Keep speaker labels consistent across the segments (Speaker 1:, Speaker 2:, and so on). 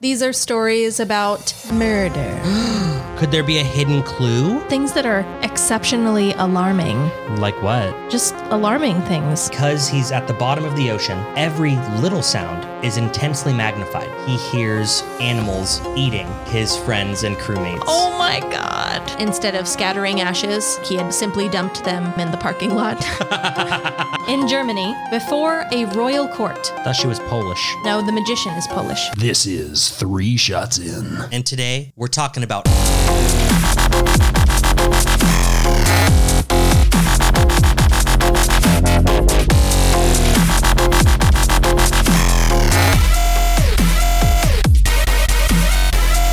Speaker 1: These are stories about murder,
Speaker 2: Could there be a hidden clue?
Speaker 1: things that are exceptionally alarming,
Speaker 2: Like what?
Speaker 1: just alarming things.
Speaker 2: Because he's at the bottom of the ocean, every little sound is intensely magnified. He hears animals eating his friends and crewmates.
Speaker 1: Oh my god. Instead of scattering ashes, he had simply dumped them in the parking lot. in Germany, before a royal court.
Speaker 2: Thought she was Polish.
Speaker 1: No, the magician is Polish.
Speaker 3: This is Three Shots In.
Speaker 2: And today we're talking about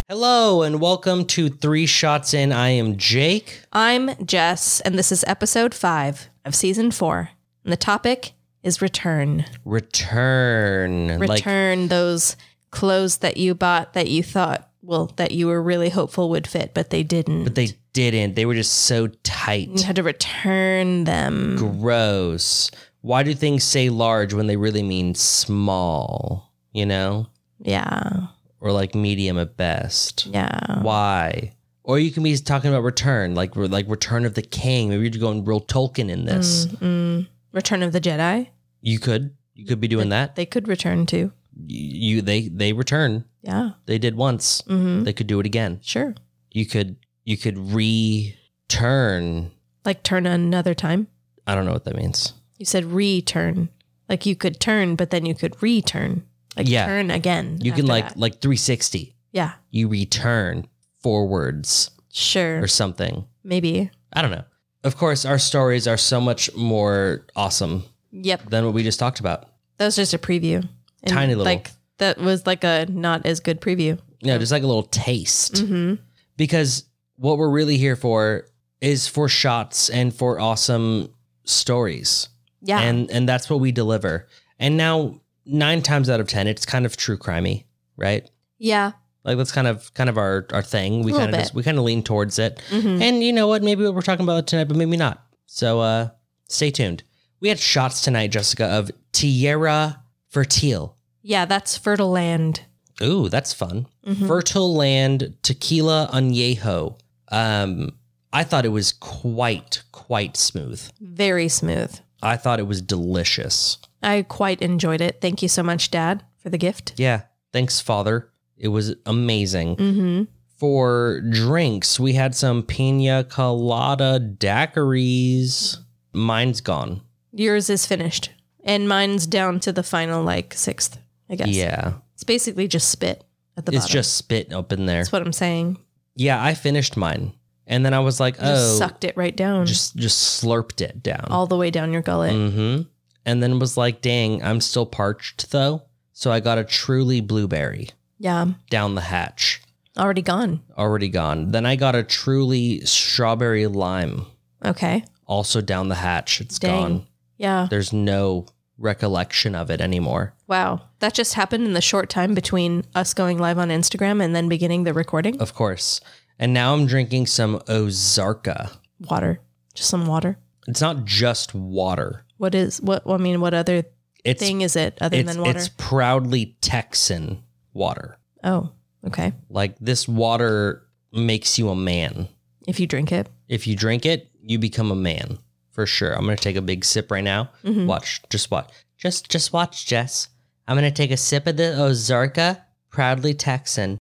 Speaker 2: Hello and welcome to Three Shots In. I am Jake.
Speaker 1: I'm Jess, and this is episode five of season four. And the topic is return.
Speaker 2: Return. Like
Speaker 1: Return those clothes that you bought that you thought, well, that you were really hopeful would fit, but they didn't. But
Speaker 2: they didn't. They were just so
Speaker 1: you
Speaker 2: tight.
Speaker 1: had to return them.
Speaker 2: Gross. Why do things say large when they really mean small? You know?
Speaker 1: Yeah.
Speaker 2: or like medium at best.
Speaker 1: Yeah.
Speaker 2: Why? Or you can be talking about return, like re- like Return of the King. Maybe you're going real Tolkien in this.
Speaker 1: Mm. Return of the Jedi.
Speaker 2: You could you could be doing that.
Speaker 1: They could return to.
Speaker 2: You they they return.
Speaker 1: Yeah.
Speaker 2: They did once.
Speaker 1: Mm-hmm.
Speaker 2: They could do it again.
Speaker 1: Sure.
Speaker 2: You could you could return.
Speaker 1: Like turn another time.
Speaker 2: I don't know what that means.
Speaker 1: You said return. Like you could turn, but then you could return. Like
Speaker 2: Yeah.
Speaker 1: turn again.
Speaker 2: You can
Speaker 1: after
Speaker 2: like
Speaker 1: that.
Speaker 2: like 360.
Speaker 1: yeah.
Speaker 2: You return forwards
Speaker 1: Sure.
Speaker 2: or something.
Speaker 1: Maybe.
Speaker 2: I don't know. Of course, our stories are so much more awesome
Speaker 1: Yep.
Speaker 2: than what we just talked about.
Speaker 1: That was just a preview. And,
Speaker 2: Tiny little.
Speaker 1: Like that was like a not as good preview.
Speaker 2: No, just like a little taste.
Speaker 1: Mm-hmm.
Speaker 2: Because what we're really here for is for shots and for awesome stories.
Speaker 1: Yeah.
Speaker 2: And and that's what we deliver. And now nine times out of ten, it's kind of true crimey, right?
Speaker 1: yeah.
Speaker 2: Like that's kind of kind of our, our thing. We
Speaker 1: Little
Speaker 2: kind of
Speaker 1: bit.
Speaker 2: just, we kind of lean towards it.
Speaker 1: Mm-hmm.
Speaker 2: And you know what? Maybe what we're talking about tonight, but maybe not. So uh stay tuned. We had shots tonight, Jessica, of Tierra Fertile.
Speaker 1: Yeah. That's fertile land.
Speaker 2: Ooh, that's fun.
Speaker 1: Mhm.
Speaker 2: Fertile Land Tequila Añejo. Um, I thought it was quite, quite smooth.
Speaker 1: Very smooth.
Speaker 2: I thought it was delicious.
Speaker 1: I quite enjoyed it. Thank you so much, Dad, for the gift.
Speaker 2: Yeah. Thanks, Father. It was amazing.
Speaker 1: Mm-hmm.
Speaker 2: For drinks, we had some pina colada daiquiris. Mine's gone.
Speaker 1: Yours is finished, and mine's down to the final like sixth. I guess.
Speaker 2: Yeah.
Speaker 1: It's basically just spit at the
Speaker 2: it's
Speaker 1: bottom.
Speaker 2: just spit up in there.
Speaker 1: That's what I'm saying.
Speaker 2: Yeah, I finished mine. And then I was like,
Speaker 1: You just
Speaker 2: oh,
Speaker 1: sucked it right down,
Speaker 2: just just slurped it down.
Speaker 1: all the way down your gullet.
Speaker 2: Mm-hmm. And then was like, dang, I'm still parched though. So I got a truly blueberry
Speaker 1: Yeah.
Speaker 2: down the hatch,
Speaker 1: Already gone.
Speaker 2: already gone. Then I got a truly strawberry lime,
Speaker 1: Okay.
Speaker 2: also down the hatch. It's
Speaker 1: Dang.
Speaker 2: gone.
Speaker 1: Yeah.
Speaker 2: There's no recollection of it anymore.
Speaker 1: Wow. That just happened in the short time between us going live on Instagram and then beginning the recording.
Speaker 2: Of course. And now I'm drinking some Ozarka.
Speaker 1: Water. Just some water.
Speaker 2: It's not just water.
Speaker 1: What is what I mean, what other
Speaker 2: It's
Speaker 1: thing is it other
Speaker 2: it's,
Speaker 1: than water?
Speaker 2: it's proudly Texan water.
Speaker 1: Oh, okay.
Speaker 2: Like this water makes you a man.
Speaker 1: If you drink it.
Speaker 2: if you drink it, you become a man for sure. I'm gonna take a big sip right now.
Speaker 1: Mhm.
Speaker 2: Watch, just watch, just just watch, Jess. I'm gonna take a sip of the Ozarka, proudly Texan.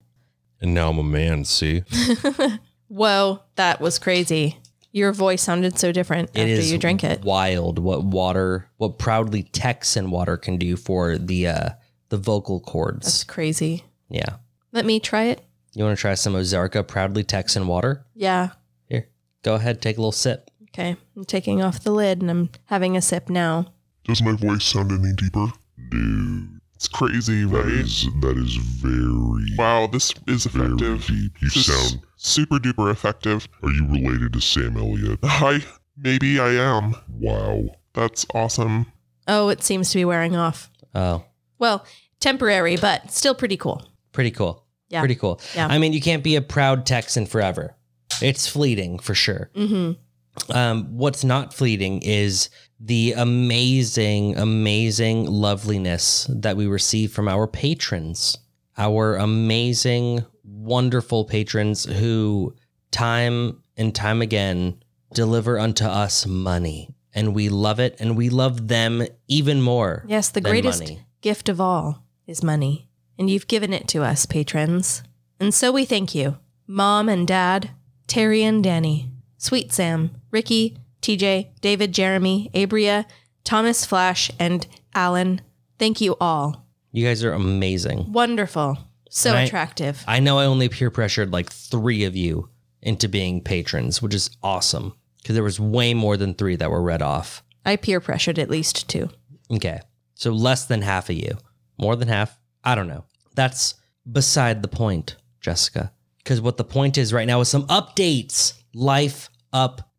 Speaker 3: And now I'm a man, see?
Speaker 1: Whoa, that was crazy. Your voice sounded so different
Speaker 2: It
Speaker 1: after
Speaker 2: is
Speaker 1: you drink it.
Speaker 2: wild what water, what proudly Texan water can do for the uh the vocal
Speaker 1: That's
Speaker 2: cords.
Speaker 1: crazy.
Speaker 2: yeah,
Speaker 1: Let me try it.
Speaker 2: you want to try some Ozarka, proudly Texan water?
Speaker 1: Yeah.
Speaker 2: Here, go ahead, take a little sip.
Speaker 1: Okay. I'm taking off the lid and I'm having a sip now.
Speaker 4: Does my voice sound any deeper?
Speaker 5: Dude,
Speaker 4: It's crazy,
Speaker 5: that
Speaker 4: right?
Speaker 5: is that is very
Speaker 4: Wow, this is
Speaker 5: very
Speaker 4: effective.
Speaker 5: deep. You
Speaker 4: This is
Speaker 5: sound.
Speaker 4: super duper effective.
Speaker 5: Are you related to Sam Elliott?
Speaker 4: I maybe I am.
Speaker 5: Wow.
Speaker 4: That's awesome.
Speaker 1: Oh, it seems to be wearing off.
Speaker 2: Oh,
Speaker 1: Well, temporary, but still pretty cool.
Speaker 2: pretty cool.
Speaker 1: Yeah.
Speaker 2: Pretty cool.
Speaker 1: Yeah.
Speaker 2: I mean, you can't be a proud Texan forever. It's fleeting for sure.
Speaker 1: Mm-hmm.
Speaker 2: um, what's not fleeting is the amazing, amazing loveliness that we receive from our patrons our amazing, wonderful patrons who time and time again deliver unto us money. And we love it and we love them even more.
Speaker 1: Yes, the
Speaker 2: than
Speaker 1: greatest
Speaker 2: money.
Speaker 1: gift of all is money, and you've given it to us, patrons. And so we thank you, Mom and Dad, Terry and Danny, Sweet Sam, Ricky, TJ, David, Jeremy, Abria, Thomas Flash, and Alan. Thank you all.
Speaker 2: You guys are amazing.
Speaker 1: Wonderful. So
Speaker 2: And I-
Speaker 1: attractive.
Speaker 2: I know I only peer pressured like three of you into being patrons, which is awesome because there was way more than three that were read off.
Speaker 1: I peer pressured at least two.
Speaker 2: Okay. So less than half of you, more than half. I don't know. That's beside the point, Jessica. Because what the point is right now is some updates, life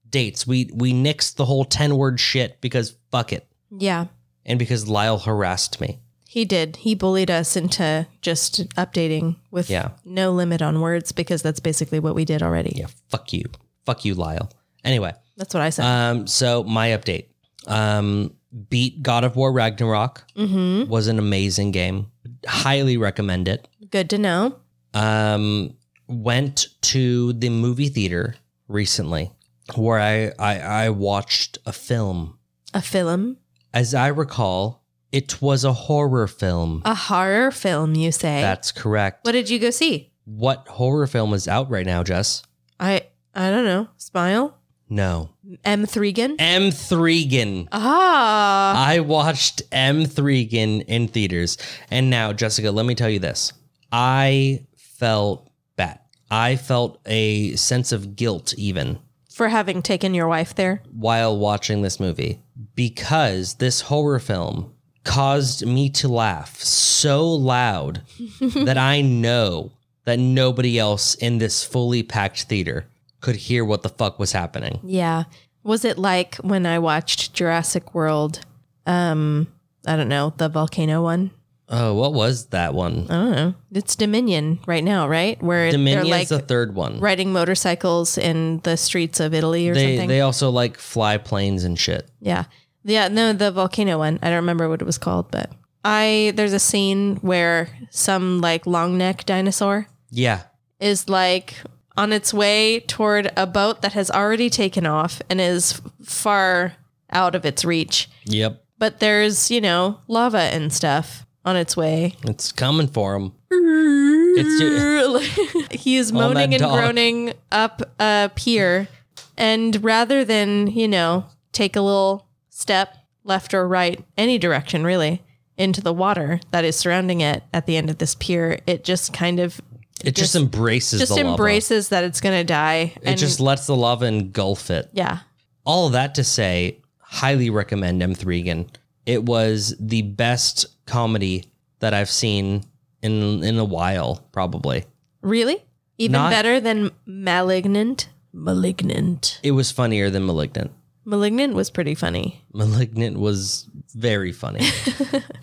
Speaker 2: updates. We we nixed the whole ten word shit because fuck it,
Speaker 1: Yeah,
Speaker 2: and because Lyle harassed me.
Speaker 1: he did. He bullied us into just updating with
Speaker 2: Yeah.
Speaker 1: no limit on words because that's basically what we did already.
Speaker 2: Yeah, fuck you, fuck you, Lyle. Anyway,
Speaker 1: That's what I said.
Speaker 2: um, so my update, um, beat God of War Ragnarok
Speaker 1: mm-hmm.
Speaker 2: was an amazing game. Highly recommend it.
Speaker 1: Good to know.
Speaker 2: um, went to the movie theater recently where I, I I watched a film.
Speaker 1: A film,
Speaker 2: As I recall, it was a horror film.
Speaker 1: a horror film, you say?
Speaker 2: That's correct.
Speaker 1: what did you go see?
Speaker 2: What horror film is out right now, Jess?
Speaker 1: I I don't know. Smile.
Speaker 2: No.
Speaker 1: M. Thregan.
Speaker 2: M. Threegan.
Speaker 1: ah,
Speaker 2: I watched M. Threegan in theaters. And now, Jessica, let me tell you this. I felt bad. I felt a sense of guilt even
Speaker 1: for having taken your wife there.
Speaker 2: while watching this movie because this horror film caused me to laugh so loud that I know that nobody else in this fully packed theater could hear what the fuck was happening.
Speaker 1: Yeah. Was it like when I watched Jurassic World? Um, I don't know the volcano one.
Speaker 2: Oh, what was that one?
Speaker 1: I don't know. It's Dominion right now, right? Where
Speaker 2: Dominion's
Speaker 1: Uh, they're like
Speaker 2: the third one.
Speaker 1: riding motorcycles in the streets of Italy or
Speaker 2: They
Speaker 1: something.
Speaker 2: they also like fly planes and shit.
Speaker 1: Yeah. Yeah, no, the volcano one. I don't remember what it was called, but I there's a scene where some like long neck dinosaur
Speaker 2: Yeah.
Speaker 1: is like on its way toward a boat that has already taken off and is far out of its reach.
Speaker 2: Yep.
Speaker 1: But there's, you know, lava and stuff on its way.
Speaker 2: It's coming for them.
Speaker 1: he is moaning
Speaker 2: that
Speaker 1: and
Speaker 2: dog.
Speaker 1: groaning up a pier. And rather than, you know, take a little step left or right, any direction really, into the water that is surrounding it at the end of this pier, it just kind of
Speaker 2: It just,
Speaker 1: Just-
Speaker 2: embraces
Speaker 1: just
Speaker 2: the
Speaker 1: embraces that it's going to die.
Speaker 2: lava. It just lets the lava engulf it.
Speaker 1: yeah.
Speaker 2: all that to say, highly recommend M3 again. It was the best comedy that I've seen in in a while, probably.
Speaker 1: Really? Even
Speaker 2: Not-
Speaker 1: better than Malignant? Malignant.
Speaker 2: It was funnier than Malignant.
Speaker 1: Malignant was pretty funny.
Speaker 2: Malignant was very funny.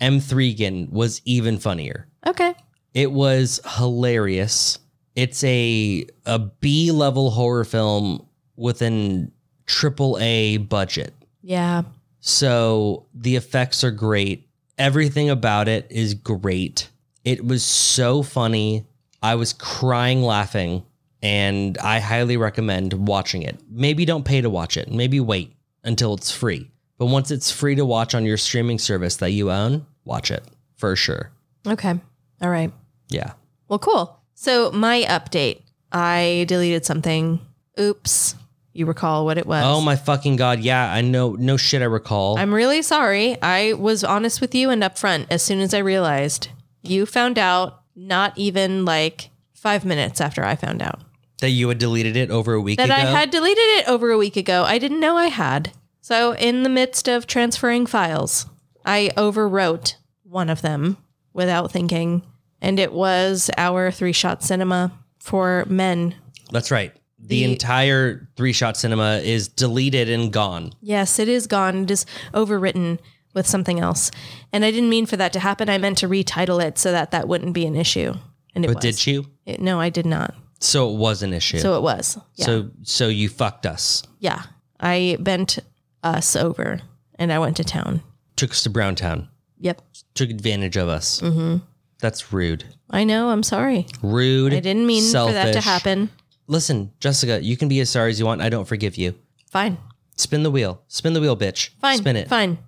Speaker 2: M3 again was even funnier.
Speaker 1: Okay.
Speaker 2: It was hilarious. It's a a B level horror film with an triple A budget.
Speaker 1: Yeah.
Speaker 2: So the effects are great. Everything about it is great. It was so funny. I was crying laughing, and I highly recommend watching it. Maybe don't pay to watch it. Maybe wait until it's free. But once it's free to watch on your streaming service that you own, watch it for sure.
Speaker 1: Okay. All right.
Speaker 2: Yeah.
Speaker 1: Well, cool. So my update, I deleted something. Oops. You recall what it was.
Speaker 2: Oh my fucking god. Yeah, I know. No shit. I recall.
Speaker 1: I'm really sorry. I was honest with you and upfront as soon as I realized you found out not even like five minutes after I found out
Speaker 2: that you had deleted it over a week
Speaker 1: that
Speaker 2: ago.
Speaker 1: I had deleted it over a week ago. I didn't know I had. So in the midst of transferring files, I overwrote one of them without thinking. And it was our three shot cinema for men
Speaker 2: That's right.
Speaker 1: The-
Speaker 2: the entire three shot cinema is deleted and gone.
Speaker 1: Yes, it is gone. It is overwritten with something else. And I didn't mean for that to happen. I meant to retitle it so that that wouldn't be an issue. And it
Speaker 2: But
Speaker 1: was.
Speaker 2: did you?
Speaker 1: It- no, I did not.
Speaker 2: So it was an issue.
Speaker 1: So it was. Yeah.
Speaker 2: so so you fucked us.
Speaker 1: yeah. I bent us over and I went to town.
Speaker 2: Took us to Browntown.
Speaker 1: Yep.
Speaker 2: Took advantage of us.
Speaker 1: hmm
Speaker 2: That's rude.
Speaker 1: I know. I'm sorry.
Speaker 2: Rude.
Speaker 1: I didn't mean for that to
Speaker 2: selfish.
Speaker 1: happen.
Speaker 2: Listen, Jessica, you can be as sorry as you want. I don't forgive you.
Speaker 1: Fine.
Speaker 2: Spin the wheel. Spin the wheel, bitch.
Speaker 1: Fine.
Speaker 2: Spin it.
Speaker 1: Fine.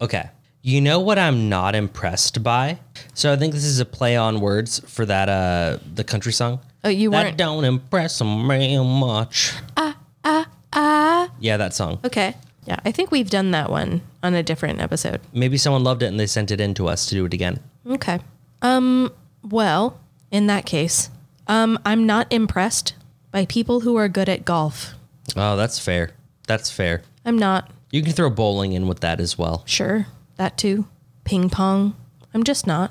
Speaker 2: Okay. You know what I'm not impressed by? So I think this is a play on words for that uh the country song.
Speaker 1: Oh, you
Speaker 2: that
Speaker 1: weren't.
Speaker 2: don't impress me much. Ah ah ah. Yeah, that song.
Speaker 1: Okay. Yeah. I think we've done that one on a different episode.
Speaker 2: Maybe someone loved it and they sent it in to us to do it again.
Speaker 1: Okay. Um, well, in that case, um, I'm not impressed by people who are good at golf.
Speaker 2: Oh, that's fair. That's fair.
Speaker 1: I'm not
Speaker 2: You can throw bowling in with that as well.
Speaker 1: sure. That too. Ping pong. I'm just not.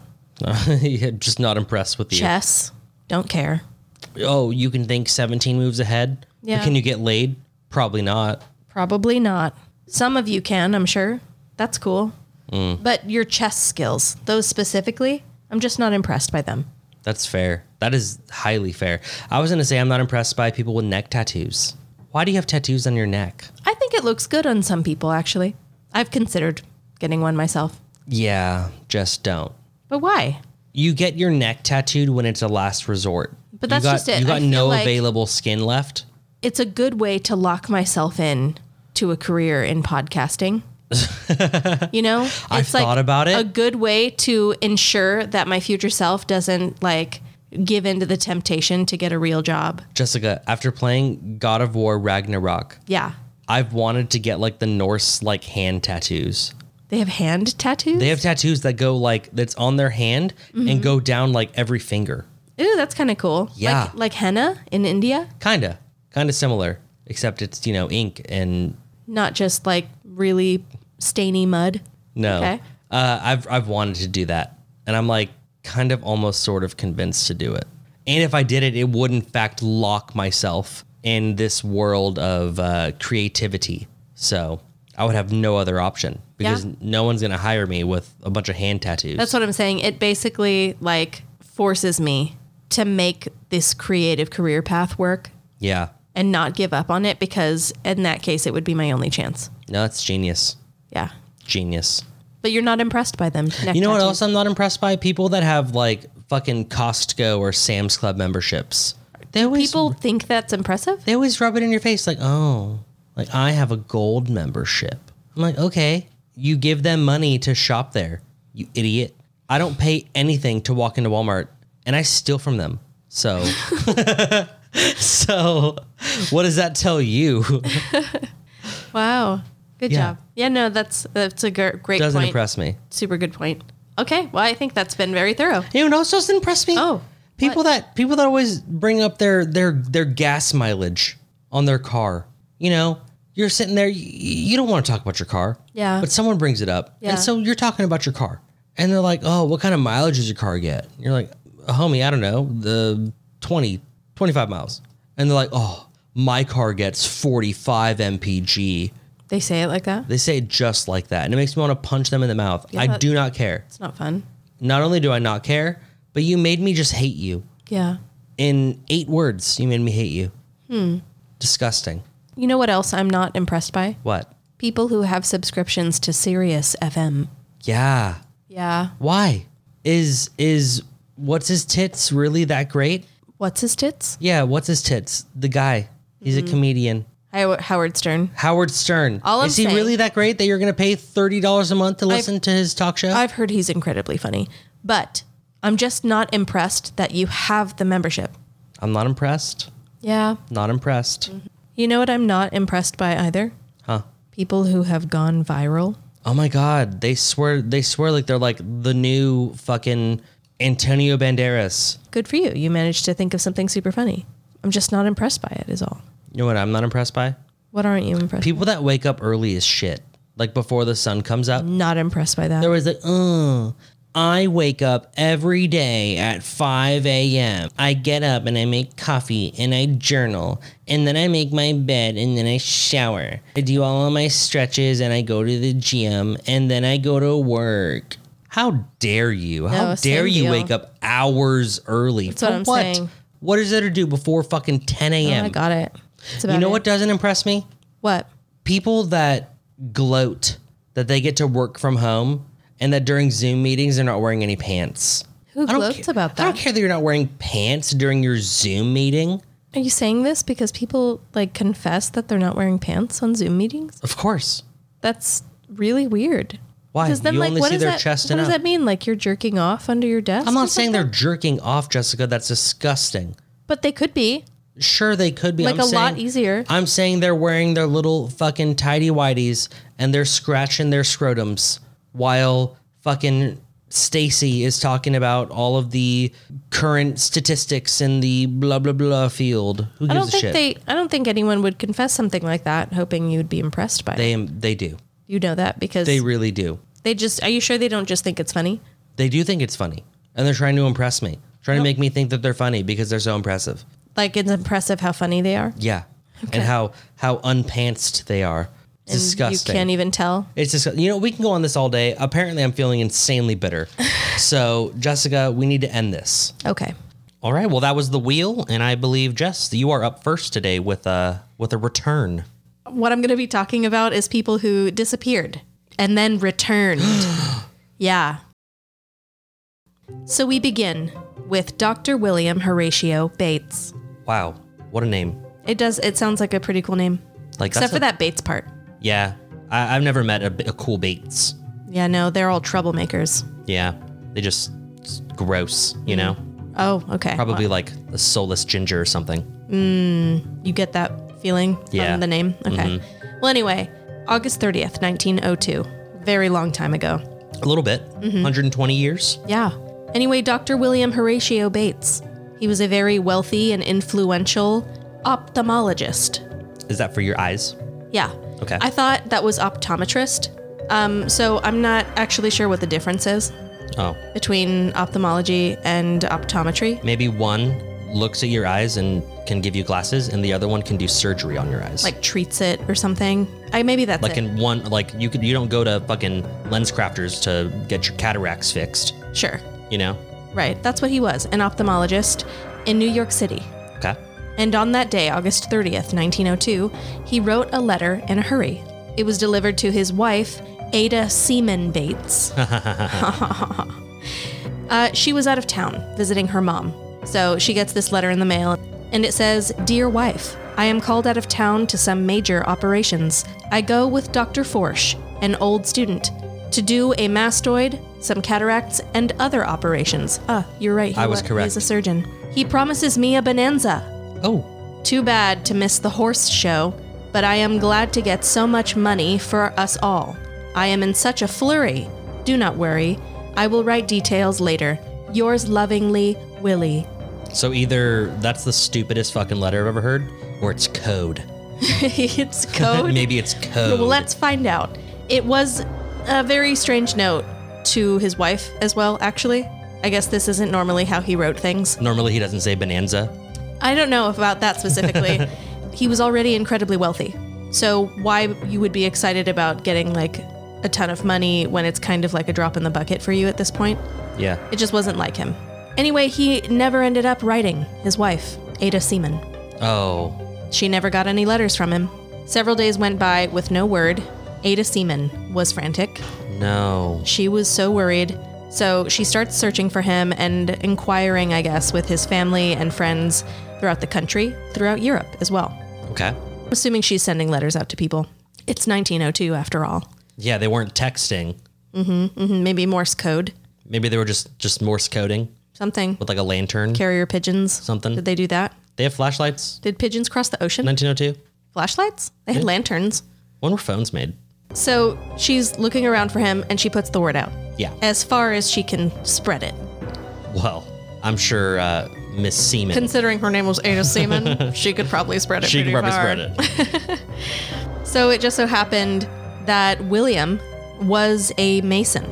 Speaker 2: Yeah, Just not impressed with you.
Speaker 1: Chess. Don't care.
Speaker 2: Oh, you can think 17 moves ahead? But
Speaker 1: Yeah.
Speaker 2: Can you get laid? Probably not.
Speaker 1: Probably not. Some of you can, I'm sure. That's cool. But your chess skills, those specifically, I'm just not impressed by them.
Speaker 2: That's fair. That is highly fair. I was going to say I'm not impressed by people with neck tattoos. Why do you have tattoos on your neck?
Speaker 1: I think it looks good on some people, actually. I've considered getting one myself.
Speaker 2: Yeah, just don't.
Speaker 1: But why?
Speaker 2: You get your neck tattooed when it's a last resort.
Speaker 1: But that's
Speaker 2: you got,
Speaker 1: just it.
Speaker 2: You
Speaker 1: I
Speaker 2: got
Speaker 1: feel
Speaker 2: no
Speaker 1: like-
Speaker 2: available skin left.
Speaker 1: It's a good way to lock myself in to a career in podcasting. you know, it's
Speaker 2: I've thought about it.
Speaker 1: A good way to ensure that my future self doesn't like give in to the temptation to get a real job.
Speaker 2: Jessica, after playing God of War Ragnarok,
Speaker 1: Yeah.
Speaker 2: I've wanted to get like the Norse like hand tattoos.
Speaker 1: They have hand tattoos.
Speaker 2: They have tattoos that go like that's on their hand
Speaker 1: Mm-hmm.
Speaker 2: and go down like every finger.
Speaker 1: Ooh, that's kind of cool.
Speaker 2: Yeah.
Speaker 1: Like, like henna in India,
Speaker 2: Kinda. Kinda similar. Except it's, you know, ink and
Speaker 1: not just like really stainy mud.
Speaker 2: No.
Speaker 1: Okay.
Speaker 2: Uh, I've I've wanted to do that, and I'm like kind of almost sort of convinced to do it. And if I did it, it would in fact lock myself in this world of uh, creativity. So I would have no other option because
Speaker 1: Yeah.
Speaker 2: no one's gonna hire me with a bunch of hand tattoos.
Speaker 1: That's what I'm saying. It basically like forces me to make this creative career path work
Speaker 2: yeah.
Speaker 1: and not give up on it because in that case it would be my only chance.
Speaker 2: No, that's genius.
Speaker 1: Yeah.
Speaker 2: Genius.
Speaker 1: But you're not impressed by them. Neck
Speaker 2: You know what
Speaker 1: tattoos.
Speaker 2: else I'm not impressed by? People that have like fucking Costco or Sam's Club memberships. They always
Speaker 1: People think that's impressive.
Speaker 2: they always rub it in your face like oh like i have a gold membership i'm like okay you give them money to shop there you idiot i don't pay anything to walk into walmart and i steal from them so so what does that tell you
Speaker 1: Wow. Good
Speaker 2: Yeah.
Speaker 1: job. Yeah, no, that's that's a gr- great
Speaker 2: doesn't
Speaker 1: point.
Speaker 2: impress me
Speaker 1: Super good point. Okay, well I think that's been very thorough.
Speaker 2: you know what else doesn't impress me
Speaker 1: Oh,
Speaker 2: people that people that always bring up their their their gas mileage on their car you know you're sitting there you, you don't want to talk about your car
Speaker 1: Yeah.
Speaker 2: but someone brings it up
Speaker 1: Yeah.
Speaker 2: and so you're talking about your car and they're like oh what kind of mileage does your car get And you're like "Uh, homie i don't know the 20 25 miles and they're like oh my car gets 45 mpg
Speaker 1: They say it like that.
Speaker 2: they say it just like that and it makes me want to punch them in the mouth
Speaker 1: Yeah,
Speaker 2: i
Speaker 1: that-
Speaker 2: do not care
Speaker 1: It's not fun.
Speaker 2: not only do i not care but you made me just hate you
Speaker 1: Yeah.
Speaker 2: in eight words, you made me hate you. Hmm. Disgusting.
Speaker 1: You know what else I'm not impressed by?
Speaker 2: What?
Speaker 1: People who have subscriptions to Sirius FM.
Speaker 2: Yeah.
Speaker 1: Yeah.
Speaker 2: Why? Is is what's his tits really that great?
Speaker 1: What's his tits?
Speaker 2: Yeah, what's his tits? The guy. He's a comedian.
Speaker 1: How- Howard Stern.
Speaker 2: Howard Stern.
Speaker 1: Hmm. All I'm
Speaker 2: Is he
Speaker 1: saying-
Speaker 2: really that great that you're gonna pay thirty dollars a month to listen to his talk show?
Speaker 1: I've heard he's incredibly funny, but I'm just not impressed that you have the membership.
Speaker 2: I'm not impressed.
Speaker 1: Yeah.
Speaker 2: Not impressed.
Speaker 1: You know what I'm not impressed by either?
Speaker 2: Huh.
Speaker 1: People who have gone viral.
Speaker 2: Oh my god, they swear they swear like they're like the new fucking Antonio Banderas.
Speaker 1: Good for you. You managed to think of something super funny. I'm just not impressed by it, is all.
Speaker 2: You know what I'm not impressed by?
Speaker 1: What aren't you impressed?
Speaker 2: People that wake up early as shit, like before the sun comes up.
Speaker 1: not impressed by that.
Speaker 2: There was like, oh, I wake up every day at 5 a.m. I get up and I make coffee and I journal and then I make my bed and then I shower. I do all of my stretches and I go to the gym and then I go to work. How dare you? How
Speaker 1: No, same
Speaker 2: dare you
Speaker 1: deal.
Speaker 2: wake up hours early?
Speaker 1: what
Speaker 2: For
Speaker 1: I'm saying.
Speaker 2: What is there to do before fucking 10
Speaker 1: Oh,
Speaker 2: a.m.?
Speaker 1: I got it. It's about
Speaker 2: you know
Speaker 1: it.
Speaker 2: what doesn't impress me?
Speaker 1: What?
Speaker 2: people that gloat that they get to work from home and that during Zoom meetings they're not wearing any pants.
Speaker 1: Who
Speaker 2: I don't
Speaker 1: gloats
Speaker 2: ca-
Speaker 1: about
Speaker 2: I don't
Speaker 1: that?
Speaker 2: care that you're not wearing pants during your Zoom meeting.
Speaker 1: Are you saying this because people like confess that they're not wearing pants on Zoom meetings?
Speaker 2: Of course.
Speaker 1: That's really weird.
Speaker 2: Why?
Speaker 1: Because then,
Speaker 2: you
Speaker 1: like,
Speaker 2: only
Speaker 1: what
Speaker 2: see
Speaker 1: does
Speaker 2: their
Speaker 1: that?
Speaker 2: chest
Speaker 1: what
Speaker 2: and
Speaker 1: does
Speaker 2: up.
Speaker 1: that mean? Like you're jerking off under your desk?
Speaker 2: I'm
Speaker 1: or
Speaker 2: not saying
Speaker 1: something?
Speaker 2: they're jerking off, Jessica. That's disgusting.
Speaker 1: but they could be
Speaker 2: Sure, they could be.
Speaker 1: like
Speaker 2: I'm
Speaker 1: a
Speaker 2: saying,
Speaker 1: lot easier.
Speaker 2: I'm saying they're wearing their little fucking tidy whities and they're scratching their scrotums while fucking Stacy is talking about all of the current statistics in the blah blah blah field. Who gives
Speaker 1: I don't
Speaker 2: a
Speaker 1: think
Speaker 2: shit?
Speaker 1: they. I don't think anyone would confess something like that, hoping you'd be impressed by it.
Speaker 2: they they do.
Speaker 1: You know that because
Speaker 2: They
Speaker 1: they,
Speaker 2: really do.
Speaker 1: just. Are you sure they don't just think it's funny?
Speaker 2: They do think it's funny and they're trying to impress me. Trying to make me think that they're funny because they're so impressive.
Speaker 1: Like it's impressive how funny they are.
Speaker 2: Yeah. And how how unpantsed they are.
Speaker 1: And
Speaker 2: Disgusting.
Speaker 1: You can't even tell.
Speaker 2: It's just you know we can go on this all day. Apparently, I'm feeling insanely bitter. so Jessica, we need to end this.
Speaker 1: Okay.
Speaker 2: All right. Well, that was the wheel, and I believe Jess, you are up first today with a with a return.
Speaker 1: What I'm going to be talking about is people who disappeared and then returned. yeah. So we begin with Dr. William Horatio Bates.
Speaker 2: Wow, what a name!
Speaker 1: It does. It sounds like a pretty cool name,
Speaker 2: Like
Speaker 1: except
Speaker 2: that's
Speaker 1: for
Speaker 2: a-
Speaker 1: that Bates part.
Speaker 2: Yeah, I, I've never met a, b- a cool Bates.
Speaker 1: Yeah, no, they're all troublemakers.
Speaker 2: Yeah, they just it's gross. You know,
Speaker 1: Oh, okay.
Speaker 2: probably like a soulless ginger or something.
Speaker 1: you get that feeling
Speaker 2: Yeah. Mm-hmm.
Speaker 1: from the name. Okay. Well, anyway, August 30th, 1902. Very long time ago.
Speaker 2: A little bit.
Speaker 1: Mm-hmm.
Speaker 2: 120 years.
Speaker 1: Yeah. Anyway, Dr. William Horatio Bates. He was a very wealthy and influential ophthalmologist.
Speaker 2: Is that for your eyes?
Speaker 1: Yeah.
Speaker 2: Okay.
Speaker 1: I thought that was optometrist. Um, so I'm not actually sure what the difference is
Speaker 2: Oh,
Speaker 1: between ophthalmology and optometry.
Speaker 2: Maybe one looks at your eyes and can give you glasses, and the other one can do surgery on your eyes.
Speaker 1: Like treats it or something. I maybe that's
Speaker 2: like
Speaker 1: it.
Speaker 2: in one, like you could, you don't go to fucking lens crafters to get your cataracts fixed.
Speaker 1: sure.
Speaker 2: You know?
Speaker 1: Right. That's what he was, an ophthalmologist in New York City.
Speaker 2: Okay.
Speaker 1: And on that day, August 30th, 1902, he wrote a letter in a hurry. It was delivered to his wife, Ada Seaman Bates. uh, she was out of town visiting her mom. So she gets this letter in the mail, and it says Dear wife, I am called out of town to some major operations. I go with Dr. Forsch, an old student, to do a mastoid, some cataracts, and other operations. Ah, you're right. He
Speaker 2: I was
Speaker 1: He's
Speaker 2: correct.
Speaker 1: a surgeon. He promises me a bonanza.
Speaker 2: Oh,
Speaker 1: Too bad to miss the horse show, but I am glad to get so much money for us all. I am in such a flurry. Do not worry. I will write details later. Yours lovingly, Willie.
Speaker 2: so either that's the stupidest fucking letter I've ever heard, or it's code.
Speaker 1: it's code.
Speaker 2: Maybe it's code.
Speaker 1: Well, let's find out. It was a very strange note to his wife as well, actually. I guess this isn't normally how he wrote things.
Speaker 2: Normally he doesn't say bonanza.
Speaker 1: I don't know about that specifically. he was already incredibly wealthy. So why you would be excited about getting like a ton of money when it's kind of like a drop in the bucket for you at this point?
Speaker 2: Yeah.
Speaker 1: It just wasn't like him. Anyway, he never ended up writing his wife, Ada Seaman.
Speaker 2: Oh,
Speaker 1: She never got any letters from him. Several days went by with no word. Ada Seaman was frantic.
Speaker 2: no.
Speaker 1: She was so worried. So she starts searching for him and inquiring, I guess, with his family and friends throughout the country, throughout Europe as well.
Speaker 2: Okay.
Speaker 1: I'm assuming she's sending letters out to people. It's 1902 after all.
Speaker 2: Yeah, they weren't texting.
Speaker 1: Mhm, Maybe Morse code,
Speaker 2: Maybe they were just just Morse coding
Speaker 1: something.
Speaker 2: with like a lantern.
Speaker 1: Carrier pigeons.
Speaker 2: Something.
Speaker 1: Did they do that?
Speaker 2: They have flashlights.
Speaker 1: Did pigeons cross the ocean?
Speaker 2: 1902.
Speaker 1: Flashlights? They had lanterns.
Speaker 2: When were phones made?
Speaker 1: So she's looking around for him and she puts the word out
Speaker 2: Yeah.
Speaker 1: as far as she can spread it.
Speaker 2: Well, I'm sure uh, Miss Seaman.
Speaker 1: Considering her name was Ada Seaman, she could probably spread it.
Speaker 2: she can
Speaker 1: pretty
Speaker 2: probably
Speaker 1: far.
Speaker 2: spread it.
Speaker 1: So it just so happened that William was a Mason.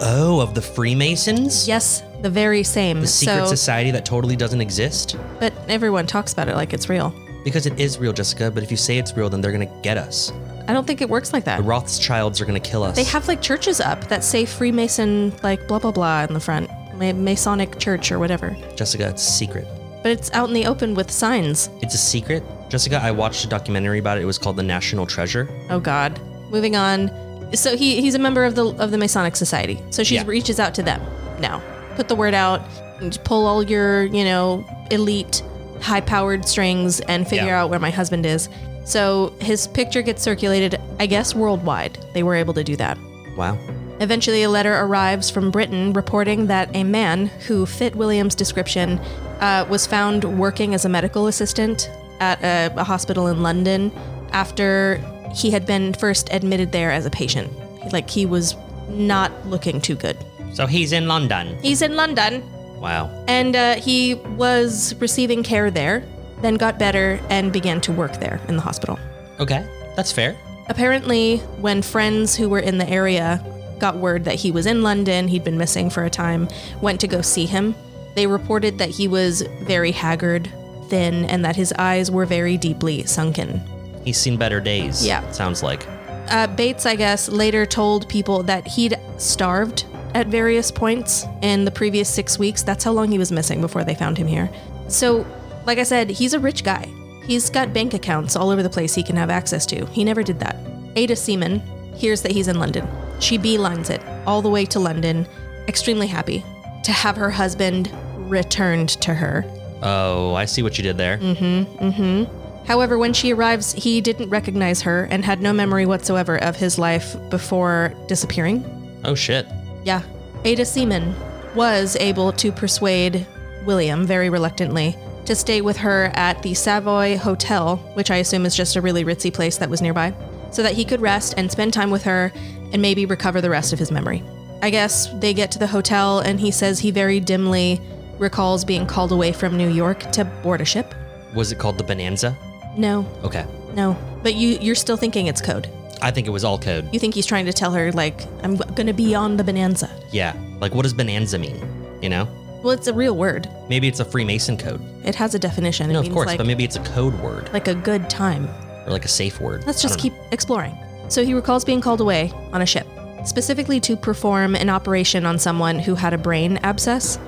Speaker 2: Oh, of the Freemasons?
Speaker 1: Yes, the very same.
Speaker 2: The secret
Speaker 1: so,
Speaker 2: society that totally doesn't exist?
Speaker 1: but everyone talks about it like it's real.
Speaker 2: Because it is real, Jessica, but if you say it's real, then they're going to get us.
Speaker 1: I don't think it works like that.
Speaker 2: The Rothschilds are going to kill us.
Speaker 1: They have like churches up that say Freemason, like blah blah blah, in the front, Ma- Masonic church or whatever.
Speaker 2: Jessica, it's a secret.
Speaker 1: But it's out in the open with signs.
Speaker 2: It's a secret. Jessica, I watched a documentary about it. It was called The National Treasure.
Speaker 1: Oh God, moving on. So he he's a member of the of the Masonic Society. So she
Speaker 2: Yeah.
Speaker 1: reaches out to them now. Put the word out. And just pull all your you know elite, high powered strings and figure
Speaker 2: Yeah.
Speaker 1: out where my husband is. So his picture gets circulated, I guess, worldwide. They were able to do that.
Speaker 2: Wow.
Speaker 1: Eventually, a letter arrives from Britain reporting that a man who fit William's description uh, was found working as a medical assistant at a, a hospital in London after he had been first admitted there as a patient. Like, he was not looking too good.
Speaker 2: So he's in London.
Speaker 1: He's in London,
Speaker 2: Wow.
Speaker 1: and uh, he was receiving care there, then got better and began to work there in the hospital.
Speaker 2: Okay. That's fair.
Speaker 1: Apparently, when friends who were in the area got word that he was in London, he'd been missing for a time, went to go see him, they reported that he was very haggard, thin, and that his eyes were very deeply sunken.
Speaker 2: He's seen better days.
Speaker 1: Yeah.
Speaker 2: Sounds like.
Speaker 1: Uh, Bates, I guess, later told people that he'd starved at various points in the previous six weeks. That's how long he was missing before they found him here. So, like I said, he's a rich guy. He's got bank accounts all over the place he can have access to. He never did that. Ada Seaman hears that he's in London. She beelines it all the way to London, extremely happy to have her husband returned to her
Speaker 2: Oh, I see what you did there.
Speaker 1: Mm. However, when she arrives, he didn't recognize her and had no memory whatsoever of his life before disappearing.
Speaker 2: Oh shit.
Speaker 1: Yeah. Ada Seaman was able to persuade William, very reluctantly, to stay with her at the Savoy Hotel, which I assume is just a really ritzy place that was nearby, so that he could rest and spend time with her and maybe recover the rest of his memory. I guess they get to the hotel and he says he very dimly recalls being called away from New York to board a ship.
Speaker 2: Was it called the Bonanza?
Speaker 1: No,
Speaker 2: Okay.
Speaker 1: no. But you you're still thinking it's code.
Speaker 2: I think it was all code.
Speaker 1: You think he's trying to tell her like I'm going to be on the bonanza.
Speaker 2: Yeah. Like, what does Bonanza mean? You know?
Speaker 1: Well, it's a real word.
Speaker 2: Maybe it's a Freemason code.
Speaker 1: It has a definition.
Speaker 2: No,
Speaker 1: it
Speaker 2: of
Speaker 1: means
Speaker 2: course,
Speaker 1: like,
Speaker 2: but maybe it's a code word
Speaker 1: like a good time.
Speaker 2: or like a safe word.
Speaker 1: Let's
Speaker 2: I
Speaker 1: just
Speaker 2: don't
Speaker 1: keep exploring. So he recalls being called away on a ship, specifically to perform an operation on someone who had a brain abscess.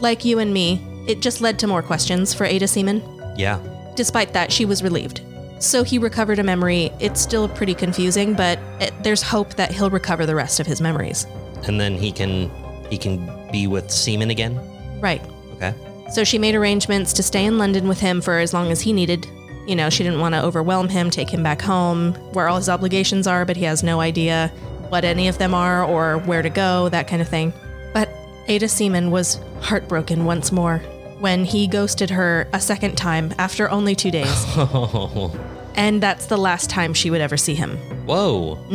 Speaker 1: Like you and me, it just led to more questions for Ada Seaman.
Speaker 2: know. Yeah.
Speaker 1: Despite that, she was relieved. So he recovered a memory. It's still pretty confusing, but it, there's hope that he'll recover the rest of his memories.
Speaker 2: And then he can he can be with Seaman again.
Speaker 1: Right.
Speaker 2: Okay.
Speaker 1: So she made arrangements to stay in London with him for as long as he needed. You know, she didn't want to overwhelm him, take him back home, where all his obligations are, but he has no idea what any of them are or where to go, that kind of thing. But Ada Seaman was heartbroken once more when he ghosted her a second time after only two days.
Speaker 2: Whoa.
Speaker 1: and that's the last time she would ever see him. Mm.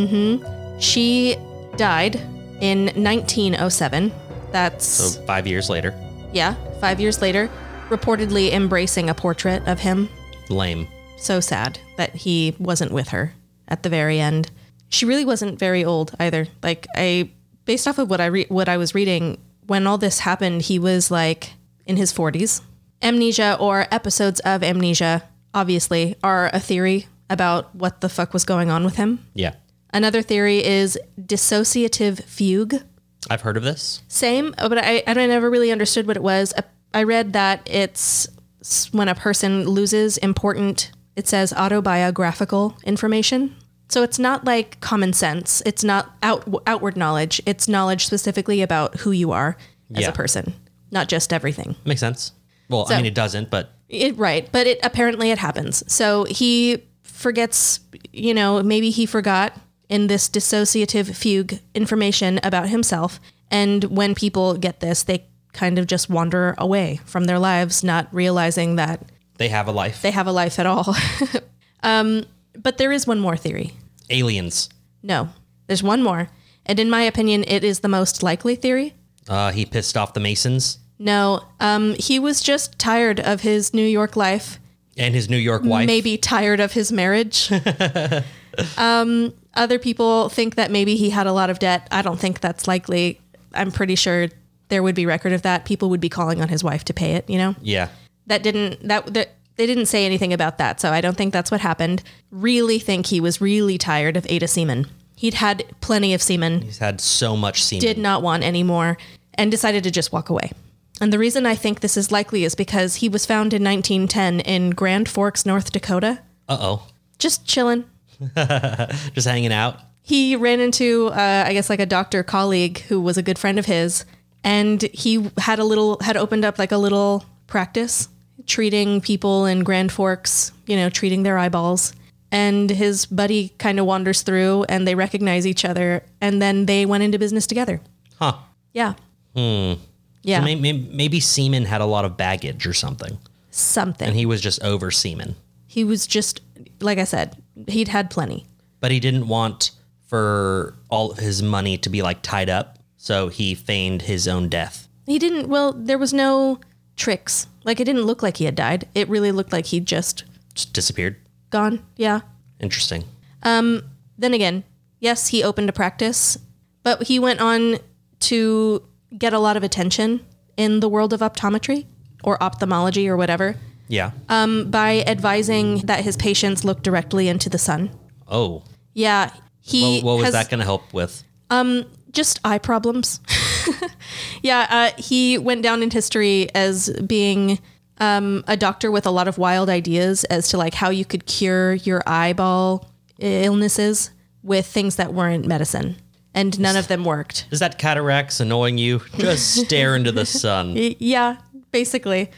Speaker 1: She died in 1907. That's.
Speaker 2: So five years later.
Speaker 1: Yeah, five years later, reportedly embracing a portrait of him.
Speaker 2: Lame.
Speaker 1: So sad that he wasn't with her at the very end. She really wasn't very old either. Like I, based off of what I re- what I was reading, when all this happened, he was like in his forties. Amnesia or episodes of amnesia, obviously, are a theory about what the fuck was going on with him.
Speaker 2: Yeah.
Speaker 1: Another theory is dissociative fugue.
Speaker 2: I've heard of this.
Speaker 1: Same, uh, but I, I never really understood what it was. I- I read that it's s- when a person loses important, it says autobiographical information. So it's not like common sense. It's not out, outward knowledge. It's knowledge specifically about who you are as
Speaker 2: Yeah.
Speaker 1: a person, not just everything.
Speaker 2: Makes sense. Well, I mean, it doesn't, but
Speaker 1: It, right, but it apparently it happens. So he forgets, you know, maybe he forgot in this dissociative fugue information about himself. And when people get this, they kind of just wander away from their lives, not realizing that
Speaker 2: they have a life.
Speaker 1: they have a life at all. um, but there is one more theory.
Speaker 2: Aliens.
Speaker 1: No, there's one more. And in my opinion, it is the most likely theory.
Speaker 2: Uh, he pissed off the Masons
Speaker 1: No, um, he was just tired of his New York life
Speaker 2: and his New York wife.
Speaker 1: maybe tired of his marriage. um, other people think that maybe he had a lot of debt. I don't think that's likely. I'm pretty sure there would be record of that. People would be calling on his wife to pay it. You know,
Speaker 2: Yeah.
Speaker 1: that didn't that, that they didn't say anything about that. So I don't think that's what happened. Really think he was really tired of Ada Seaman. He'd had plenty of semen
Speaker 2: He's had so much semen.
Speaker 1: did not want anymore and decided to just walk away. And the reason I think this is likely is because he was found in 1910 in Grand Forks, North Dakota,
Speaker 2: Uh oh.
Speaker 1: just chilling.
Speaker 2: Just hanging out.
Speaker 1: he ran into, uh, I guess, like a doctor colleague who was a good friend of his, and he had a little had opened up like a little practice treating people in Grand Forks, you know, treating their eyeballs. And his buddy kind of wanders through, and they recognize each other, and then they went into business together.
Speaker 2: Huh. Hmm.
Speaker 1: Yeah. Yeah.
Speaker 2: May- may- Maybe, Seaman had a lot of baggage or something,
Speaker 1: something.
Speaker 2: and he was just over Seaman.
Speaker 1: he was just like I said, he'd had plenty.
Speaker 2: But he didn't want for all of his money to be like tied up, so he feigned his own death.
Speaker 1: He didn't. Well, there was no tricks. Like it didn't look like he had died. It really looked like he'd just
Speaker 2: Just disappeared.
Speaker 1: gone. Yeah.
Speaker 2: Interesting.
Speaker 1: Then again, yes, he opened a practice, but he went on to get a lot of attention in the world of optometry or ophthalmology or whatever
Speaker 2: Yeah.
Speaker 1: Uh, by advising that his patients look directly into the sun.
Speaker 2: oh.
Speaker 1: Yeah. He
Speaker 2: What, what was
Speaker 1: has-
Speaker 2: that going to help with?
Speaker 1: just eye problems. yeah, uh, he went down in history as being um, a doctor with a lot of wild ideas as to like how you could cure your eyeball illnesses with things that weren't medicine, and none of them worked.
Speaker 2: Is that cataracts annoying you? Just stare into the sun.
Speaker 1: Y- Yeah, basically.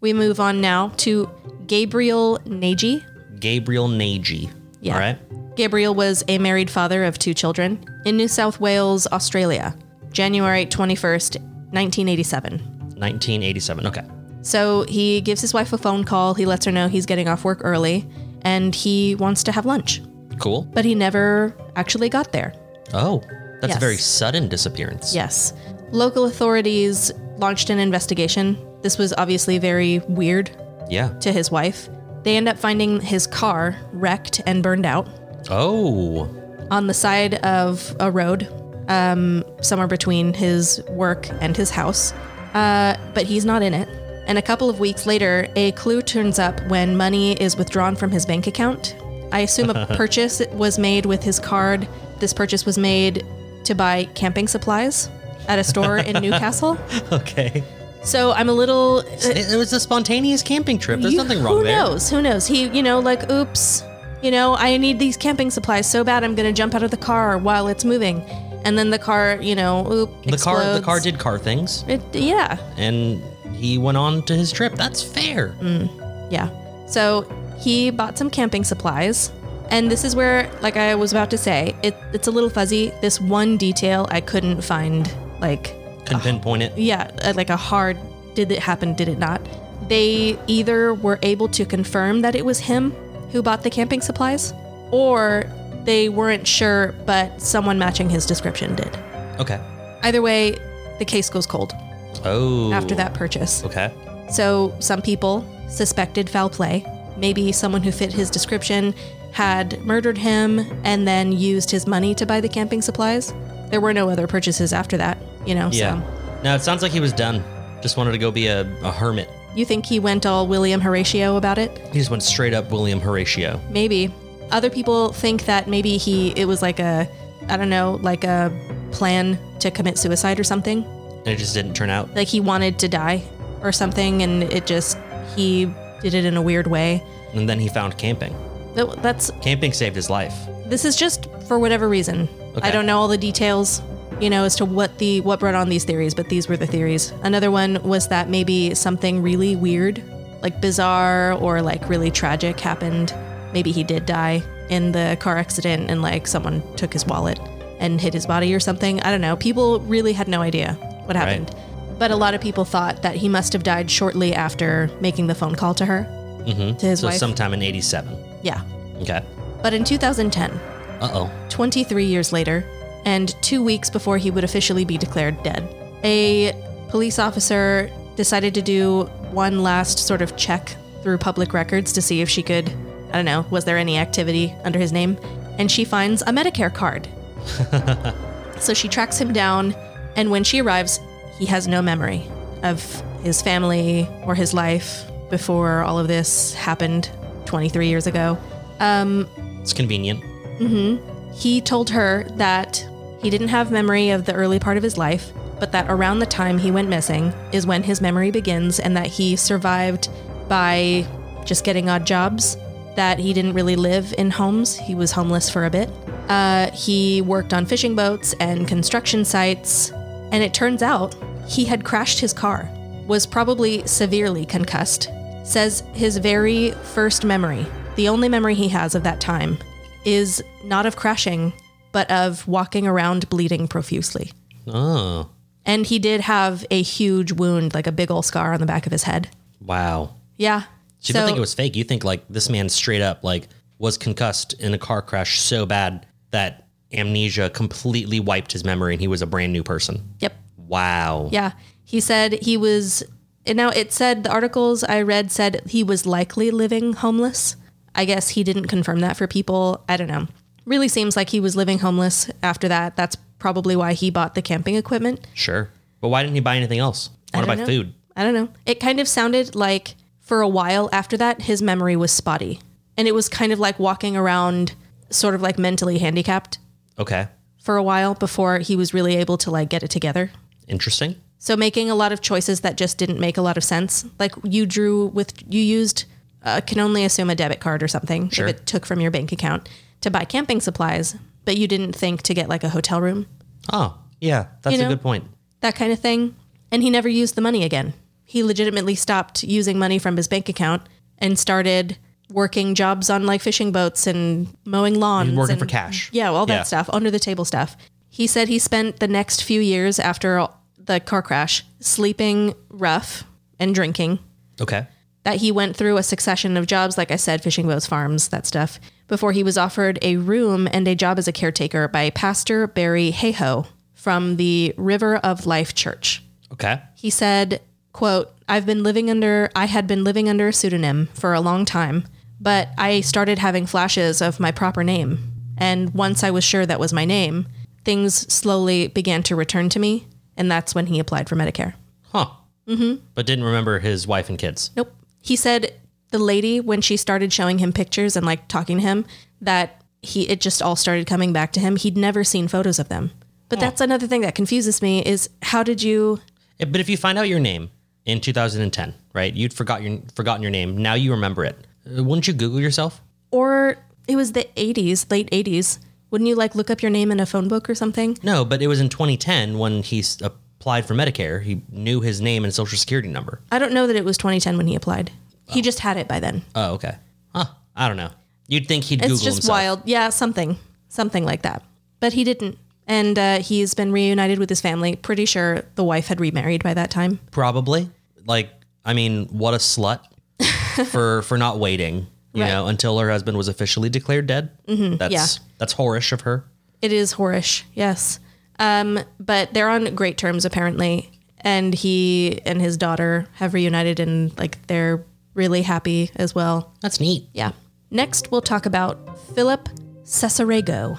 Speaker 1: We move on now to Gabriel Nagy.
Speaker 2: Gabriel Nagy.
Speaker 1: Yeah.
Speaker 2: All right.
Speaker 1: Gabriel was a married father of two children in New South Wales, Australia, January 21st, 1987.
Speaker 2: 1987. Okay.
Speaker 1: So he gives his wife a phone call. He lets her know he's getting off work early and he wants to have lunch,
Speaker 2: Cool.
Speaker 1: but he never actually got there.
Speaker 2: Oh, that's
Speaker 1: Yes.
Speaker 2: a very sudden disappearance.
Speaker 1: Yes. Local authorities launched an investigation. This was obviously very weird
Speaker 2: Yeah.
Speaker 1: to his wife. They end up finding his car wrecked and burned out
Speaker 2: Oh,
Speaker 1: on the side of a road, um, somewhere between his work and his house. Uh, but he's not in it. And a couple of weeks later, a clue turns up when money is withdrawn from his bank account. I assume a purchase was made with his card. This purchase was made to buy camping supplies at a store in Newcastle.
Speaker 2: okay.
Speaker 1: So I'm a little. uh,
Speaker 2: It, it was a spontaneous camping trip. There's
Speaker 1: You-
Speaker 2: nothing wrong
Speaker 1: who
Speaker 2: there.
Speaker 1: knows? Who knows? He, you know, like, oops, you know, I need these camping supplies so bad I'm going to jump out of the car while it's moving. And then the car, you know, oop,
Speaker 2: The car, the car
Speaker 1: explodes.
Speaker 2: did car things,
Speaker 1: It, yeah,
Speaker 2: and he went on to his trip. That's fair.
Speaker 1: Mm. yeah. So he bought some camping supplies. And this is where, like I was about to say, it, it's a little fuzzy. This one detail I couldn't find, like,
Speaker 2: Couldn't pinpoint it.
Speaker 1: yeah, uh, like a hard did it happen, did it not? They either were able to confirm that it was him who bought the camping supplies, or they weren't sure, but someone matching his description did.
Speaker 2: Okay.
Speaker 1: Either way, the case goes cold
Speaker 2: Oh.
Speaker 1: after that purchase.
Speaker 2: Okay.
Speaker 1: So some people suspected foul play. Maybe someone who fit his description had murdered him and then used his money to buy the camping supplies. There were no other purchases after that, you know,
Speaker 2: Yeah.
Speaker 1: so.
Speaker 2: Now it sounds like he was done. Just wanted to go be a, a hermit.
Speaker 1: You think he went all William Horatio about it?
Speaker 2: He just went straight up William Horatio.
Speaker 1: Maybe. Other people think that maybe he it was like a I don't know, like a plan to commit suicide or something.
Speaker 2: And it just didn't turn out.
Speaker 1: Like he wanted to die or something and it just he did it in a weird way.
Speaker 2: And then he found camping.
Speaker 1: That- That's
Speaker 2: Camping saved his life.
Speaker 1: this is just for whatever reason.
Speaker 2: Okay.
Speaker 1: I don't know all the details, you know, as to what the what brought on these theories, but these were the theories. Another one was that maybe something really weird, like bizarre or like really tragic happened. Maybe he did die in the car accident and like someone took his wallet and hit his body or something. I don't know. People really had no idea what happened. But a lot of people thought that he must have died shortly after making the phone call to her,
Speaker 2: Mm-hmm.
Speaker 1: to his
Speaker 2: So
Speaker 1: wife.
Speaker 2: sometime in '87.
Speaker 1: yeah.
Speaker 2: Okay.
Speaker 1: But in 2010,
Speaker 2: Uh oh.
Speaker 1: 23 years later, and two weeks before he would officially be declared dead. A police officer decided to do one last sort of check through public records to see if she could, I don't know, was there any activity under his name? And she finds a Medicare card. so she tracks him down, and when she arrives, he has no memory of his family or his life before all of this happened 23 years ago.
Speaker 2: It's convenient.
Speaker 1: He told her that he didn't have memory of the early part of his life, but that around the time he went missing is when his memory begins and that he survived by just getting odd jobs, that he didn't really live in homes. He was homeless for a bit, Uh, he worked on fishing boats and construction sites, and it turns out he had crashed his car, was probably severely concussed. Says his very first memory, the only memory he has of that time, is not of crashing, but of walking around bleeding profusely.
Speaker 2: Oh,
Speaker 1: And he did have a huge wound, like a big old scar on the back of his head.
Speaker 2: wow.
Speaker 1: Yeah.
Speaker 2: So you
Speaker 1: so
Speaker 2: don't think it was fake. You think like this man straight up like was concussed in a car crash so bad that amnesia completely wiped his memory and he was a brand new person.
Speaker 1: yep.
Speaker 2: Wow.
Speaker 1: Yeah. He said he was, and now it said the articles I read said he was likely living homeless. I guess he didn't confirm that for people. I don't know. Really seems like he was living homeless after that. That's probably why he bought the camping equipment.
Speaker 2: Sure. But why didn't he buy anything else? What
Speaker 1: don't
Speaker 2: about
Speaker 1: know.
Speaker 2: food?
Speaker 1: I don't know. It kind of sounded like for a while after that, his memory was spotty. And it was kind of like walking around, sort of like mentally handicapped
Speaker 2: Okay.
Speaker 1: for a while before he was really able to like get it together.
Speaker 2: Interesting.
Speaker 1: So making a lot of choices that just didn't make a lot of sense. Like you drew with you used uh, can only assume a debit card or something
Speaker 2: Sure.
Speaker 1: if it took from your bank account to buy camping supplies, but you didn't think to get like a hotel room,
Speaker 2: Oh, yeah. That's
Speaker 1: You
Speaker 2: a
Speaker 1: know?
Speaker 2: good point.
Speaker 1: that kind of thing. And he never used the money again. He legitimately stopped using money from his bank account and started working jobs on like fishing boats and mowing lawns.
Speaker 2: Working for
Speaker 1: and-
Speaker 2: cash.
Speaker 1: yeah, all that
Speaker 2: Yeah.
Speaker 1: stuff, under the table stuff. He said he spent the next few years after the car crash sleeping rough and drinking.
Speaker 2: Okay.
Speaker 1: That he went through a succession of jobs, like I said, fishing boats, farms, that stuff, before he was offered a room and a job as a caretaker by Pastor Barry Hayhoe from the River of Life Church.
Speaker 2: Okay.
Speaker 1: He said, quote, I've been living under I had been living under a pseudonym for a long time, but I started having flashes of my proper name. And once I was sure that was my name, things slowly began to return to me, and that's when he applied for Medicare.
Speaker 2: Huh. Mm-hmm. But didn't remember his wife and kids.
Speaker 1: Nope. He said the lady when she started showing him pictures and like talking to him that he it just all started coming back to him. He'd never seen photos of them. But that's another thing that confuses me is how did you
Speaker 2: Eh, But if you find out your name in 2010, right? You'd forgot your forgotten your name. Now you remember it. Uh, Wouldn't you Google yourself?
Speaker 1: or it was the 80s, late 80s. Wouldn't you like look up your name in a phone book or something?
Speaker 2: No, but it was in 2010 when he s- applied for Medicare. He knew his name and social security number.
Speaker 1: I don't know that it was 2010 when he applied. He just had it by then.
Speaker 2: Oh, okay. Huh. I don't know. You'd think he'd
Speaker 1: It's
Speaker 2: Google
Speaker 1: just
Speaker 2: himself.
Speaker 1: wild. Yeah, something, something like that. But he didn't. And uh, he's been reunited with his family. Pretty sure the wife had remarried by that time.
Speaker 2: Probably. Like, I mean, what a slut for for not waiting, you
Speaker 1: Right.
Speaker 2: know, until her husband was officially declared dead. Mm-hmm. That's that's whorish of her.
Speaker 1: It is whorish, yes. Um, but they're on great terms apparently, and he and his daughter have reunited, and like they're really happy as well.
Speaker 2: That's neat.
Speaker 1: Yeah. Next, we'll talk about Philip Cesarego.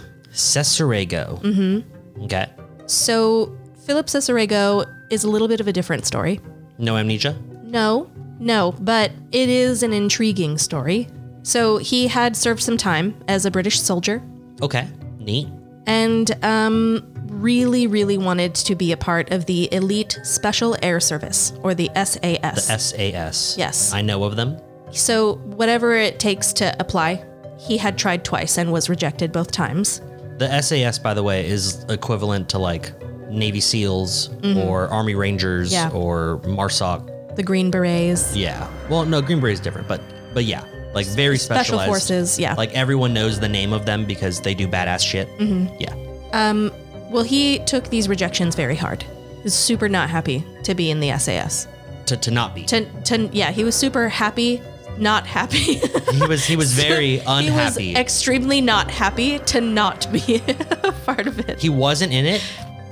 Speaker 2: Cesarego. Mm-hmm. Okay.
Speaker 1: So Philip Cesarego is a little bit of a different story.
Speaker 2: No amnesia.
Speaker 1: No, no, but it is an intriguing story. So he had served some time as a British soldier
Speaker 2: Okay. Neat.
Speaker 1: and um, really, really wanted to be a part of the Elite Special Air Service or the SAS.
Speaker 2: SAS.
Speaker 1: Yes.
Speaker 2: I know of them.
Speaker 1: so, whatever it takes to apply, he had tried twice and was rejected both times.
Speaker 2: The SAS, by the way, is equivalent to like Navy SEALs or Army Rangers
Speaker 1: Mm-hmm. Yeah.
Speaker 2: or MARSOC.
Speaker 1: The Green Berets,
Speaker 2: Yeah. Well, no, Green Beret is different, but but yeah, like very
Speaker 1: Special
Speaker 2: specialized.
Speaker 1: Forces, yeah.
Speaker 2: Like everyone knows the name of them because they do badass shit.
Speaker 1: Mm-hmm.
Speaker 2: Yeah.
Speaker 1: Well, he took these rejections very hard. He was super not happy to be in the SAS.
Speaker 2: To, to not be.
Speaker 1: To, to, yeah, he was super happy, not happy.
Speaker 2: he was he was
Speaker 1: he
Speaker 2: very
Speaker 1: was
Speaker 2: unhappy. He, was
Speaker 1: extremely not happy to not be a part of it.
Speaker 2: not in it,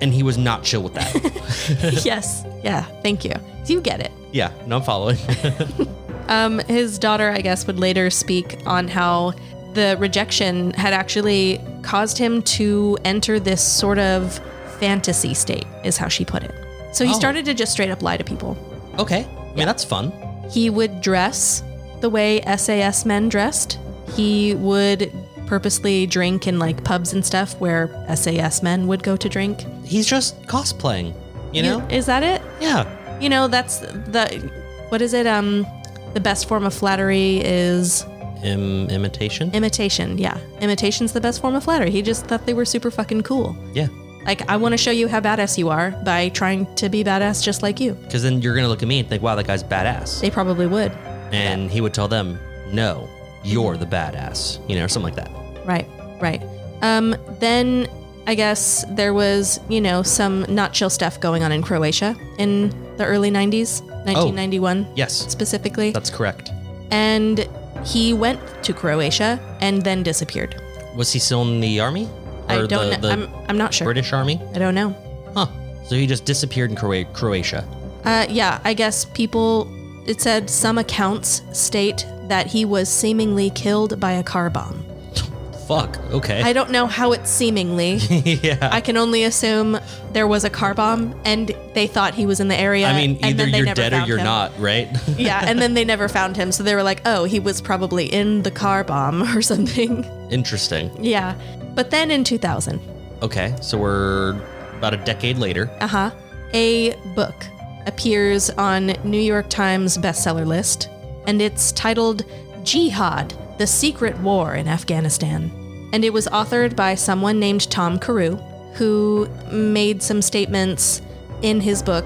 Speaker 2: and he was not chill with that.
Speaker 1: yes. Yeah. Thank you. You get it.
Speaker 2: yeah. No, I'm following.
Speaker 1: Um, his daughter, I guess, would later speak on how the rejection had actually caused him to enter this sort of fantasy state, is how she put it. So he
Speaker 2: Oh.
Speaker 1: started to just straight up lie to people.
Speaker 2: okay. I mean, that's fun.
Speaker 1: He would dress the way SAS men dressed. He would purposely drink in like pubs and stuff where SAS men would go to drink.
Speaker 2: He's just cosplaying. You know?
Speaker 1: is that it?
Speaker 2: Yeah.
Speaker 1: You know, that's the what is it? Um, the best form of flattery is
Speaker 2: Im- imitation?
Speaker 1: Imitation, yeah. Imitation's the best form of flattery. He just thought they were super fucking cool.
Speaker 2: yeah.
Speaker 1: Like, I want to show you how badass you are by trying to be badass just like you.
Speaker 2: Because then you're going to look at me and think, wow, that guy's badass.
Speaker 1: They probably would.
Speaker 2: and he would tell them, "No, you're the badass," you know, or something like that.
Speaker 1: Right, right. Um, then I guess there was, you know, some not chill stuff going on in Croatia in the early 90s, 1991
Speaker 2: Yes,
Speaker 1: specifically.
Speaker 2: Oh. that's correct.
Speaker 1: And he went to Croatia and then disappeared.
Speaker 2: Was he still in the army
Speaker 1: I don't
Speaker 2: the,
Speaker 1: know.
Speaker 2: the
Speaker 1: I'm, I'm not sure.
Speaker 2: British army?
Speaker 1: I don't know.
Speaker 2: Huh? So he just disappeared in Croa- Croatia.
Speaker 1: Uh, yeah, I guess people, it said some accounts state that he was seemingly killed by a car bomb.
Speaker 2: Fuck. Okay.
Speaker 1: I don't know how it's seemingly.
Speaker 2: yeah.
Speaker 1: I can only assume there was a car bomb and they thought he was in the area.
Speaker 2: I mean,
Speaker 1: and
Speaker 2: either
Speaker 1: then they
Speaker 2: you're
Speaker 1: never
Speaker 2: dead or
Speaker 1: found
Speaker 2: you're
Speaker 1: him.
Speaker 2: not, right?
Speaker 1: yeah, and then they never found him. So they were like, oh, he was probably in the car bomb or something.
Speaker 2: Interesting.
Speaker 1: yeah. But then in 2000,
Speaker 2: Okay, so we're about a decade later.
Speaker 1: uh huh, a book appears on New York Times bestseller list and it's titled Jihad The Secret War in Afghanistan. And it was authored by someone named Tom Carew, who made some statements in his book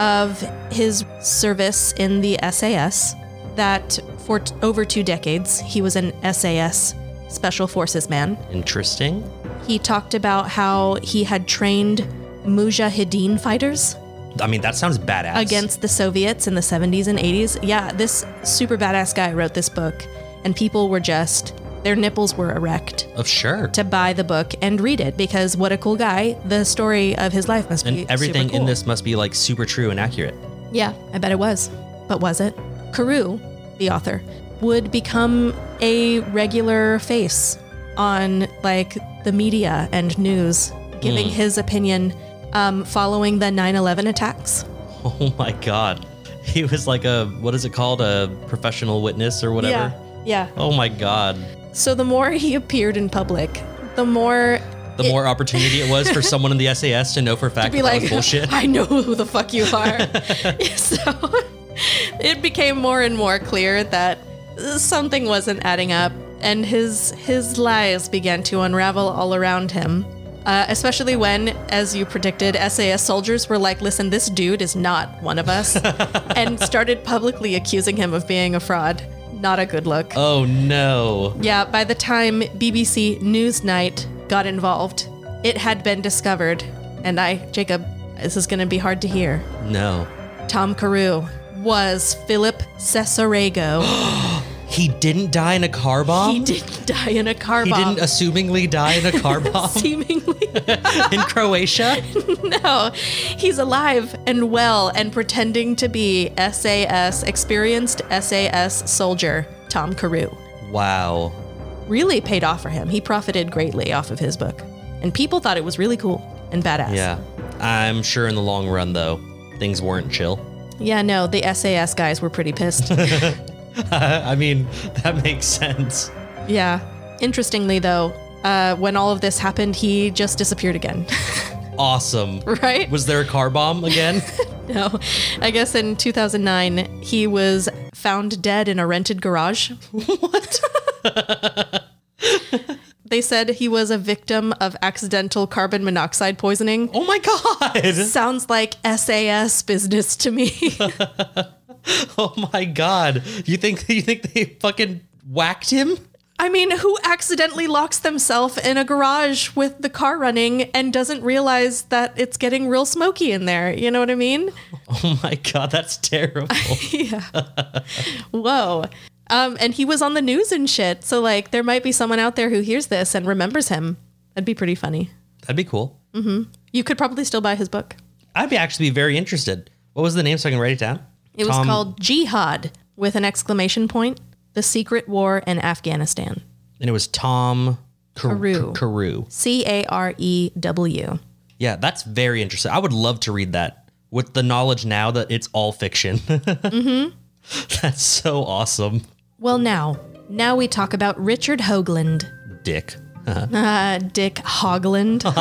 Speaker 1: of his service in the SAS that for t- over two decades he was an SAS Special Forces man.
Speaker 2: Interesting.
Speaker 1: He talked about how he had trained mujahideen fighters
Speaker 2: I mean, that sounds badass.
Speaker 1: against the Soviets in the 70s and 80s. Yeah, this super badass guy wrote this book, and people were just, their nipples were erect
Speaker 2: Of sure.
Speaker 1: to buy the book and read it because what a cool guy. The story of his life must be.
Speaker 2: And
Speaker 1: super
Speaker 2: everything in
Speaker 1: cool.
Speaker 2: this must be like super true and accurate.
Speaker 1: Yeah, I bet it was. But was it? Carew, the author, would become a regular face on like the media and news, giving
Speaker 2: Hmm.
Speaker 1: his opinion um, following the 9 11 attacks.
Speaker 2: Oh my god. He was like a what is it called? A professional witness or whatever.
Speaker 1: Yeah.
Speaker 2: Oh my god.
Speaker 1: yeah. So the more he appeared in public, the more
Speaker 2: The more opportunity it was for someone in the SAS to know for a fact
Speaker 1: be
Speaker 2: that, that
Speaker 1: like,
Speaker 2: was bullshit.
Speaker 1: I know who the fuck you are. so it became more and more clear that something wasn't adding up, and his his lies began to unravel all around him. Uh, especially when, as you predicted, SAS soldiers were like, "Listen, this dude is not one of us," and started publicly accusing him of being a fraud. Not a good look.
Speaker 2: oh no.
Speaker 1: Yeah, by the time BBC Newsnight got involved, it had been discovered. And I, Jacob, this is going to be hard to hear.
Speaker 2: No.
Speaker 1: Tom Carew was Philip Cesarego.
Speaker 2: He didn't die in a car bomb?
Speaker 1: he didn't die in a car
Speaker 2: He
Speaker 1: bomb.
Speaker 2: didn't assumingly die in a car bomb
Speaker 1: Seemingly,
Speaker 2: in Croatia?
Speaker 1: no. He's alive and well and pretending to be SAS, experienced SAS soldier Tom Carew.
Speaker 2: Wow.
Speaker 1: Really paid off for him. He profited greatly off of his book. And people thought it was really cool and badass.
Speaker 2: Yeah. I'm sure in the long run though, things weren't chill.
Speaker 1: Yeah, no, the SAS guys were pretty pissed.
Speaker 2: I mean, that makes sense.
Speaker 1: yeah. Interestingly, though, uh, when all of this happened, he just disappeared again,
Speaker 2: Awesome.
Speaker 1: right?
Speaker 2: Was there a car bomb again?
Speaker 1: no. I guess in 2009, he was found dead in a rented garage. what? they said he was a victim of accidental carbon monoxide poisoning.
Speaker 2: oh my god.
Speaker 1: Sounds like SAS business to me.
Speaker 2: Oh my god! You think you think they fucking whacked him?
Speaker 1: I mean, who accidentally locks themselves in a garage with the car running and doesn't realize that it's getting real smoky in there? You know what I mean?
Speaker 2: Oh my god, that's terrible.
Speaker 1: Whoa. Um, and he was on the news and shit. So, like, there might be someone out there who hears this and remembers him. That'd be pretty funny.
Speaker 2: That'd be cool.
Speaker 1: You could probably still buy his book.
Speaker 2: I'd be actually be very interested. What was the name so I can write it down?
Speaker 1: It was
Speaker 2: Tom-
Speaker 1: called Jihad with an exclamation point The Secret War in Afghanistan.
Speaker 2: and it was Tom Car-
Speaker 1: Carew.
Speaker 2: Carew. Carew.
Speaker 1: C A R E W.
Speaker 2: Yeah, that's very interesting. I would love to read that with the knowledge now that it's all fiction. Mm-hmm. That's so awesome,
Speaker 1: Well, now, now we talk about Richard Hoagland.
Speaker 2: Dick.
Speaker 1: Uh, Dick Hogland.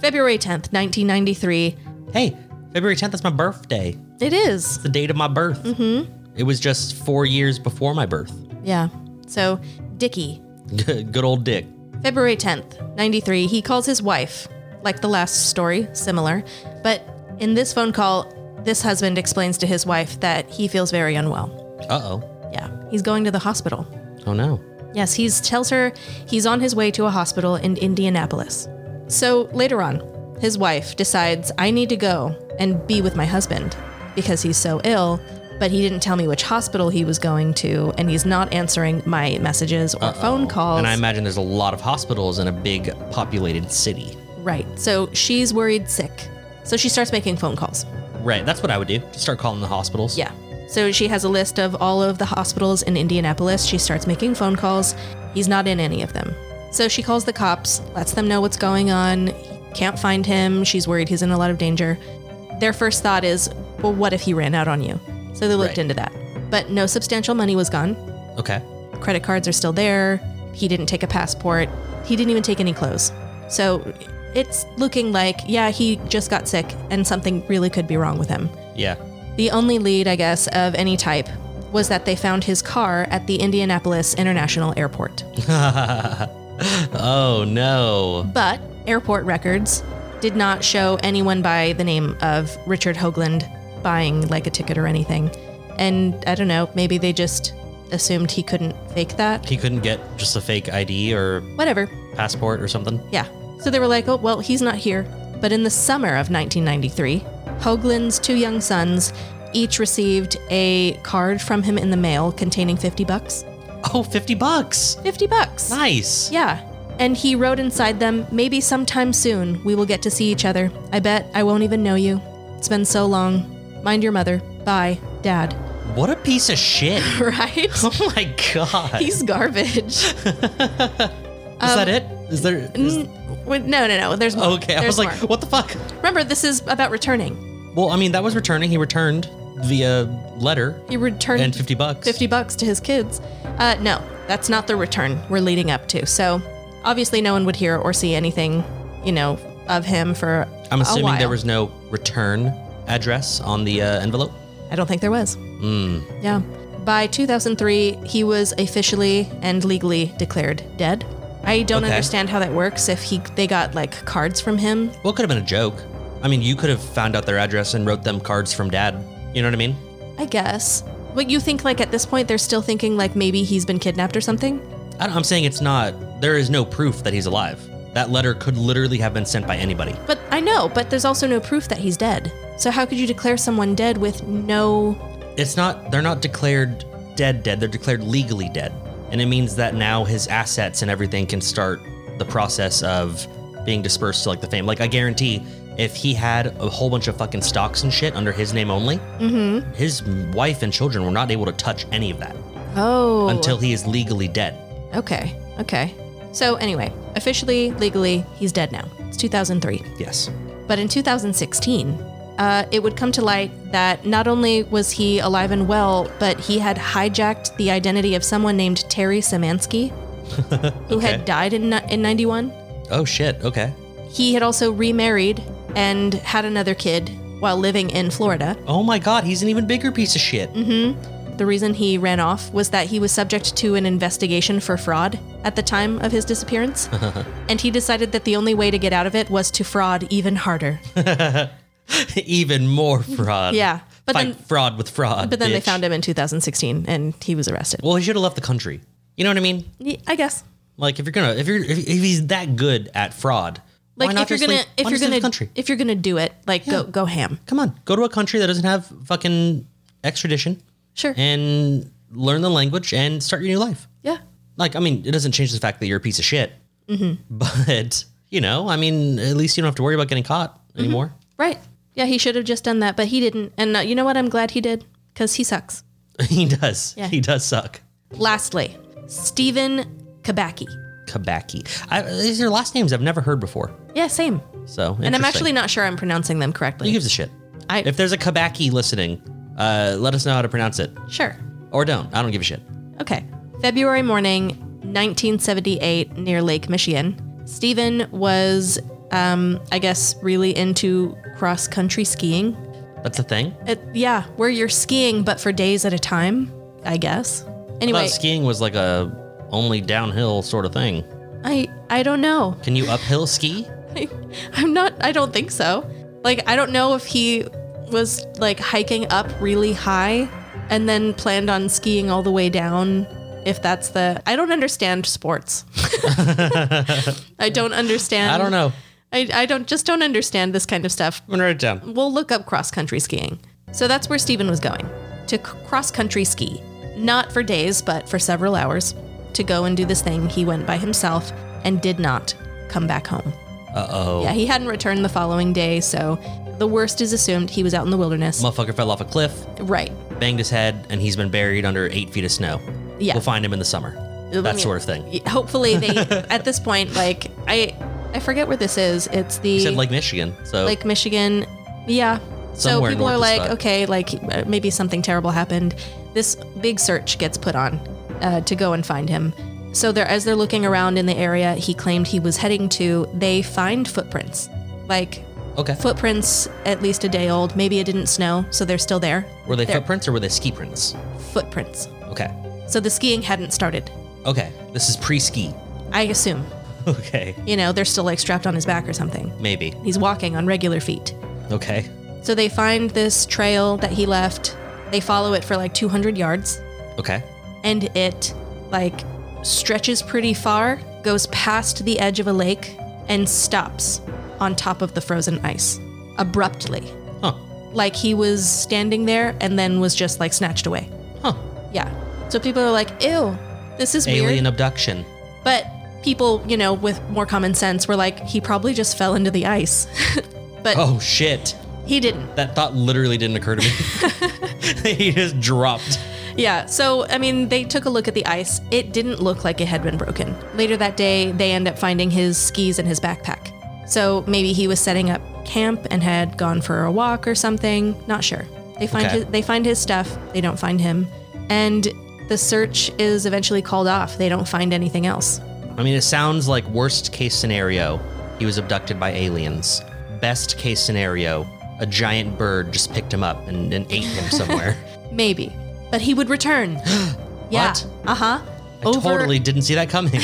Speaker 1: February 10th, 1993.
Speaker 2: Hey, February tenth. That's my birthday.
Speaker 1: It is.
Speaker 2: It's the date of my birth. Mm-hmm. It was just four years before my birth.
Speaker 1: Yeah. So, Dickie,
Speaker 2: Good old Dick.
Speaker 1: February 10th, 93, he calls his wife, like the last story, similar. But in this phone call, this husband explains to his wife that he feels very unwell.
Speaker 2: Uh oh.
Speaker 1: Yeah, he's going to the hospital.
Speaker 2: Oh no.
Speaker 1: Yes, he tells her he's on his way to a hospital in Indianapolis. So later on, his wife decides, I need to go and be with my husband because he's so ill, but he didn't tell me which hospital he was going to, and he's not answering my messages or phone calls.
Speaker 2: And I imagine there's a lot of hospitals in a big populated city.
Speaker 1: Right. So she's worried sick. So she starts making phone calls.
Speaker 2: Right. That's what I would do. Just start calling the hospitals.
Speaker 1: Yeah. So she has a list of all of the hospitals in Indianapolis. She starts making phone calls. He's not in any of them. So she calls the cops, lets them know what's going on. Can't find him. She's worried he's in a lot of danger. Their first thought is, well, what if he ran out on you? So they looked
Speaker 2: Right.
Speaker 1: into that. But no substantial money was gone.
Speaker 2: Okay.
Speaker 1: Credit cards are still there. He didn't take a passport. He didn't even take any clothes. So it's looking like, yeah, he just got sick and something really could be wrong with him.
Speaker 2: Yeah.
Speaker 1: The only lead, I guess, of any type was that they found his car at the Indianapolis International Airport.
Speaker 2: Oh no.
Speaker 1: But airport records did not show anyone by the name of Richard Hoagland buying like a ticket or anything. And I don't know, maybe they just assumed he couldn't fake that.
Speaker 2: He couldn't get just a fake ID or
Speaker 1: Whatever.
Speaker 2: passport or something.
Speaker 1: Yeah. So they were like, oh, well, he's not here. But in the summer of 1993, Hoagland's two young sons each received a card from him in the mail containing 50 bucks.
Speaker 2: Oh, 50 bucks.
Speaker 1: 50 bucks.
Speaker 2: Nice.
Speaker 1: Yeah. And he wrote inside them, maybe sometime soon we will get to see each other. I bet I won't even know you. It's been so long. Mind your mother. Bye, Dad.
Speaker 2: What a piece of shit.
Speaker 1: Right?
Speaker 2: oh my god.
Speaker 1: He's um, garbage.
Speaker 2: is that it? Is there? Is,
Speaker 1: Mm, wait, no, no, no. There's more.
Speaker 2: okay. I
Speaker 1: There's
Speaker 2: was like,
Speaker 1: more.
Speaker 2: what the fuck?
Speaker 1: Remember, this is about returning.
Speaker 2: Well, I mean, that was returning. He returned via letter
Speaker 1: He returned
Speaker 2: and 50 bucks.
Speaker 1: 50 bucks to his kids. Uh, no, that's not the return we're leading up to. So obviously, no one would hear or see anything, you know, of him for.
Speaker 2: I'm
Speaker 1: a
Speaker 2: assuming there
Speaker 1: while.
Speaker 2: was no return address on the uh, envelope.
Speaker 1: I don't think there was. Yeah. By 2003, he was officially and legally declared dead. I don't
Speaker 2: Okay.
Speaker 1: understand how that works. If he they got like cards from him,
Speaker 2: Well, it could have been a joke. I mean, you could have found out their address and wrote them cards from dad. You know what I mean?
Speaker 1: I guess. But you think like at this point they're still thinking like maybe he's been kidnapped or something?
Speaker 2: I don't, I'm saying it's not. There is no proof that he's alive. That letter could literally have been sent by anybody.
Speaker 1: But I know, but there's also no proof that he's dead. So how could you declare someone dead with no
Speaker 2: It's not. They're not declared dead. Dead. They're declared legally dead, and it means that now his assets and everything can start the process of being dispersed to like the fame. Like I guarantee, if he had a whole bunch of fucking stocks and shit under his name only, his wife and children were not able to touch any of that
Speaker 1: Oh.
Speaker 2: until he is legally dead.
Speaker 1: Okay. Okay. So anyway, officially, legally, he's dead now. It's 2003.
Speaker 2: Yes.
Speaker 1: But in 2016, uh, it would come to light that not only was he alive and well, but he had hijacked the identity of someone named Terry Samansky, who
Speaker 2: Okay.
Speaker 1: had died in, ni- in 91.
Speaker 2: Oh shit. Okay.
Speaker 1: He had also remarried and had another kid while living in Florida.
Speaker 2: Oh my god, he's an even bigger piece of shit.
Speaker 1: Mm-hmm. The reason he ran off was that he was subject to an investigation for fraud at the time of his disappearance. and he decided that the only way to get out of it was to fraud even harder.
Speaker 2: even more fraud.
Speaker 1: Yeah. But
Speaker 2: Fight
Speaker 1: then-
Speaker 2: fraud with fraud.
Speaker 1: But then they
Speaker 2: bitch.
Speaker 1: found him in 2016 and he was arrested.
Speaker 2: Well, he should have left the country. You know what I mean?
Speaker 1: Ye- I guess.
Speaker 2: Like if you're gonna if you're if, if he's that good at fraud,
Speaker 1: Like
Speaker 2: why not
Speaker 1: if you're
Speaker 2: just
Speaker 1: gonna
Speaker 2: leave-
Speaker 1: if
Speaker 2: why
Speaker 1: you're
Speaker 2: just leave
Speaker 1: gonna
Speaker 2: the country.
Speaker 1: if you're gonna do it, like go go ham.
Speaker 2: Come on, go to a country that doesn't have fucking extradition
Speaker 1: Sure.
Speaker 2: and learn the language and start your new life.
Speaker 1: yeah.
Speaker 2: Like I mean, it doesn't change the fact that you're a piece of shit.
Speaker 1: Mm-hmm.
Speaker 2: But you know, I mean, at least you don't have to worry about getting caught
Speaker 1: Mm-hmm.
Speaker 2: anymore.
Speaker 1: Right. Yeah, he should have just done that, but he didn't. And uh, you know what? I'm glad he did because he sucks.
Speaker 2: he does.
Speaker 1: Yeah.
Speaker 2: He does suck.
Speaker 1: Lastly, Stephen Kabaki.
Speaker 2: Kabaki. I, these are last names I've never heard before.
Speaker 1: Yeah, same.
Speaker 2: So
Speaker 1: And I'm
Speaker 2: interesting.
Speaker 1: actually not sure I'm pronouncing them
Speaker 2: Who
Speaker 1: correctly.
Speaker 2: gives a shit?
Speaker 1: I-
Speaker 2: if there's a Kabaki listening, uh, let us know how to pronounce it,
Speaker 1: Sure.
Speaker 2: or don't. I don't give a shit.
Speaker 1: Okay. February morning, 1978, near Lake Michigan, Stephen was, um, I guess, really into cross country skiing.
Speaker 2: That's a thing.
Speaker 1: It, yeah, where you're skiing, but for days at a time, I guess.
Speaker 2: I
Speaker 1: Anyway,
Speaker 2: thought skiing was like a only downhill sort of thing.
Speaker 1: I I don't know.
Speaker 2: Can you uphill ski?
Speaker 1: I, I'm not. I don't think so. Like I don't know if he was like hiking up really high and then planned on skiing all the way down. If that's the, I don't understand sports. I don't understand.
Speaker 2: I don't know.
Speaker 1: I, I don't just don't understand this kind of stuff.
Speaker 2: I'm gonna write it down.
Speaker 1: We'll look up cross country skiing. So that's where Steven was going to c- cross country ski. Not for days, but for several hours to go and do this thing. He went by himself and did not come back home.
Speaker 2: Uh oh.
Speaker 1: Yeah, he hadn't returned the following day, so the worst is assumed he was out in the wilderness.
Speaker 2: Motherfucker fell off a cliff,
Speaker 1: right.
Speaker 2: banged his head, and he's been buried under eight feet of snow.
Speaker 1: Yeah.
Speaker 2: We'll find him in the summer. That sort of thing.
Speaker 1: of. Hopefully they at this point like I I forget where this is. It's the
Speaker 2: He said like Michigan. So
Speaker 1: Lake Michigan. Yeah.
Speaker 2: Oh. Somewhere
Speaker 1: so people
Speaker 2: north
Speaker 1: are
Speaker 2: of
Speaker 1: like,
Speaker 2: Scott.
Speaker 1: okay, like uh, maybe something terrible happened. This big search gets put on uh, to go and find him. So they're as they're looking around in the area he claimed he was heading to, they find footprints. Like
Speaker 2: okay.
Speaker 1: footprints at least a day old. Maybe it didn't snow, so they're still there.
Speaker 2: Were they
Speaker 1: There.
Speaker 2: footprints or were they ski prints?
Speaker 1: Footprints.
Speaker 2: Okay.
Speaker 1: So the skiing hadn't started.
Speaker 2: Okay. This is pre ski.
Speaker 1: I assume.
Speaker 2: Okay.
Speaker 1: You know, they're still like strapped on his back or something.
Speaker 2: Maybe.
Speaker 1: He's walking on regular feet.
Speaker 2: Okay.
Speaker 1: So they find this trail that he left. They follow it for like 200 yards,
Speaker 2: Okay.
Speaker 1: and it like stretches pretty far, goes past the edge of a lake, and stops on top of the frozen ice abruptly.
Speaker 2: Huh.
Speaker 1: Like he was standing there and then was just like snatched away.
Speaker 2: Huh.
Speaker 1: Yeah. So people are like, ew, this is
Speaker 2: Alien
Speaker 1: weird.
Speaker 2: abduction.
Speaker 1: But people, you know, with more common sense were like, he probably just fell into the ice. but
Speaker 2: Oh shit.
Speaker 1: he didn't.
Speaker 2: That thought literally didn't occur to me. he just dropped.
Speaker 1: Yeah, so I mean, they took a look at the ice. It didn't look like it had been broken. Later that day, they end up finding his skis in his backpack. So maybe he was setting up camp and had gone for a walk or something. Not sure. They find
Speaker 2: Okay.
Speaker 1: his, they find his stuff. They don't find him, and the search is eventually called off. They don't find anything else.
Speaker 2: I mean, it sounds like worst case scenario, he was abducted by aliens. Best case scenario, a giant bird just picked him up and, and ate him somewhere.
Speaker 1: Maybe, but he would return. yeah.
Speaker 2: What?
Speaker 1: Uh huh.
Speaker 2: I totally didn't see that coming.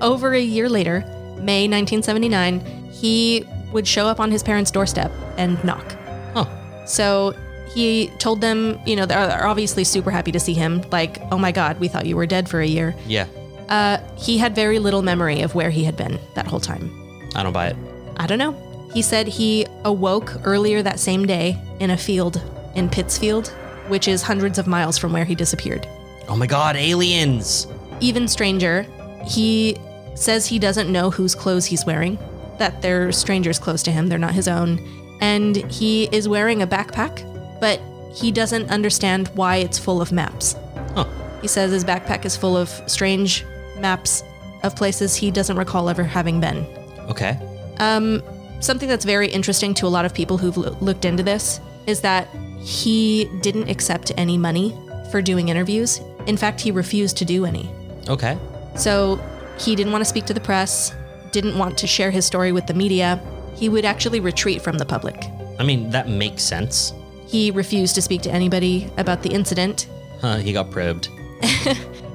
Speaker 1: Over a year later, May 1979, he would show up on his parents' doorstep and knock.
Speaker 2: Huh.
Speaker 1: So he told them, you know, they're they're obviously super happy to see him. Like, oh my God, we thought you were dead for a year.
Speaker 2: Yeah,
Speaker 1: Uh, he had very little memory of where he had been that whole time.
Speaker 2: I don't buy it.
Speaker 1: I don't know. He said he awoke earlier that same day in a field in Pittsfield, which is hundreds of miles from where he disappeared
Speaker 2: Oh my god, aliens!
Speaker 1: even stranger. He says he doesn't know whose clothes he's wearing, that they're strangers' clothes to him, they're not his own. And he is wearing a backpack, but he doesn't understand why it's full of maps.
Speaker 2: Huh.
Speaker 1: He says his backpack is full of strange maps of places he doesn't recall ever having been.
Speaker 2: Okay.
Speaker 1: Um, something that's very interesting to a lot of people who've lo- looked into this is that he didn't accept any money for doing interviews. In fact, he refused to do any.
Speaker 2: Okay.
Speaker 1: So he didn't want to speak to the press, didn't want to share his story with the media. He would actually retreat from the public.
Speaker 2: I mean, that makes sense.
Speaker 1: He refused to speak to anybody about the incident.
Speaker 2: Huh, he got probed.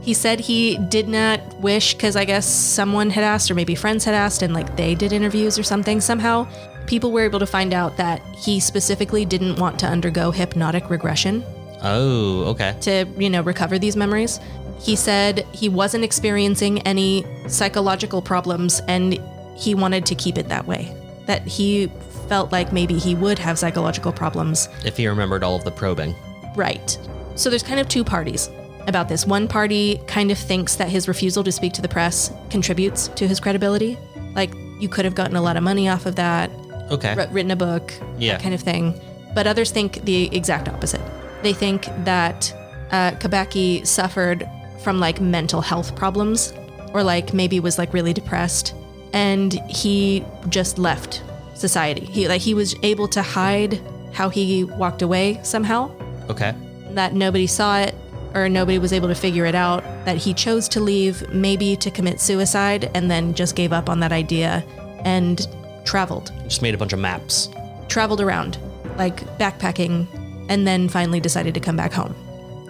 Speaker 1: He said he did not wish, because I guess someone had asked, or maybe friends had asked, and like they did interviews or something. Somehow, people were able to find out that he specifically didn't want to undergo hypnotic regression.
Speaker 2: Oh, okay.
Speaker 1: to you know recover these memories he said he wasn't experiencing any psychological problems and he wanted to keep it that way that he felt like maybe he would have psychological problems
Speaker 2: If he remembered all of the probing.
Speaker 1: right so there's kind of two parties about this one party kind of thinks that his refusal to speak to the press contributes to his credibility like you could have gotten a lot of money off of that
Speaker 2: Okay.
Speaker 1: wr- written a book,
Speaker 2: Yeah.
Speaker 1: that kind of thing. But others think the exact opposite. They think that uh, Kabaki suffered from like mental health problems, or like maybe was like really depressed, and he just left society. He like he was able to hide how he walked away somehow,
Speaker 2: Okay.
Speaker 1: that nobody saw it or nobody was able to figure it out, that he chose to leave, maybe to commit suicide, and then just gave up on that idea and traveled
Speaker 2: Just made a bunch of maps.
Speaker 1: traveled around. like backpacking, and then finally decided to come back home.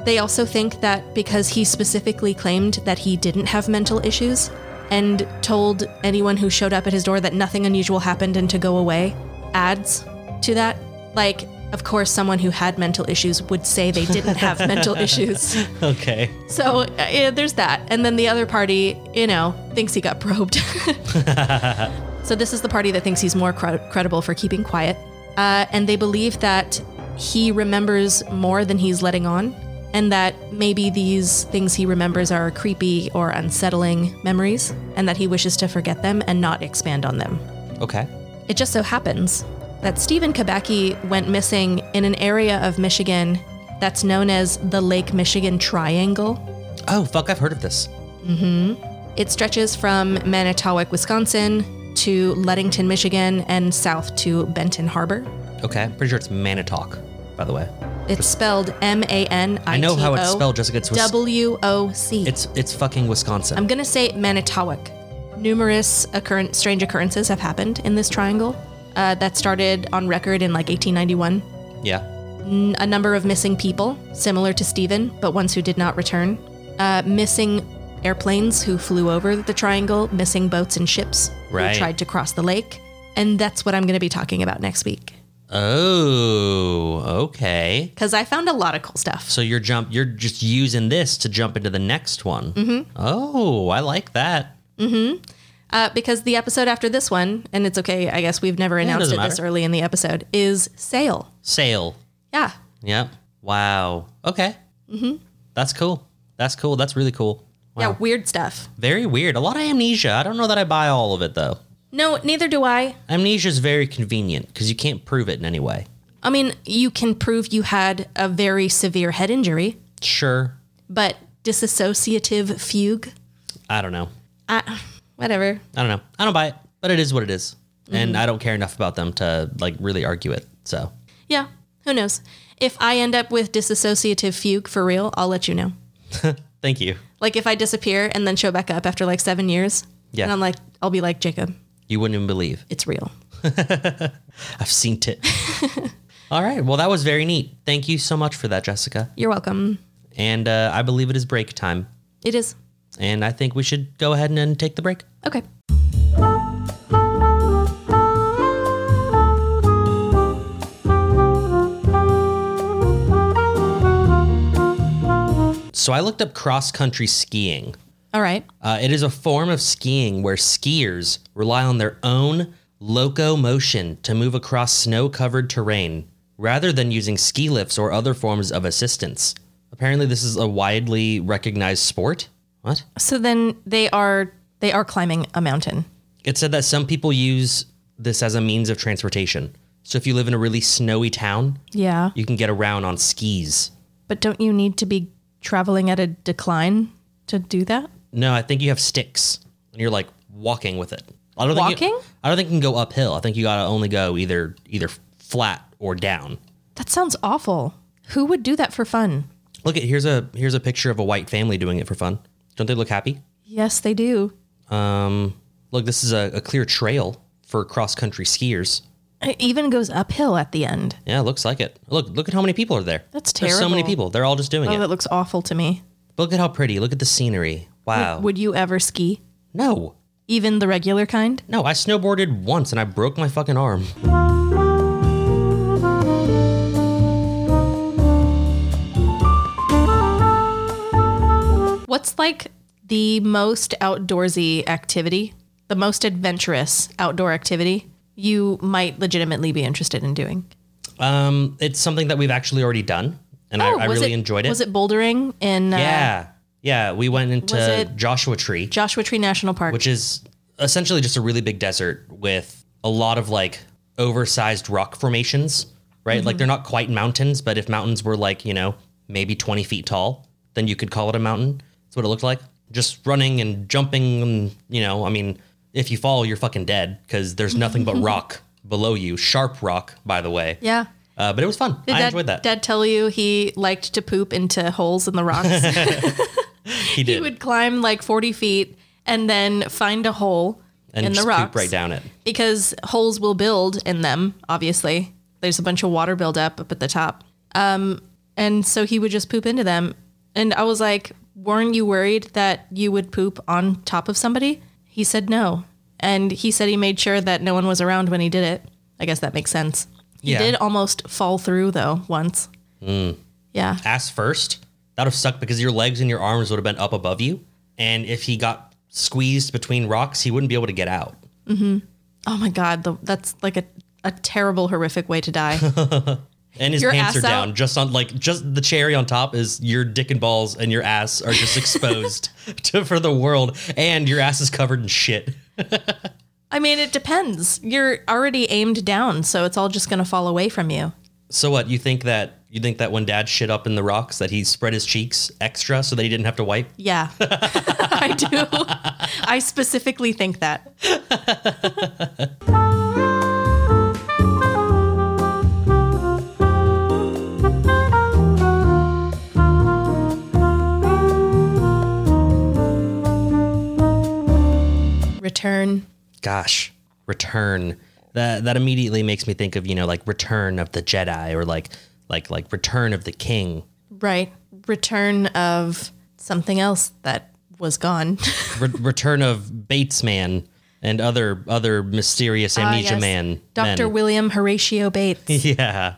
Speaker 1: They also think that because he specifically claimed that he didn't have mental issues and told anyone who showed up at his door that nothing unusual happened and to go away, adds to that. Like, of course, someone who had mental issues would say they didn't have mental issues.
Speaker 2: Okay.
Speaker 1: So uh, yeah, there's that. And then the other party, you know, thinks he got probed. so this is the party that thinks he's more cre- credible for keeping quiet. Uh, and they believe that he remembers more than he's letting on, and that maybe these things he remembers are creepy or unsettling memories, and that he wishes to forget them and not expand on them.
Speaker 2: Okay.
Speaker 1: It just so happens that Stephen Kabacki went missing in an area of Michigan that's known as the Lake Michigan Triangle.
Speaker 2: Oh, fuck, I've heard of this.
Speaker 1: It stretches from Manitowoc, Wisconsin to Ludington, Michigan, and south to Benton Harbor.
Speaker 2: Okay. Pretty sure it's Manitowoc, by the way.
Speaker 1: It's spelled M A N I T O.
Speaker 2: I know how it's spelled, Jessica. It's, Wis-
Speaker 1: W O C.
Speaker 2: it's, it's fucking Wisconsin.
Speaker 1: I'm going to say Manitowoc. Numerous occurren- strange occurrences have happened in this triangle uh, that started on record in like 1891.
Speaker 2: yeah.
Speaker 1: N- a number of missing people, similar to Stephen, but ones who did not return. Uh, missing airplanes who flew over the triangle, missing boats and ships
Speaker 2: Right.
Speaker 1: who tried to cross the lake. And that's what I'm going to be talking about next week.
Speaker 2: Oh, okay.
Speaker 1: Because I found a lot of cool stuff.
Speaker 2: So you're jump you're just using this to jump into the next one. Mm-hmm. Oh, I like that.
Speaker 1: Uh, because the episode after this one, and it's okay, I guess we've never announced
Speaker 2: doesn't
Speaker 1: it this
Speaker 2: matter.
Speaker 1: early in the episode, is Sale.
Speaker 2: Sale.
Speaker 1: Yeah.
Speaker 2: Yep. Wow. Okay. Mm-hmm. That's cool. That's cool. That's really cool. Wow.
Speaker 1: Yeah, weird stuff.
Speaker 2: Very weird. A lot of amnesia. I don't know that I buy all of it though.
Speaker 1: No, neither do I.
Speaker 2: Amnesia is very convenient because you can't prove it in any way.
Speaker 1: I mean, you can prove you had a very severe head injury,
Speaker 2: Sure.
Speaker 1: but dissociative fugue.
Speaker 2: I don't know.
Speaker 1: I, whatever.
Speaker 2: I don't know. I don't buy it, but it is what it is. And I don't care enough about them to like really argue it. So
Speaker 1: Yeah, who knows? If I end up with dissociative fugue for real, I'll let you know.
Speaker 2: thank you.
Speaker 1: Like if I disappear and then show back up after like seven years,
Speaker 2: Yeah.
Speaker 1: and I'm like, I'll be like Jacob,
Speaker 2: You wouldn't even believe.
Speaker 1: it's real.
Speaker 2: I've seen it. All right. Well, that was very neat. Thank you so much for that, Jessica.
Speaker 1: You're welcome.
Speaker 2: And uh, I believe it is break time.
Speaker 1: It is
Speaker 2: And I think we should go ahead and, and take the break.
Speaker 1: okay.
Speaker 2: So I looked up cross country skiing.
Speaker 1: All right.
Speaker 2: Uh, it is a form of skiing where skiers rely on their own locomotion to move across snow covered terrain rather than using ski lifts or other forms of assistance. Apparently, this is a widely recognized sport. What?
Speaker 1: So then they are they are climbing a mountain.
Speaker 2: It said that some people use this as a means of transportation. So if you live in a really snowy town,
Speaker 1: Yeah,
Speaker 2: you can get around on skis.
Speaker 1: but don't you need to be traveling at a decline to do that?
Speaker 2: No, I think you have sticks and you're like walking with it. I don't Think
Speaker 1: Walking?
Speaker 2: you, I don't think you can go uphill. I think you gotta only go either either flat or down.
Speaker 1: That sounds awful. Who would do that for fun?
Speaker 2: Look at here's a here's a picture of a white family doing it for fun. Don't they look happy?
Speaker 1: Yes, they do.
Speaker 2: Um, look, this is a, a clear trail for cross country skiers.
Speaker 1: It even goes uphill at the end.
Speaker 2: Yeah, looks like it. Look, look at how many people are there.
Speaker 1: That's
Speaker 2: There's so many
Speaker 1: terrible.
Speaker 2: people. They're all just doing
Speaker 1: Oh,
Speaker 2: it.
Speaker 1: that looks awful to me.
Speaker 2: But Look at how pretty. Look at the scenery. Wow.
Speaker 1: Would you ever ski?
Speaker 2: no,
Speaker 1: Even the regular kind?
Speaker 2: no. I snowboarded once and I broke my fucking arm.
Speaker 1: What's like the most outdoorsy activity, the most adventurous outdoor activity you might legitimately be interested in doing?
Speaker 2: Um, it's something that we've actually already done, and I, I
Speaker 1: Oh, was
Speaker 2: really enjoyed it.
Speaker 1: Was it bouldering in uh,
Speaker 2: Yeah, yeah. We went
Speaker 1: was
Speaker 2: into
Speaker 1: it-
Speaker 2: Joshua Tree,
Speaker 1: Joshua Tree National Park?
Speaker 2: which is essentially just a really big desert with a lot of like oversized rock formations. Right,
Speaker 1: Mm-hmm.
Speaker 2: like they're not quite mountains, but if mountains were like you know maybe twenty feet tall, then you could call it a mountain. That's what it looked like. Just running and jumping, and you know, I mean, if you fall, you're fucking dead because there's nothing but rock below you, sharp rock, by the way.
Speaker 1: yeah.
Speaker 2: Uh, but it was fun. I
Speaker 1: Dad,
Speaker 2: enjoyed that.
Speaker 1: Dad tell you he liked to poop into holes in the rocks.
Speaker 2: he did,
Speaker 1: he would climb like 40 feet and then find a hole
Speaker 2: and
Speaker 1: in the
Speaker 2: just
Speaker 1: rocks.
Speaker 2: poop right down it.
Speaker 1: because holes will build in them, obviously. There's a bunch of water buildup up at the top. Um, and so he would just poop into them. And I was like, weren't you worried that you would poop on top of somebody? He said no. And he said he made sure that no one was around when he did it. I guess that makes sense. He
Speaker 2: Yeah.
Speaker 1: did almost fall through though once. Yeah.
Speaker 2: ass first, that would have sucked because your legs and your arms would have been up above you. And if he got squeezed between rocks, he wouldn't be able to get out.
Speaker 1: Oh my God. The, that's like a, a terrible, horrific way to die.
Speaker 2: And his
Speaker 1: Your
Speaker 2: pants are
Speaker 1: ass
Speaker 2: down,
Speaker 1: out?
Speaker 2: just on like just the cherry on top is your dick and balls, and your ass are just exposed to for the world, and your ass is covered in shit.
Speaker 1: I mean, it depends. You're already aimed down, so it's all just going to fall away from you.
Speaker 2: So what? You think that you think that when Dad shit up in the rocks, that he spread his cheeks extra so that he didn't have to wipe?
Speaker 1: Yeah, I do. I specifically think that. Return.
Speaker 2: gosh, return. That that immediately makes me think of, you know, like return of the Jedi or like like like return of the king.
Speaker 1: Right. Return of something else that was gone.
Speaker 2: Re- return of Batesman and other other mysterious amnesia
Speaker 1: Ah, yes.
Speaker 2: man.
Speaker 1: Dr.
Speaker 2: men.
Speaker 1: William Horatio Bates.
Speaker 2: Yeah.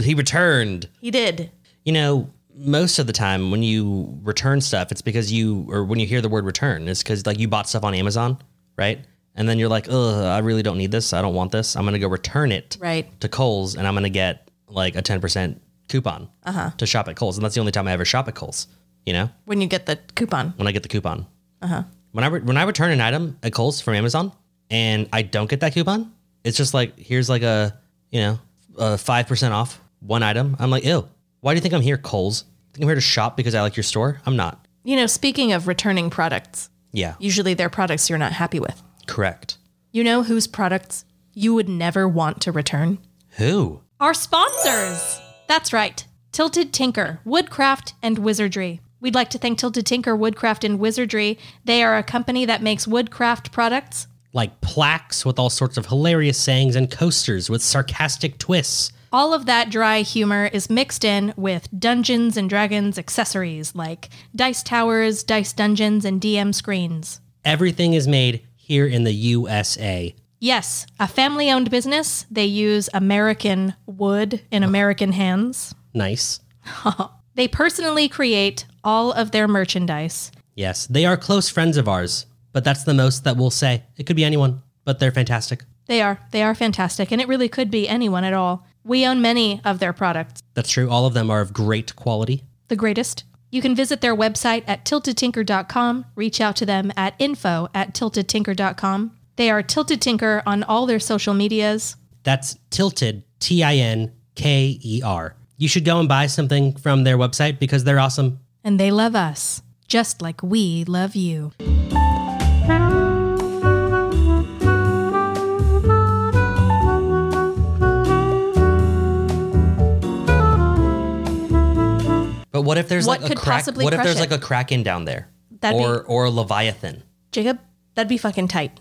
Speaker 2: He returned.
Speaker 1: he did.
Speaker 2: You know, most of the time when you return stuff, it's because you or when you hear the word return, it's because like you bought stuff on Amazon, right? And then you're like, ugh, I really don't need this. I don't want this. I'm gonna go return it.
Speaker 1: Right.
Speaker 2: to Kohl's and I'm gonna get like a 10% coupon
Speaker 1: Uh-huh.
Speaker 2: to shop at Kohl's. And that's the only time I ever shop at Kohl's, you know,
Speaker 1: When you get the coupon.
Speaker 2: when I get the coupon. When I, re- when I return an item at Kohl's from Amazon and I don't get that coupon, it's just like, here's like a, you know, a 5% off one item. I'm like, ew, why do you think I'm here, Kohl's? Think I'm here to shop because I like your store? I'm not.
Speaker 1: You know, speaking of returning products,
Speaker 2: Yeah,
Speaker 1: usually they're products you're not happy with.
Speaker 2: correct.
Speaker 1: You know whose products you would never want to return?
Speaker 2: Who?
Speaker 1: Our sponsors! That's right. Tilted Tinker, Woodcraft, and Wizardry. We'd like to thank Tilted Tinker, Woodcraft, and Wizardry. They are a company that makes woodcraft products.
Speaker 2: Like plaques with all sorts of hilarious sayings and coasters with sarcastic twists.
Speaker 1: All of that dry humor is mixed in with Dungeons and Dragons accessories like dice towers, dice dungeons, and DM screens.
Speaker 2: Everything is made here in the USA.
Speaker 1: Yes, a family owned business. They use American wood in American hands.
Speaker 2: Nice.
Speaker 1: They personally create all of their merchandise.
Speaker 2: Yes, they are close friends of ours, but that's the most that we'll say. It could be anyone, but they're fantastic.
Speaker 1: They are. They are fantastic, and it really could be anyone at all. We own many of their products,
Speaker 2: That's true. All of them are of great quality.
Speaker 1: the greatest. You can visit their website at tiltedtinker.com, reach out to them at info at tiltedtinker.com. They are Tilted Tinker on all their social medias.
Speaker 2: That's tilted, T I N K E R. You should go and buy something from their website because they're awesome.
Speaker 1: and they love us just like we love you.
Speaker 2: But what if there's
Speaker 1: What
Speaker 2: like a
Speaker 1: could
Speaker 2: crack,
Speaker 1: possibly
Speaker 2: What if
Speaker 1: crush
Speaker 2: there's
Speaker 1: it?
Speaker 2: like a kraken down there,
Speaker 1: That'd be-
Speaker 2: or or a leviathan?
Speaker 1: Jacob, that'd be fucking tight.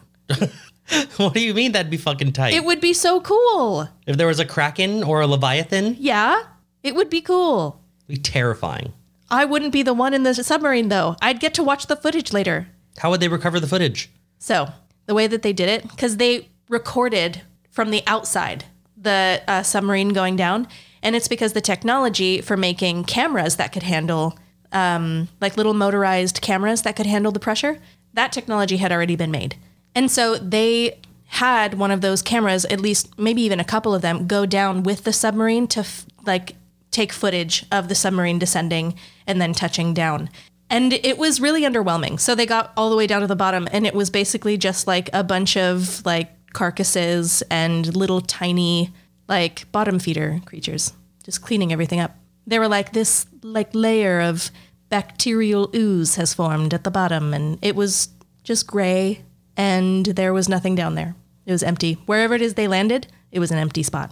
Speaker 2: what do you mean that'd be fucking tight?
Speaker 1: It would be so cool.
Speaker 2: if there was a kraken or a leviathan, it'd
Speaker 1: Yeah, it would be cool.
Speaker 2: be terrifying.
Speaker 1: I wouldn't be the one in the submarine though. I'd get to watch the footage later.
Speaker 2: How would they recover the footage?
Speaker 1: So the way that they did it, because they recorded from the outside the uh, submarine going down, and it's because the technology for making cameras that could handle, um, like little motorized cameras that could handle the pressure, that technology had already been made, and so they had one of those cameras, at least maybe even a couple of them, go down with the submarine to f- like take footage of the submarine descending and then touching down. And it was really underwhelming. So they got all the way down to the bottom, and it was basically just like a bunch of like carcasses and little tiny like bottom feeder creatures, just cleaning everything up. They were like this like layer of bacterial ooze has formed at the bottom, and it was just gray, and there was nothing down there. It was empty. Wherever it is they landed, it was an empty spot.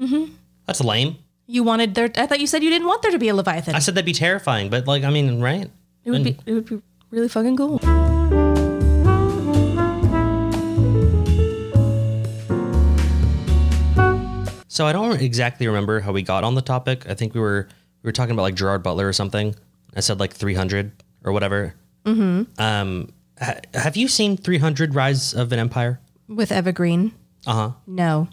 Speaker 1: Mm-hmm.
Speaker 2: That's lame.
Speaker 1: You wanted there. I thought you said you didn't want there to be a leviathan.
Speaker 2: I said that'd be terrifying, but like, I mean, right?
Speaker 1: It would be it would be really fucking cool.
Speaker 2: So I don't exactly remember how we got on the topic. I think we were we were talking about like Gerard Butler or something. I said like 300 or whatever. Mm-hmm. Um, ha- have you seen 300 Rise of an Empire?
Speaker 1: With Evergreen? Uh
Speaker 2: Uh-huh.
Speaker 1: huh. No.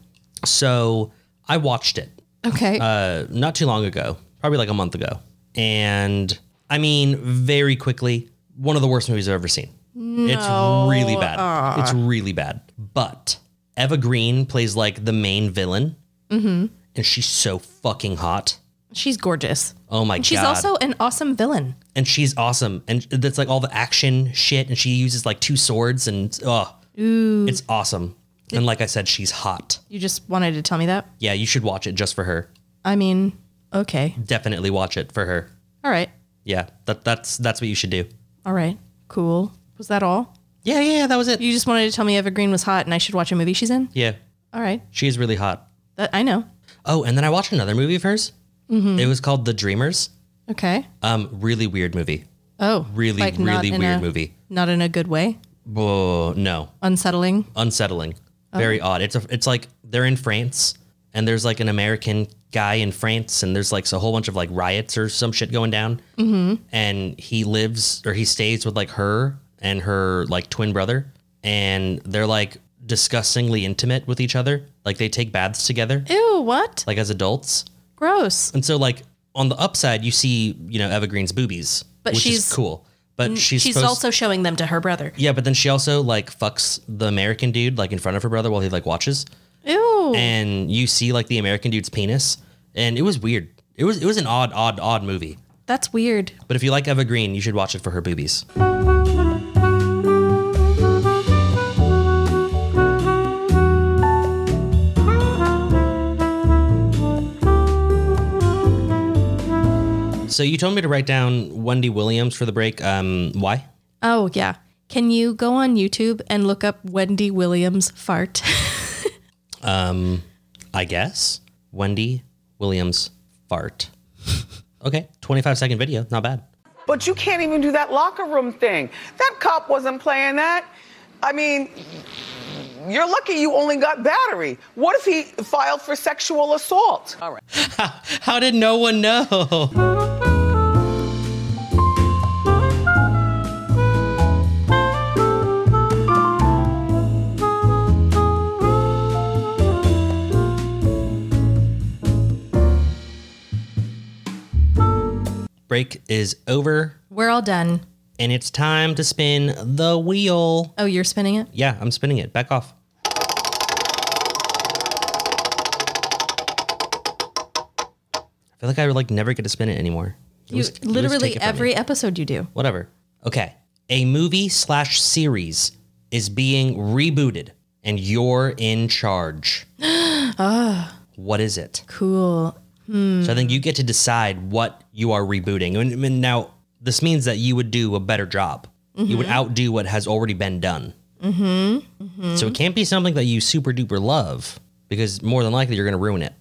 Speaker 2: So I watched it
Speaker 1: Okay.
Speaker 2: uh, not too long ago, probably like a month ago, and I mean very quickly, one of the worst movies I've ever seen. It's really bad.
Speaker 1: Ah.
Speaker 2: It's really bad. But Eva Green plays like the main villain,
Speaker 1: Mm-hmm.
Speaker 2: and she's so fucking hot.
Speaker 1: she's gorgeous.
Speaker 2: Oh my
Speaker 1: And she's
Speaker 2: god!
Speaker 1: also an awesome villain.
Speaker 2: and she's awesome, and that's like all the action shit, and she uses like two swords, and oh, it's awesome. And like I said, she's hot.
Speaker 1: You just wanted to tell me that?
Speaker 2: Yeah, you should watch it just for her.
Speaker 1: I mean, okay.
Speaker 2: Definitely watch it for her.
Speaker 1: All right.
Speaker 2: Yeah, that, that's that's what you should do.
Speaker 1: All right. Cool. Was that all?
Speaker 2: Yeah, yeah, yeah, that was it.
Speaker 1: You just wanted to tell me Evergreen was hot and I should watch a movie she's in?
Speaker 2: yeah,
Speaker 1: All right.
Speaker 2: she is really hot.
Speaker 1: That, I know.
Speaker 2: Oh, and then I watched another movie of hers. It was called The Dreamers.
Speaker 1: Okay.
Speaker 2: Um, really weird movie.
Speaker 1: Oh.
Speaker 2: Really,
Speaker 1: like not
Speaker 2: really
Speaker 1: in
Speaker 2: weird
Speaker 1: a-
Speaker 2: movie.
Speaker 1: Not in a good way.
Speaker 2: Whoa, no,
Speaker 1: Unsettling.
Speaker 2: unsettling. Very odd. It's a, it's like they're in France, and there's like an American guy in France, and there's like a whole bunch of like riots or some shit going down. Mm-hmm. And he lives or he stays with like her and her like twin brother, and they're like disgustingly intimate with each other. Like they take baths together,
Speaker 1: Ew, what?
Speaker 2: like as adults.
Speaker 1: Gross.
Speaker 2: And so like on the upside, you see you know Evergreen's boobies,
Speaker 1: But
Speaker 2: which
Speaker 1: she's-
Speaker 2: is cool. But she's
Speaker 1: She's
Speaker 2: supposed-
Speaker 1: also showing them to her brother.
Speaker 2: yeah, but then she also like fucks the American dude like in front of her brother while he like watches,
Speaker 1: Ew.
Speaker 2: and you see like the American dude's penis, and it was weird. It was it was an odd, odd, odd movie.
Speaker 1: That's weird.
Speaker 2: But if you like Evergreen, you should watch it for her boobies. So you told me to write down Wendy Williams for the break. Um, why?
Speaker 1: Oh, yeah. Can you go on YouTube and look up Wendy Williams fart?
Speaker 2: I guess Wendy Williams fart. Okay, 25 second video, not bad.
Speaker 6: But you can't even do that locker room thing. That cop wasn't playing that. I mean, you're lucky you only got battery. What if he filed for sexual assault? All right.
Speaker 2: How did no one know? Break is over,
Speaker 1: We're all done.
Speaker 2: and it's time to spin the wheel.
Speaker 1: Oh, you're spinning it?
Speaker 2: Yeah, I'm spinning it. Back off. I feel like I would like never get to spin it anymore. It
Speaker 1: You
Speaker 2: was- it was
Speaker 1: literally
Speaker 2: taken from me.
Speaker 1: every episode you do.
Speaker 2: whatever. Okay, a movie slash series is being rebooted, and you're in charge.
Speaker 1: Ah.
Speaker 2: What is it?
Speaker 1: Cool.
Speaker 2: So I think
Speaker 1: Mm-hmm.
Speaker 2: you get to decide what you are rebooting. And, and now this means that you would do a better job. You
Speaker 1: Mm-hmm.
Speaker 2: would outdo what has already been done. Mm-hmm. So it can't be something that you super duper love because more than likely you're going to ruin it.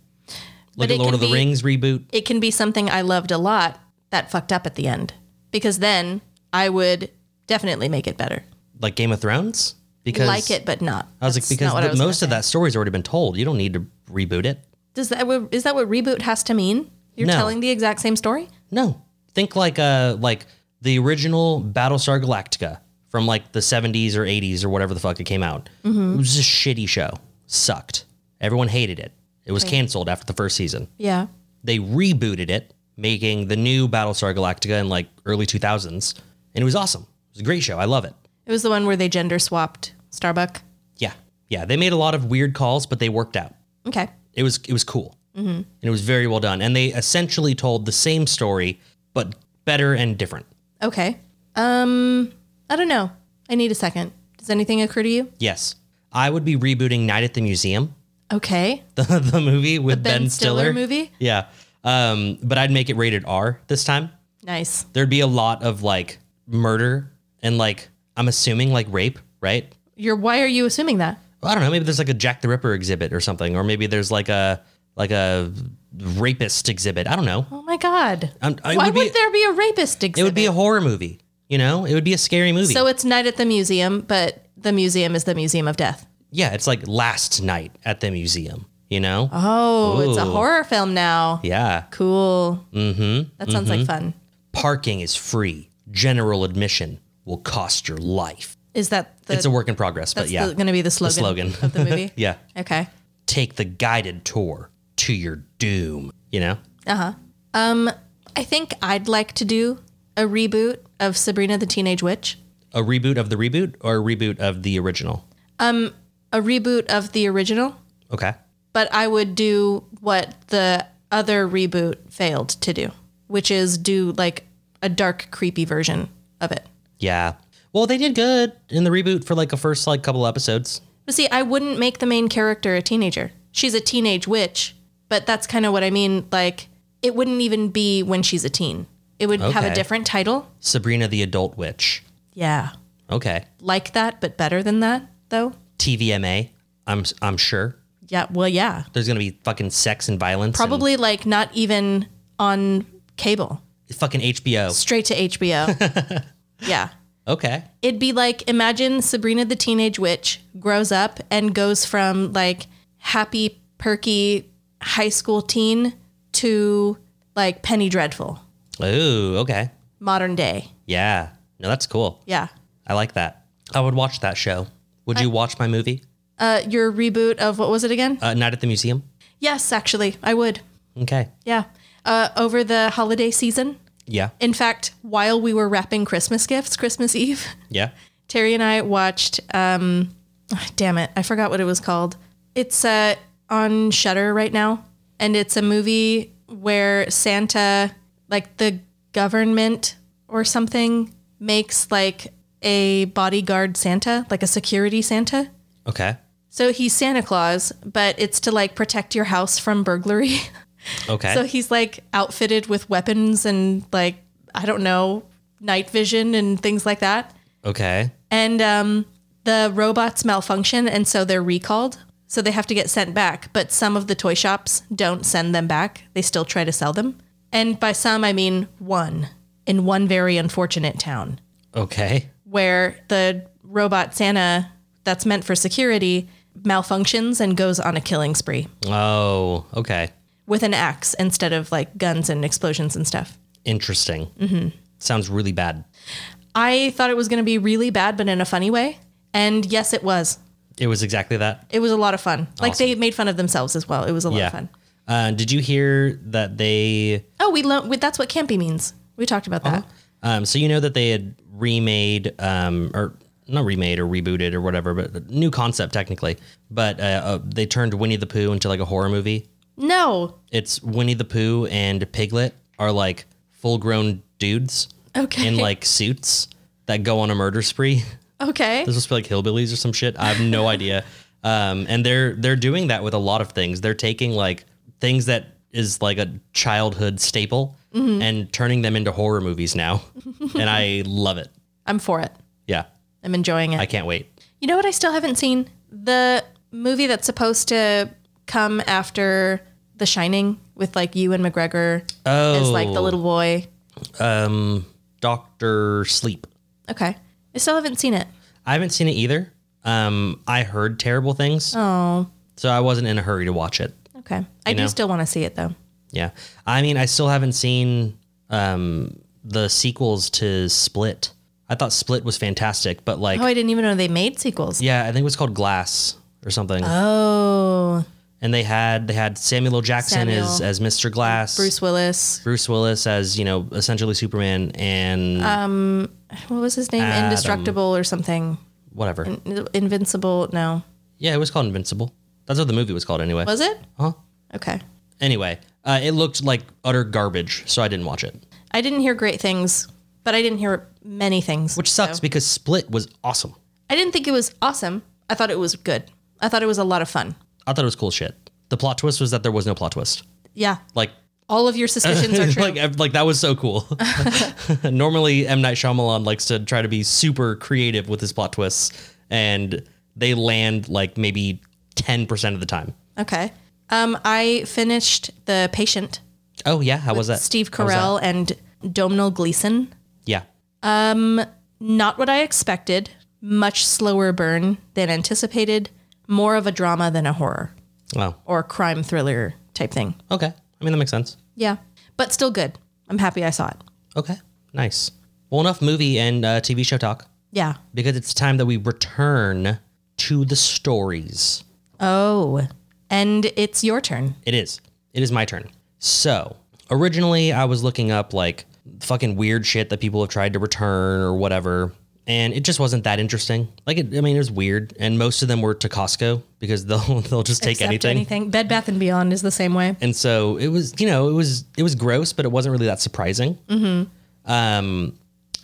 Speaker 2: Look
Speaker 1: But it
Speaker 2: at Lord
Speaker 1: can
Speaker 2: of the
Speaker 1: be-
Speaker 2: Rings reboot.
Speaker 1: It can be something I loved a lot that fucked up at the end because then I would definitely make it better.
Speaker 2: Like Game of Thrones. Because
Speaker 1: like it, but not.
Speaker 2: I was like,
Speaker 1: That's
Speaker 2: because
Speaker 1: not what I
Speaker 2: the,
Speaker 1: was gonna
Speaker 2: most of
Speaker 1: say.
Speaker 2: that story's already been told. You don't need to reboot it.
Speaker 1: Does that what- is that what reboot has to mean? You're
Speaker 2: No.
Speaker 1: telling the exact same story?
Speaker 2: No. Think like uh like the original Battlestar Galactica from like the 70s or 80s or whatever the fuck it came out. It was a shitty show. Sucked. Everyone hated it. It was canceled after the first season.
Speaker 1: Yeah.
Speaker 2: They rebooted it, making the new Battlestar Galactica in like early 2000s, and it was awesome. It was a great show. I love it.
Speaker 1: It was the one where they gender swapped Starbuck.
Speaker 2: Yeah. Yeah, they made a lot of weird calls, but they worked out.
Speaker 1: Okay.
Speaker 2: It was it was cool, mm-hmm. and it was very well done. And they essentially told the same story, but better and different.
Speaker 1: Okay. Um I don't know. I need a second. Does anything occur to you?
Speaker 2: Yes. I would be rebooting Night at the Museum,
Speaker 1: Okay.
Speaker 2: the, the movie with
Speaker 1: Ben
Speaker 2: ben,
Speaker 1: Stiller
Speaker 2: Stiller.
Speaker 1: movie?
Speaker 2: Yeah. Um, but I'd make it rated R this time.
Speaker 1: Nice.
Speaker 2: There'd be a lot of like murder and like, I'm assuming like rape, right?
Speaker 1: You're why are you assuming that?
Speaker 2: Well, I don't know. Maybe there's like a Jack the Ripper exhibit or something, or maybe there's like a like a rapist exhibit. I don't know.
Speaker 1: Oh my god.
Speaker 2: Um, it
Speaker 1: why
Speaker 2: would
Speaker 1: would,
Speaker 2: be-
Speaker 1: there be a rapist exhibit?
Speaker 2: It would be a horror movie. You know, it would be a scary movie.
Speaker 1: So it's night at the museum, but the museum is the museum of death.
Speaker 2: yeah, it's like last night at the museum. you know?
Speaker 1: Oh, it's a
Speaker 2: Ooh.
Speaker 1: horror film now.
Speaker 2: Yeah.
Speaker 1: Cool. Mm-hmm. That sounds like fun.
Speaker 2: Parking is free. General admission will cost your life.
Speaker 1: Is that the,
Speaker 2: it's a work in progress, but
Speaker 1: that's
Speaker 2: yeah.
Speaker 1: going to be the slogan,
Speaker 2: slogan.
Speaker 1: of the movie?
Speaker 2: yeah.
Speaker 1: Okay.
Speaker 2: Take the guided tour to your doom, you know?
Speaker 1: I think I'd like to do a reboot of Sabrina the Teenage Witch,
Speaker 2: A reboot of the reboot or a reboot of the original?
Speaker 1: a reboot of the original,
Speaker 2: Okay.
Speaker 1: but I would do what the other reboot failed to do, which is do like a dark, creepy version of it.
Speaker 2: Yeah. Well, they did good in the reboot for like a first like couple episodes.
Speaker 1: But see, I wouldn't make the main character a teenager. She's a teenage witch, but that's kind of what I mean. Like, it wouldn't even be when she's a teen, it would have a
Speaker 2: Okay.
Speaker 1: different title.
Speaker 2: Sabrina the Adult Witch.
Speaker 1: Yeah.
Speaker 2: Okay.
Speaker 1: Like that, but better than that, though.
Speaker 2: TVMA. I'm I'm sure
Speaker 1: Yeah. Well, yeah.
Speaker 2: there's gonna be fucking sex and violence. and
Speaker 1: Probably like not even on cable,
Speaker 2: fucking HBO.
Speaker 1: straight to HBO. yeah.
Speaker 2: Okay.
Speaker 1: It'd be like imagine Sabrina the Teenage Witch grows up and goes from like happy, perky high school teen to like Penny Dreadful,
Speaker 2: Ooh. Okay.
Speaker 1: modern day.
Speaker 2: Yeah. No, that's cool.
Speaker 1: Yeah.
Speaker 2: I like that. I would watch that show. Would you watch my movie?
Speaker 1: Uh, your reboot of what was it again?
Speaker 2: Uh, Night at the Museum.
Speaker 1: yes, actually, I would.
Speaker 2: Okay.
Speaker 1: Yeah. Uh, over the holiday season.
Speaker 2: Yeah.
Speaker 1: In fact, while we were wrapping Christmas gifts, Christmas Eve,
Speaker 2: Yeah.
Speaker 1: Terry and I watched. Um, damn it, I forgot what it was called. It's uh, on Shutter right now, and it's a movie where Santa, like the government or something, makes like a bodyguard Santa, like a security Santa.
Speaker 2: Okay.
Speaker 1: So he's Santa Claus, but it's to like protect your house from burglary.
Speaker 2: Okay.
Speaker 1: so he's like outfitted with weapons and like I don't know, night vision and things like that
Speaker 2: okay.
Speaker 1: and um, the robots malfunction, and so they're recalled. So they have to get sent back, but some of the toy shops don't send them back. They still try to sell them. And by some, I mean one in one very unfortunate town
Speaker 2: Okay.
Speaker 1: where the robot Santa that's meant for security malfunctions and goes on a killing spree
Speaker 2: Oh. Okay.
Speaker 1: with an axe instead of like guns and explosions and stuff.
Speaker 2: Interesting. Mm-hmm. Sounds really bad.
Speaker 1: I thought it was going to be really bad, but in a funny way. And yes, it was.
Speaker 2: It was exactly that.
Speaker 1: It was a lot of fun. Like they made fun of themselves as well. It was a lot
Speaker 2: yeah.
Speaker 1: of fun.
Speaker 2: Uh, did you hear that they?
Speaker 1: Oh, we learned we, that's what campy means. We talked about that.
Speaker 2: Um, so you know that they had remade, um, or not remade or rebooted or whatever, but the new concept technically. But uh, uh, they turned Winnie the Pooh into like a horror movie.
Speaker 1: No.
Speaker 2: It's Winnie the Pooh and Piglet are like full-grown dudes
Speaker 1: Okay.
Speaker 2: in like suits that go on a murder spree.
Speaker 1: okay.
Speaker 2: They're supposed to be like hillbillies or some shit. I have no idea. Um, and they're they're doing that with a lot of things. They're taking like things that is like a childhood staple
Speaker 1: Mm-hmm.
Speaker 2: and turning them into horror movies now. and I love it.
Speaker 1: I'm for it.
Speaker 2: Yeah,
Speaker 1: I'm enjoying it.
Speaker 2: I can't wait.
Speaker 1: you know what I still haven't seen? The movie that's supposed to come after The Shining with like you and McGregor
Speaker 2: Oh,
Speaker 1: as like the little boy.
Speaker 2: Doctor Sleep.
Speaker 1: Okay. I still haven't seen it.
Speaker 2: I haven't seen it either. Um, I heard terrible things. Oh, so I wasn't in a hurry to watch it.
Speaker 1: Okay. I do
Speaker 2: know?
Speaker 1: still want to see it though.
Speaker 2: Yeah, I mean, I still haven't seen um, the sequels to Split. I thought Split was fantastic, but like,
Speaker 1: Oh, I didn't even know they made sequels.
Speaker 2: yeah, I think it was called Glass or something.
Speaker 1: Oh,
Speaker 2: and they had they had Samuel L. Jackson as
Speaker 1: Samuel.
Speaker 2: as Mr. Glass,
Speaker 1: Bruce Willis.
Speaker 2: Bruce Willis as you know essentially Superman and
Speaker 1: Um, What was his name?
Speaker 2: Adam.
Speaker 1: Indestructible or something.
Speaker 2: whatever.
Speaker 1: Invincible. No.
Speaker 2: yeah, it was called Invincible. That's what the movie was called anyway.
Speaker 1: Was it?
Speaker 2: Huh?
Speaker 1: Okay.
Speaker 2: Anyway, uh, it looked like utter garbage, so I didn't watch it,
Speaker 1: I didn't hear great things, but I didn't hear many things.
Speaker 2: which sucks because Split was awesome.
Speaker 1: I didn't think it was awesome. I thought it was good. I thought it was a lot of fun.
Speaker 2: I thought it was cool shit. The plot twist was that there was no plot twist.
Speaker 1: Yeah.
Speaker 2: Like
Speaker 1: All of your suspicions are true.
Speaker 2: like ev- like that was so cool. Normally, M Night Shyamalan likes to try to be super creative with his plot twists, and they land like maybe ten percent of the time.
Speaker 1: okay. Um, I finished The Patient,
Speaker 2: Oh yeah, how was that?
Speaker 1: Steve
Speaker 2: How was that?
Speaker 1: Carell and Domhnall Gleeson.
Speaker 2: Yeah.
Speaker 1: Not what I expected. Much slower burn than anticipated. More of a drama than a horror.
Speaker 2: Wow.
Speaker 1: or crime thriller type thing.
Speaker 2: Okay. I mean, that makes sense.
Speaker 1: Yeah, but still good. I'm happy I saw it.
Speaker 2: Okay. Nice. Well, enough movie and uh, TV show talk
Speaker 1: Yeah.
Speaker 2: because it's time that we return to the stories.
Speaker 1: Oh, and it's your turn.
Speaker 2: It is. It is my turn. So originally, I was looking up like fucking weird shit that people have tried to return or whatever, and it just wasn't that interesting. Like, it, I mean, it was weird, and most of them were to Costco because they'll they'll just take
Speaker 1: Except
Speaker 2: anything.
Speaker 1: Bed Bath and Beyond is the same way.
Speaker 2: And so it was, you know, it was it was gross, but it wasn't really that surprising. Mm-hmm. Um,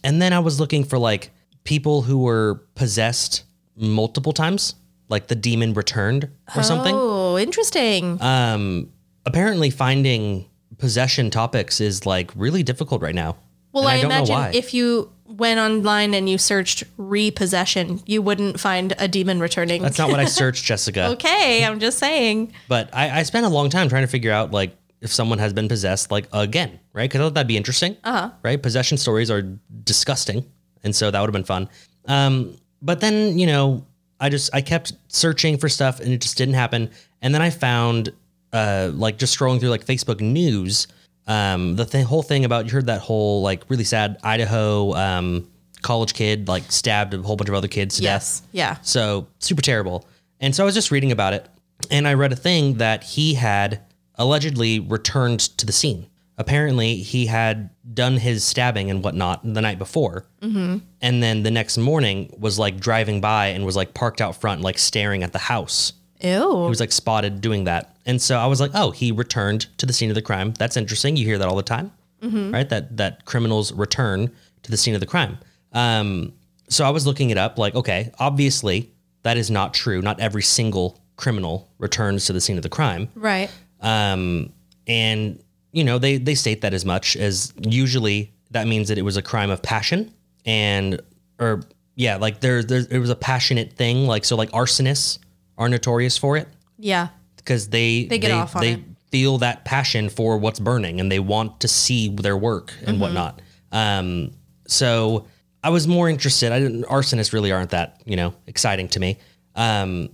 Speaker 2: and then I was looking for like people who were possessed multiple times, like the demon returned or something
Speaker 1: Oh, interesting.
Speaker 2: Uh, apparently finding possession topics is like really difficult right now.
Speaker 1: well,
Speaker 2: and
Speaker 1: I,
Speaker 2: I don't know
Speaker 1: imagine
Speaker 2: why.
Speaker 1: if you went online and you searched repossession, you wouldn't find a demon returning.
Speaker 2: That's not what I searched, Jessica.
Speaker 1: okay, I'm just saying.
Speaker 2: But I, I spent a long time trying to figure out like if someone has been possessed like again, right? Because I thought that'd be interesting. Uh-huh. Right? Possession stories are disgusting, and so that would have been fun. Um, but then you know, I just I kept searching for stuff, and it just didn't happen. And then I found uh, like just scrolling through like Facebook news. Um, the th- whole thing about you heard that whole like really sad Idaho um, college kid like stabbed a whole bunch of other kids to death.
Speaker 1: Yes. Yeah.
Speaker 2: So super terrible. And so I was just reading about it, and I read a thing that he had allegedly returned to the scene. Apparently, he had done his stabbing and whatnot the night before, and then the next morning was like driving by and was like parked out front, like staring at the house. He
Speaker 1: Ew.
Speaker 2: was like spotted doing that, and so I was like, "Oh, he returned to the scene of the crime. That's interesting. You hear that all the time, right? That that criminals return to the scene of the crime." Um, so I was looking it up, like, okay, obviously that is not true. Not every single criminal returns to the scene of the crime.
Speaker 1: Right.
Speaker 2: Um, and you know, they they state that as much as usually that means that it was a crime of passion and or yeah, like there there it was a passionate thing. Like so, like arsonists are notorious for it
Speaker 1: Yeah.
Speaker 2: because they
Speaker 1: They get off on
Speaker 2: they
Speaker 1: it.
Speaker 2: feel that passion for what's burning and they want to see their work and
Speaker 1: Mm-hmm.
Speaker 2: whatnot. Um, so I was more interested. I didn't arsonists really aren't that you know exciting to me. Um,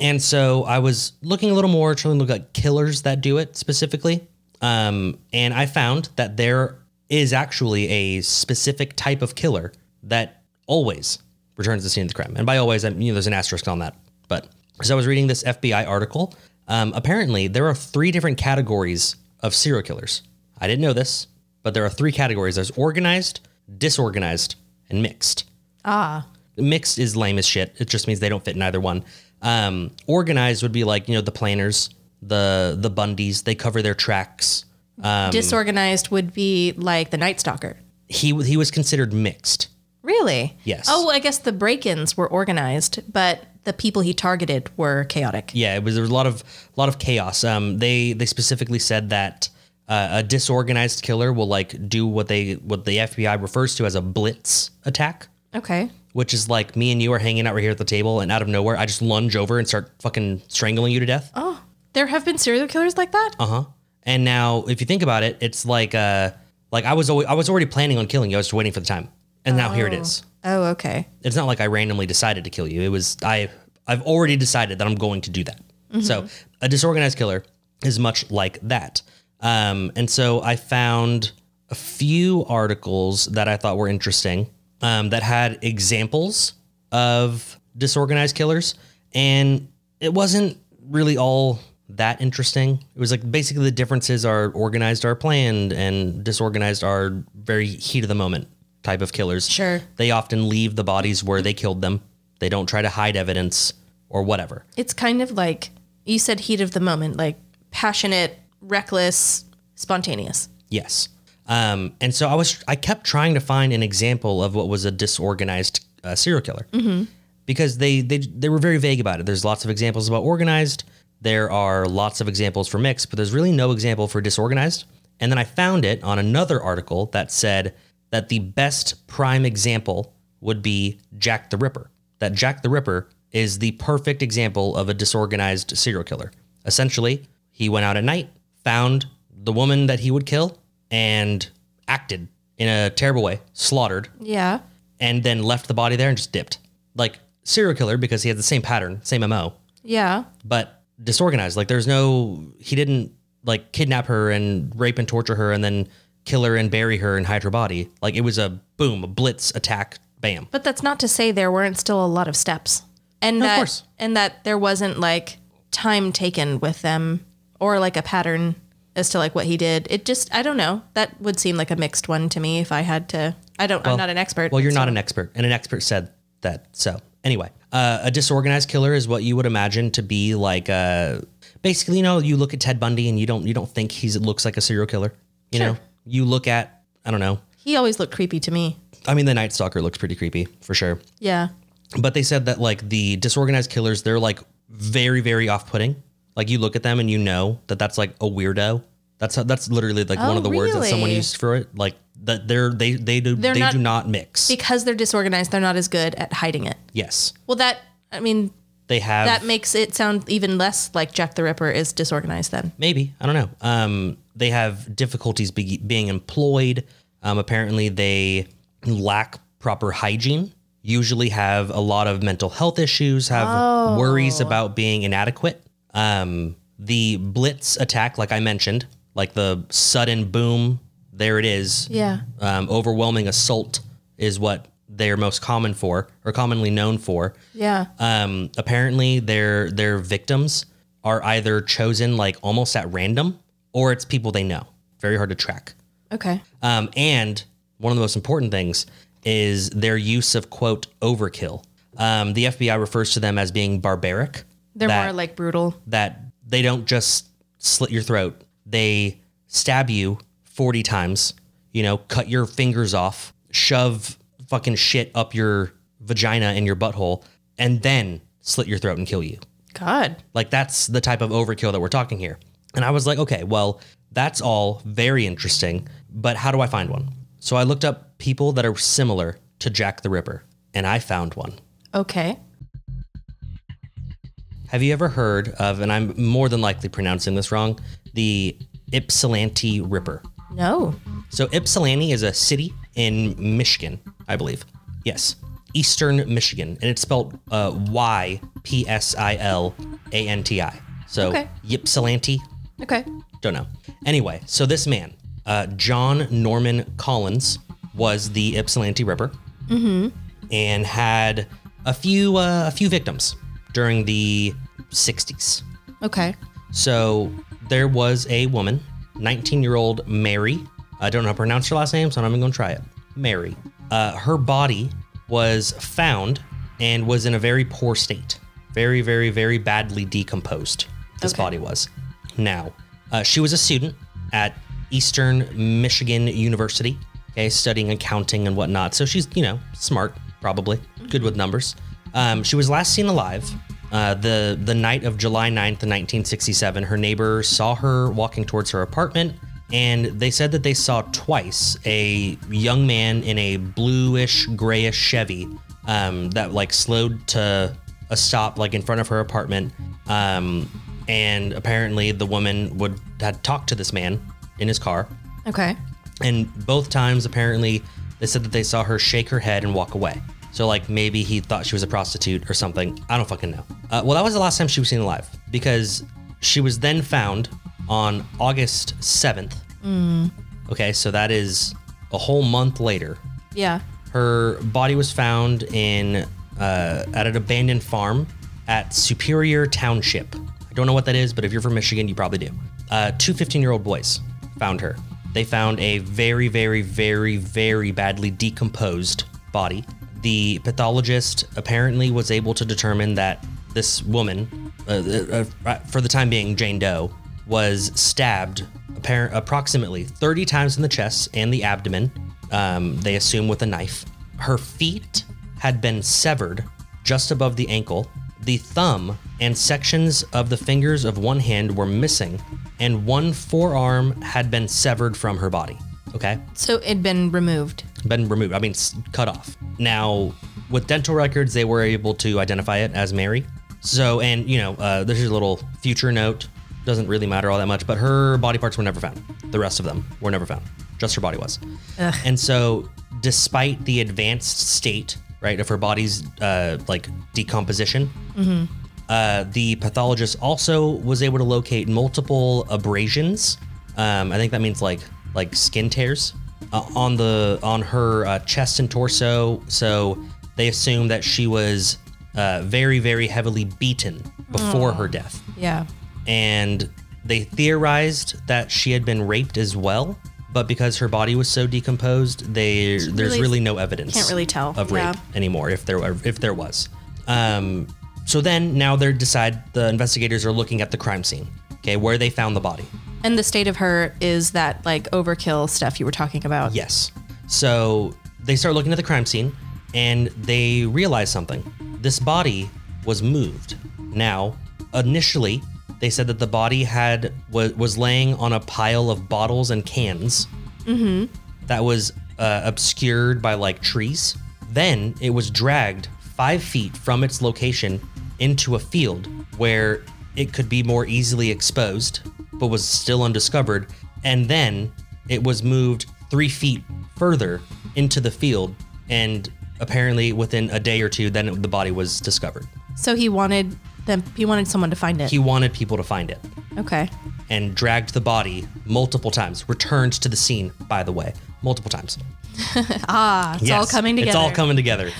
Speaker 2: and so I was looking a little more, trying to look at killers that do it specifically. Um, and I found that there is actually a specific type of killer that always returns to the scene of the crime. And by always, I mean, you know, there's an asterisk on that. But as I was reading this FBI article, um, apparently there are three different categories of serial killers. I didn't know this, but there are three categories there's organized, disorganized, and mixed mixed is lame as shit. It just means they don't fit in either one. Um, organized would be like you know the planners, the the Bundys. They cover their tracks. Um,
Speaker 1: Disorganized would be like the Night Stalker.
Speaker 2: He he was considered mixed.
Speaker 1: Really?
Speaker 2: Yes.
Speaker 1: Oh, well, I guess the break-ins were organized, but the people he targeted were chaotic.
Speaker 2: Yeah, it was there was a lot of a lot of chaos. Um, they they specifically said that uh, a disorganized killer will like do what they what the FBI refers to as a blitz attack.
Speaker 1: Okay.
Speaker 2: Which is like me and you are hanging out right here at the table, and out of nowhere, I just lunge over and start fucking strangling you to death.
Speaker 1: There have been serial killers like that?
Speaker 2: Uh huh. And now, if you think about it, it's like uh, like I was always, I was already planning on killing you. I was just waiting for the time, and now here it is.
Speaker 1: Oh, okay.
Speaker 2: It's not like I randomly decided to kill you. It was I I've already decided that I'm going to do that. So a disorganized killer is much like that. Um, and so I found a few articles that I thought were interesting um, that had examples of disorganized killers, and it wasn't really all that interesting. It was like basically the differences are organized are planned and disorganized are very heat of the moment type of killers.
Speaker 1: Sure.
Speaker 2: They often leave the bodies where they killed them. They don't try to hide evidence or whatever.
Speaker 1: It's kind of like you said heat of the moment, like passionate, reckless, spontaneous.
Speaker 2: Yes. Um, and so I was I kept trying to find an example of what was a disorganized uh, serial killer because they, they they were very vague about it. There's lots of examples about organized. There are lots of examples for mixed, but there's really no example for disorganized. And then I found it on another article that said that the best prime example would be Jack the Ripper. That Jack the Ripper is the perfect example of a disorganized serial killer. Essentially, he went out at night, found the woman that he would kill, and acted in a terrible way, slaughtered,
Speaker 1: Yeah.
Speaker 2: and then left the body there and just dipped. Like serial killer because he had the same pattern, same MO,
Speaker 1: Yeah.
Speaker 2: but disorganized. Like there's no he didn't like kidnap her and rape and torture her and then kill her and bury her and hide her body. Like it was a boom, a blitz attack, bam.
Speaker 1: But that's not to say there weren't still a lot of steps. And that,
Speaker 2: course.
Speaker 1: and that there wasn't like time taken with them or like a pattern as to like what he did. It just I don't know. That would seem like a mixed one to me if I had to I don't I'm not an expert.
Speaker 2: Well, you're
Speaker 1: so-
Speaker 2: not an expert, and an expert said that. So anyway, uh, a disorganized killer is what you would imagine to be like. Uh, basically, you know, you look at Ted Bundy and you don't you don't think he's looks like a serial killer. You know, you look at I don't know.
Speaker 1: He always looked creepy to me.
Speaker 2: I mean, the Night Stalker looks pretty creepy for sure.
Speaker 1: Yeah.
Speaker 2: But they said that like the disorganized killers, they're like very very off putting. Like you look at them and you know that that's like a weirdo. That's that's literally like one
Speaker 1: Oh,
Speaker 2: of the words that someone
Speaker 1: really?
Speaker 2: used for it. Like that they're they they do
Speaker 1: They're
Speaker 2: they
Speaker 1: not-
Speaker 2: do not mix.
Speaker 1: Because they're disorganized, they're not as good at hiding it.
Speaker 2: yes.
Speaker 1: Well, that I mean,
Speaker 2: They have
Speaker 1: that makes it sound even less like Jack the Ripper is disorganized then.
Speaker 2: Maybe I don't know. Um, they have difficulties be- being employed. Um, apparently, they lack proper hygiene. Usually, have a lot of mental health issues. Have worries about being inadequate. Um, the blitz attack, like I mentioned, like the sudden boom. There it is.
Speaker 1: Yeah.
Speaker 2: Um, overwhelming assault is what they're most common for, or commonly known for
Speaker 1: Yeah.
Speaker 2: um, apparently their their victims are either chosen like almost at random or it's people they know. Very hard to track.
Speaker 1: Okay.
Speaker 2: Um, and one of the most important things is their use of quote overkill. Um, the FBI refers to them as being barbaric.
Speaker 1: They're
Speaker 2: that-
Speaker 1: more like brutal.
Speaker 2: that they don't just slit your throat; they stab you forty times. You know, cut your fingers off, shove fucking shit up your vagina and your butthole, and then slit your throat and kill you.
Speaker 1: God.
Speaker 2: Like that's the type of overkill that we're talking here. And I was like, okay, well, that's all very interesting, but how do I find one? So I looked up people that are similar to Jack the Ripper, and I found one.
Speaker 1: Okay.
Speaker 2: Have you ever heard of, and I'm more than likely pronouncing this wrong, the Ypsilanti Ripper?
Speaker 1: No.
Speaker 2: So Ypsilanti is a city in Michigan, I believe. Yes, Eastern Michigan, and it's spelled uh, Y P S I L A N T I. So
Speaker 1: Okay.
Speaker 2: Ypsilanti
Speaker 1: Okay.
Speaker 2: Don't know. Anyway, so this man, uh, John Norman Collins, was the Ypsilanti Ripper, and had a few uh, a few victims during the '60s.
Speaker 1: Okay.
Speaker 2: So there was a woman, 19 year old Mary. I don't know how to pronounce her last name, so I'm not even going to try it. Mary. Uh, her body was found and was in a very poor state. Very, very, very badly decomposed. This body was. Now, uh, she was a student at Eastern Michigan University, okay, studying accounting and whatnot. So she's, you know, smart, probably, good with numbers. Um, she was last seen alive uh, the the night of July 9th, 1967. Her neighbor saw her walking towards her apartment, and they said that they saw twice a young man in a bluish grayish Chevy um, that like slowed to a stop like in front of her apartment. Um, and apparently, the woman would had talked to this man in his car
Speaker 1: Okay.
Speaker 2: and both times apparently they said that they saw her shake her head and walk away so like maybe he thought she was a prostitute or something i don't fucking know uh, well that was the last time she was seen alive because she was then found on august 7th okay so that is a whole month later
Speaker 1: Yeah.
Speaker 2: her body was found in uh, at an abandoned farm at Superior Township. I don't know what that is, but if you're from Michigan, you probably do. Uh, two 15 year old boys found her. They found a very, very, very, very badly decomposed body. The pathologist apparently was able to determine that this woman, uh, uh, uh, for the time being, Jane Doe, was stabbed appar- approximately 30 times in the chest and the abdomen, um, they assume with a knife. Her feet had been severed just above the ankle. The thumb and sections of the fingers of one hand were missing, and one forearm had been severed from her body. Okay?
Speaker 1: So it'd been removed.
Speaker 2: been removed. I mean, s- cut off. Now, with dental records, they were able to identify it as Mary. So, and you know, uh, this is a little future note. Doesn't really matter all that much, but her body parts were never found. The rest of them were never found. Just her body was. And so, despite the advanced state, right, of her body's uh, like decomposition, Uh, the pathologist also was able to locate multiple abrasions. Um, I think that means like like skin tears uh, on the on her uh, chest and torso. So they assume that she was uh, very very heavily beaten before her death
Speaker 1: Yeah.
Speaker 2: and they theorized that she had been raped as well. But because her body was so decomposed, they there's
Speaker 1: really-
Speaker 2: really, no evidence.
Speaker 1: can't really tell,
Speaker 2: of
Speaker 1: yeah.
Speaker 2: rape anymore if there were- if there was. Um, so then now they decide the investigators are looking at the crime scene. Okay, where they found the body.
Speaker 1: And the state of her is that like overkill stuff you were talking about.
Speaker 2: Yes. So they start looking at the crime scene and they realize something. This body was moved. Now, initially, they said that the body had was, was laying on a pile of bottles and cans that was uh, obscured by like trees. Then it was dragged five feet from its location into a field where it could be more easily exposed, but was still undiscovered. And then it was moved three feet further into the field. And apparently, within a day or two, then it, the body was discovered.
Speaker 1: So he wanted them. He wanted someone to find it.
Speaker 2: He wanted people to find it
Speaker 1: okay.
Speaker 2: and dragged the body multiple times, returned to the scene, by the way, multiple times. ah, it's
Speaker 1: all coming
Speaker 2: It's all
Speaker 1: together.
Speaker 2: coming together.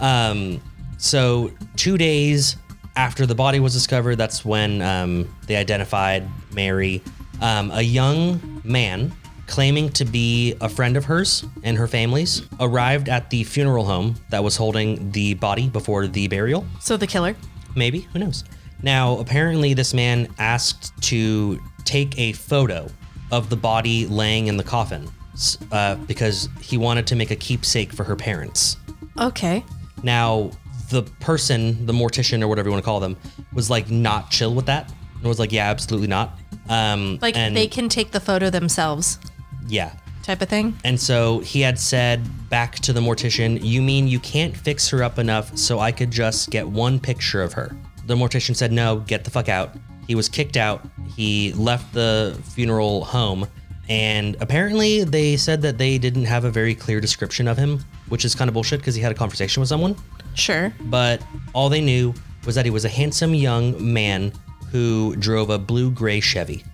Speaker 2: um, so, two days after the body was discovered, that's when um, they identified Mary, um, a young man claiming to be a friend of hers and her family's arrived at the funeral home that was holding the body before the burial
Speaker 1: So the killer.
Speaker 2: Maybe. Who knows? Now, apparently, this man asked to take a photo of the body laying in the coffin s- uh, because he wanted to make a keepsake for her parents.
Speaker 1: Okay.
Speaker 2: Now, the person, the mortician or whatever you want to call them, was like not chill with that and was like, yeah, absolutely not. Um,
Speaker 1: Like
Speaker 2: and,
Speaker 1: they can take the photo themselves,
Speaker 2: yeah.
Speaker 1: type of thing.
Speaker 2: And so he had said back to the mortician, You mean you can't fix her up enough so I could just get one picture of her? The mortician said, No, get the fuck out. He was kicked out. He left the funeral home. And apparently they said that they didn't have a very clear description of him, which is kind of bullshit because he had a conversation with someone
Speaker 1: Sure.
Speaker 2: but all they knew was that he was a handsome young man who drove a blue gray Chevy.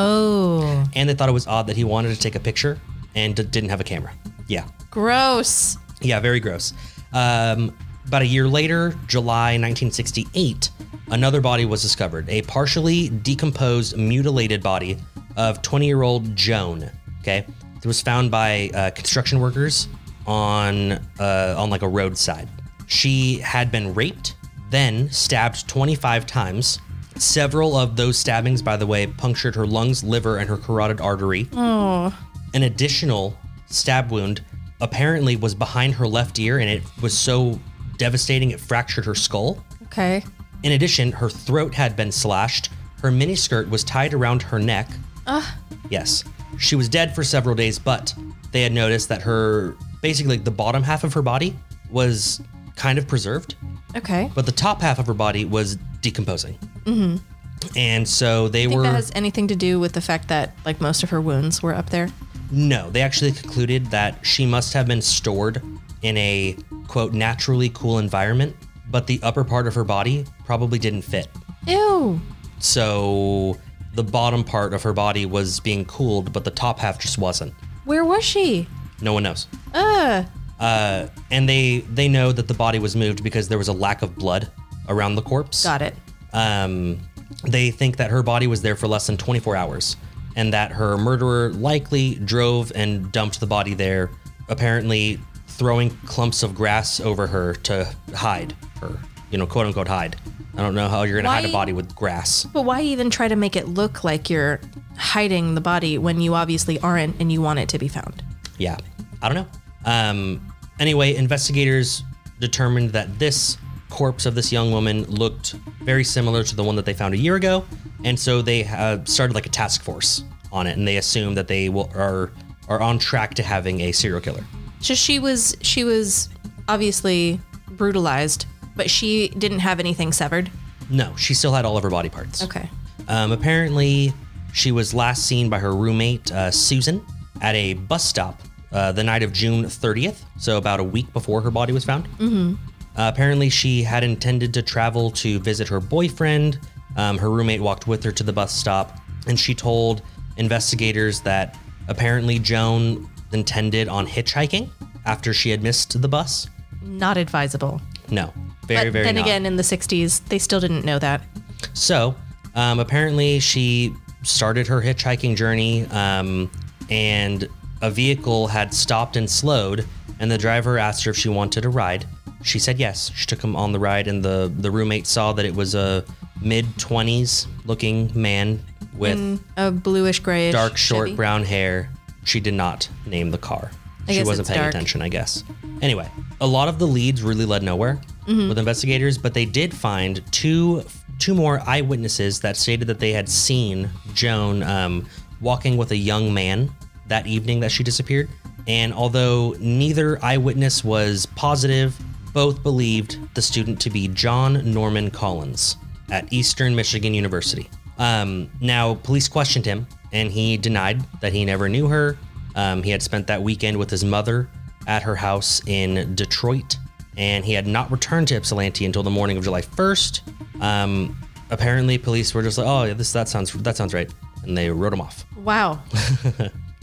Speaker 1: Oh,
Speaker 2: And they thought it was odd that he wanted to take a picture and d- didn't have a camera. Yeah.
Speaker 1: gross.
Speaker 2: Yeah, very gross. Um, about a year later, July 1968, another body was discovered a partially decomposed, mutilated body of 20 year old Joan. Okay. It was found by uh, construction workers on, uh, on like a roadside. She had been raped, then stabbed 25 times. Several of those stabbings, by the way, punctured her lungs, liver, and her carotid artery an additional stab wound apparently was behind her left ear and it was so devastating it fractured her skull.
Speaker 1: Okay.
Speaker 2: In addition, her throat had been slashed, her miniskirt was tied around her neck. Yes. She was dead for several days, but they had noticed that her basically the bottom half of her body was kind of preserved
Speaker 1: Okay.
Speaker 2: but the top half of her body was decomposing. Mm-hmm. And so they
Speaker 1: I think
Speaker 2: were
Speaker 1: that has anything to do with the fact that like most of her wounds were up there.
Speaker 2: No, they actually concluded that she must have been stored in a quote naturally cool environment, but the upper part of her body probably didn't fit.
Speaker 1: Ew.
Speaker 2: So the bottom part of her body was being cooled, but the top half just wasn't.
Speaker 1: Where was she?
Speaker 2: No one knows.
Speaker 1: Ugh.
Speaker 2: Uh, and they they know that the body was moved because there was a lack of blood around the corpse.
Speaker 1: Got it.
Speaker 2: Um, they think that her body was there for less than 24 hours and that her murderer likely drove and dumped the body there, apparently throwing clumps of grass over her to hide her, you know, quote unquote hide. I don't know how you're going to hide
Speaker 1: Why-
Speaker 2: a body with grass.
Speaker 1: But why even try to make it look like you're hiding the body when you obviously aren't and you want it to be found?
Speaker 2: Yeah. I don't know. Um, anyway, investigators determined that this corpse of this young woman looked very similar to the one that they found a year ago. And so they uh, started like a task force on it. And they assume that they will, are, are on track to having a serial killer.
Speaker 1: So she was she was obviously brutalized, but she didn't have anything severed.
Speaker 2: No, she still had all of her body parts.
Speaker 1: Okay.
Speaker 2: Um, apparently, she was last seen by her roommate, uh, Susan, at a bus stop uh, the night of June 30th, so about a week before her body was found. Mm-hmm. Uh, apparently, she had intended to travel to visit her boyfriend. Um, her roommate walked with her to the bus stop, and she told investigators that apparently Joan intended on hitchhiking after she had missed the bus.
Speaker 1: Not advisable.
Speaker 2: No, very,
Speaker 1: but
Speaker 2: very.
Speaker 1: then
Speaker 2: not.
Speaker 1: again, in the 60s, they still didn't know that.
Speaker 2: So, um, apparently, she started her hitchhiking journey, um, and a vehicle had stopped and slowed, and the driver asked her if she wanted a ride. She said yes. She took him on the ride, and the the roommate saw that it was a mid twenties looking man with
Speaker 1: Mm, A bluish grayish.
Speaker 2: dark, short
Speaker 1: Chevy.
Speaker 2: brown hair. She did not name the car. she
Speaker 1: guess
Speaker 2: wasn't
Speaker 1: it's
Speaker 2: paying
Speaker 1: dark.
Speaker 2: attention, I guess. Anyway, a lot of the leads really led nowhere
Speaker 1: Mm-hmm.
Speaker 2: with investigators, but they did find two two more eyewitnesses that stated that they had seen Joan um, walking with a young man that evening that she disappeared. And although neither eyewitness was positive, both believed the student to be John Norman Collins at Eastern Michigan University. Um, now, police questioned him, and he denied that he never knew her. Um, he had spent that weekend with his mother at her house in Detroit, and he had not returned to Ypsilanti until the morning of July 1st. Um, apparently, police were just like, "Oh, yeah, this that sounds that sounds right," and they wrote him off.
Speaker 1: Wow.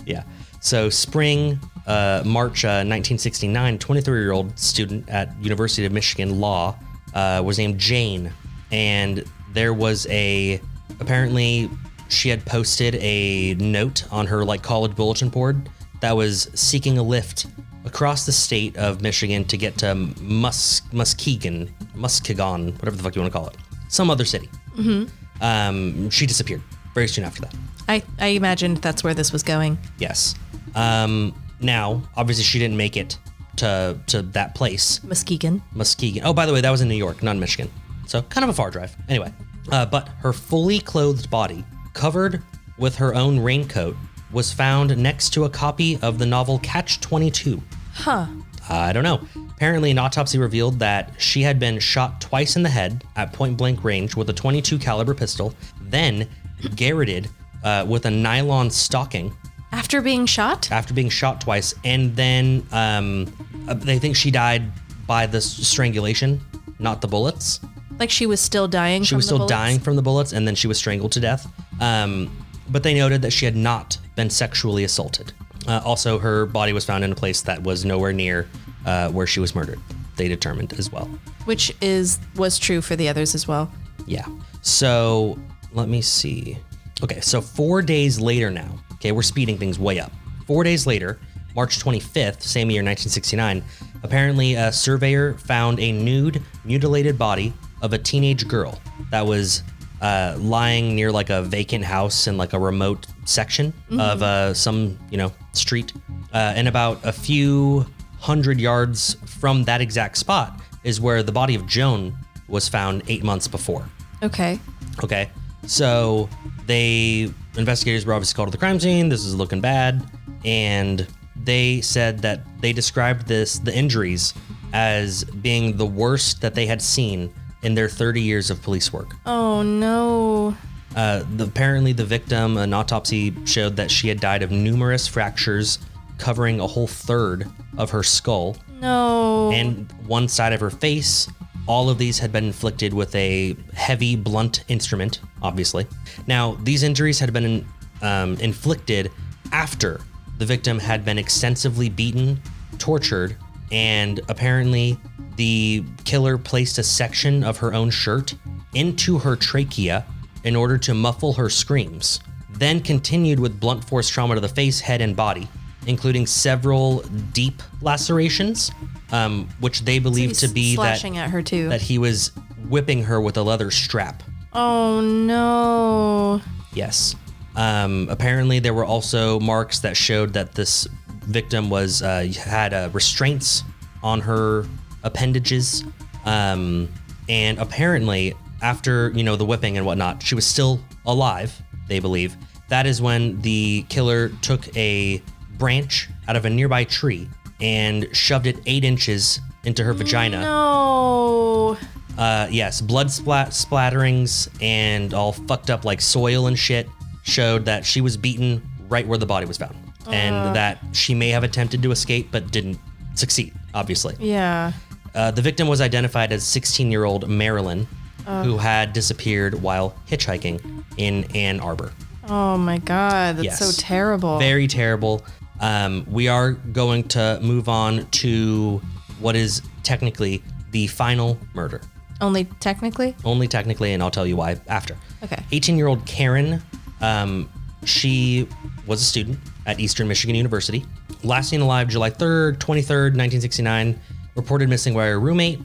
Speaker 2: Yeah. So spring, uh, March uh, 1969, 23-year-old student at University of Michigan Law uh, was named Jane, and there was a apparently she had posted a note on her like college bulletin board that was seeking a lift across the state of Michigan to get to Mus- Muskegon, Muskegon, whatever the fuck you want to call it, some other city. Mm-hmm. Um, she disappeared very soon after that.
Speaker 1: I, I imagined that's where this was going.
Speaker 2: Yes. Um, now, obviously, she didn't make it to to that place,
Speaker 1: Muskegon.
Speaker 2: Muskegon. Oh, by the way, that was in New York, not in Michigan. So, kind of a far drive. Anyway, uh, but her fully clothed body, covered with her own raincoat, was found next to a copy of the novel Catch 22. Huh. I don't know. Apparently, an autopsy revealed that she had been shot twice in the head at point blank range with a 22 caliber pistol, then garroted uh, with a nylon stocking
Speaker 1: After being shot?
Speaker 2: after being shot twice, and then um, uh, they think she died by the s- strangulation, not the bullets.
Speaker 1: Like she was still dying.
Speaker 2: She was still dying from the bullets, and then she was strangled to death. Um, but they noted that she had not been sexually assaulted. Uh, also, her body was found in a place that was nowhere near uh, where she was murdered. They determined as well.
Speaker 1: Which is was true for the others as well.
Speaker 2: Yeah. So let me see. Okay, so four days later now, okay, we're speeding things way up. Four days later, March 25th, same year, 1969, apparently a surveyor found a nude, mutilated body of a teenage girl that was uh, lying near like a vacant house in like a remote section of uh, some, you know, street. Uh, and about a few hundred yards from that exact spot is where the body of Joan was found eight months before.
Speaker 1: Okay.
Speaker 2: Okay. So they investigators were obviously called to the crime scene. This is looking bad, and they said that they described this the injuries as being the worst that they had seen in their 30 years of police work.
Speaker 1: Oh no.
Speaker 2: Uh, the, apparently, the victim, an autopsy showed that she had died of numerous fractures covering a whole third of her skull
Speaker 1: No.
Speaker 2: and one side of her face. All of these had been inflicted with a heavy, blunt instrument, obviously. Now, these injuries had been um, inflicted after the victim had been extensively beaten, tortured, and apparently the killer placed a section of her own shirt into her trachea in order to muffle her screams, then continued with blunt force trauma to the face, head, and body, including several deep lacerations, um, which they believe to be that,
Speaker 1: slashing at her too.
Speaker 2: that he was whipping her with a leather strap.
Speaker 1: oh no.
Speaker 2: Yes. Um, apparently, there were also marks that showed that this victim was uh, had uh, restraints on her appendages, um, and apparently, after you know the whipping and whatnot, she was still alive. They believe that is when the killer took a branch out of a nearby tree and shoved it eight inches into her vagina.
Speaker 1: No.
Speaker 2: Uh, yes, blood splat splatterings and all fucked up like soil and shit showed that she was beaten right where the body was found,
Speaker 1: Uh.
Speaker 2: and that she may have attempted to escape but didn't succeed. Obviously,
Speaker 1: Yeah.
Speaker 2: Uh, the victim was identified as 16 year old Marilyn,
Speaker 1: Uh.
Speaker 2: who had disappeared while hitchhiking in Ann Arbor.
Speaker 1: Oh my God. That's
Speaker 2: Yes.
Speaker 1: so terrible.
Speaker 2: Very terrible. Um, we are going to move on to what is technically the final murder.
Speaker 1: Only technically?
Speaker 2: Only technically, and I'll tell you why after.
Speaker 1: Okay.
Speaker 2: 18 year old Karen, um, she was a student at Eastern Michigan University. Last seen alive July 3rd, 23rd, 1969. Reported missing by her roommate.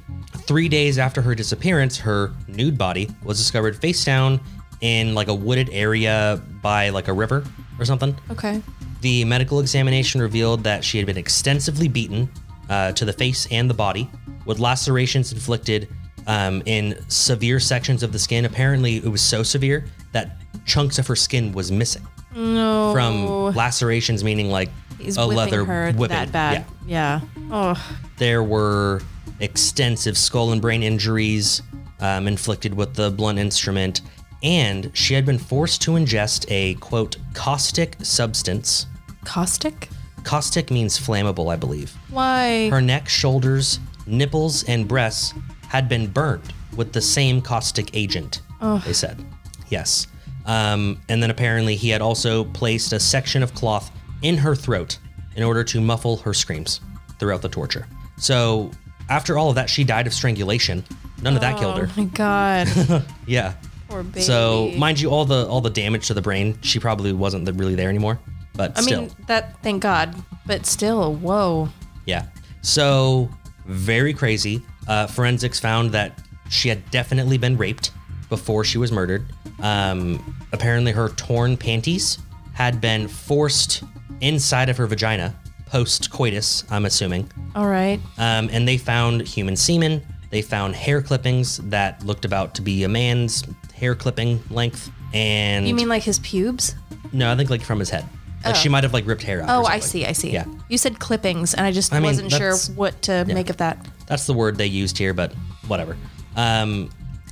Speaker 2: Three days after her disappearance, her nude body was discovered face down in like a wooded area by like a river or something.
Speaker 1: Okay.
Speaker 2: The medical examination revealed that she had been extensively beaten uh, to the face and the body, with lacerations inflicted um, in severe sections of the skin. Apparently, it was so severe that chunks of her skin was missing
Speaker 1: No.
Speaker 2: from lacerations, meaning like
Speaker 1: He's
Speaker 2: a
Speaker 1: whipping
Speaker 2: leather
Speaker 1: her
Speaker 2: whipping.
Speaker 1: that bad.
Speaker 2: Yeah.
Speaker 1: Yeah. Oh,
Speaker 2: There were extensive skull and brain injuries um, inflicted with the blunt instrument, and she had been forced to ingest a quote caustic substance.
Speaker 1: caustic?
Speaker 2: Caustic means flammable, I believe.
Speaker 1: Why?
Speaker 2: Her neck, shoulders, nipples, and breasts had been burned with the same caustic agent, they said. Yes. Um, and then apparently he had also placed a section of cloth in her throat in order to muffle her screams throughout the torture. So after all of that, she died of strangulation. None of that killed her.
Speaker 1: Oh, my God.
Speaker 2: Yeah.
Speaker 1: Poor baby.
Speaker 2: So mind you, all the all the damage to the brain, she probably wasn't the- really there anymore. But
Speaker 1: I
Speaker 2: still.
Speaker 1: mean, that, thank God. But still, whoa.
Speaker 2: Yeah. So very crazy. Uh, forensics found that she had definitely been raped before she was murdered. Um, apparently, her torn panties had been forced inside of her vagina post coitus. I'm assuming.
Speaker 1: All right.
Speaker 2: Um, and they found human semen. They found hair clippings that looked about to be a man's hair clipping length. And
Speaker 1: You mean like his pubes?
Speaker 2: no, I think like from his head. Like she might have like ripped hair out. or
Speaker 1: Oh, I
Speaker 2: something.
Speaker 1: see. I see.
Speaker 2: Yeah.
Speaker 1: You said clippings, and I just
Speaker 2: mean,
Speaker 1: wasn't sure
Speaker 2: that's-
Speaker 1: what to make of that.
Speaker 2: that's the word they used here, but whatever. Um,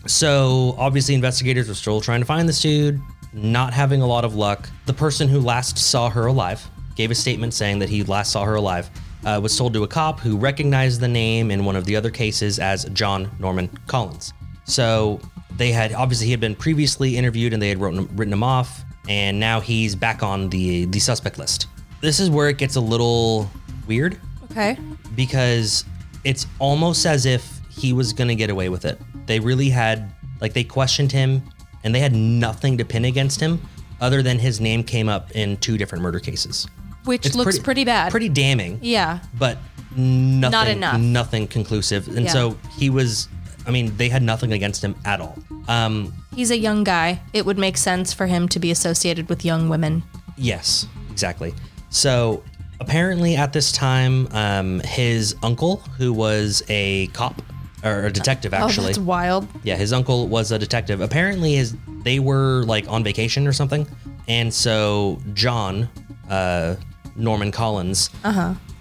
Speaker 2: so obviously, investigators were still trying to find this dude, not having a lot of luck. The person who last saw her alive gave a statement saying that he last saw her alive. Uh, was sold to a cop who recognized the name in one of the other cases as John Norman Collins. So they had obviously he had been previously interviewed and they had written, written him off, and now he's back on the the suspect list. This is where it gets a little weird
Speaker 1: Okay.
Speaker 2: because it's almost as if he was going to get away with it. They really had, like, they questioned him and they had nothing to pin against him other than his name came up in two different murder cases.
Speaker 1: Which looks pretty, bad.
Speaker 2: Pretty damning.
Speaker 1: Yeah.
Speaker 2: But nothing,
Speaker 1: enough.
Speaker 2: nothing conclusive. And
Speaker 1: Yeah.
Speaker 2: so he was, I mean, they had nothing against him at all. Um,
Speaker 1: He's a young guy. It would make sense for him to be associated with young women.
Speaker 2: Yes, exactly. So apparently, at this time, um, his uncle, who was a cop or a detective,
Speaker 1: oh,
Speaker 2: actually,
Speaker 1: that's wild.
Speaker 2: yeah, his uncle was a detective. Apparently, his they were like on vacation or something, and so John, uh, Norman Collins,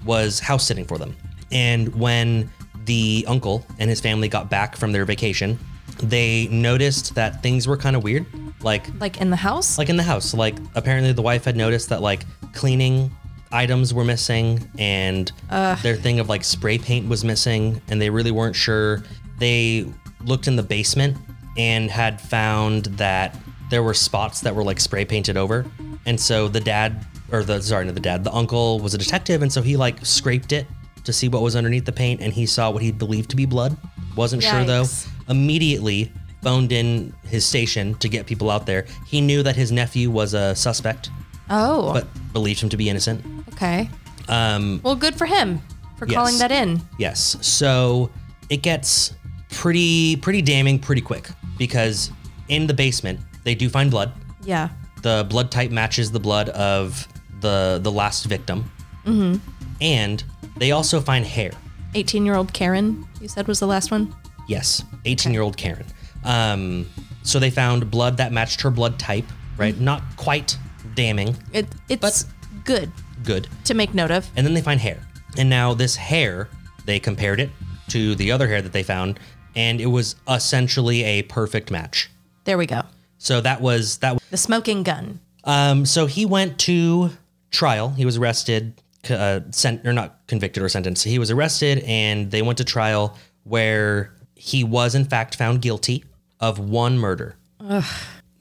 Speaker 2: was house sitting for them. And when the uncle and his family got back from their vacation, they noticed that things were kind of weird, like
Speaker 1: Like in the house?
Speaker 2: like in the house like apparently the wife had noticed that like cleaning items were missing and their thing of like spray paint was missing and they really weren't sure they looked in the basement and had found that there were spots that were like spray painted over and so the dad or the sorry not the dad the uncle was a detective and so he like scraped it to see what was underneath the paint and he saw what he believed to be blood wasn't sure though
Speaker 1: Yikes.
Speaker 2: immediately phoned in his station to get people out there. He knew that his nephew was a suspect,
Speaker 1: oh,
Speaker 2: but believed him to be innocent.
Speaker 1: okay. Um, well, good for him for
Speaker 2: Yes.
Speaker 1: calling that in.
Speaker 2: Yes. So it gets pretty pretty damning pretty quick because in the basement they do find blood.
Speaker 1: Yeah.
Speaker 2: The blood type matches the blood of the the last victim. Mm-hmm. And they also find hair.
Speaker 1: 18 year old Karen, you said was the last one?
Speaker 2: Yes, 18 year old Karen. Um, so they found blood that matched her blood type, right? Not quite damning,
Speaker 1: It, it's good
Speaker 2: good.
Speaker 1: to make note of.
Speaker 2: And then they find hair. And now this hair, they compared it to the other hair that they found, and it was essentially a perfect match.
Speaker 1: There we go.
Speaker 2: So that was that.
Speaker 1: The smoking gun.
Speaker 2: Um, so he went to trial. He was arrested uh, sent or not convicted or sentenced. He was arrested, and they went to trial where he was in fact found guilty of one murder,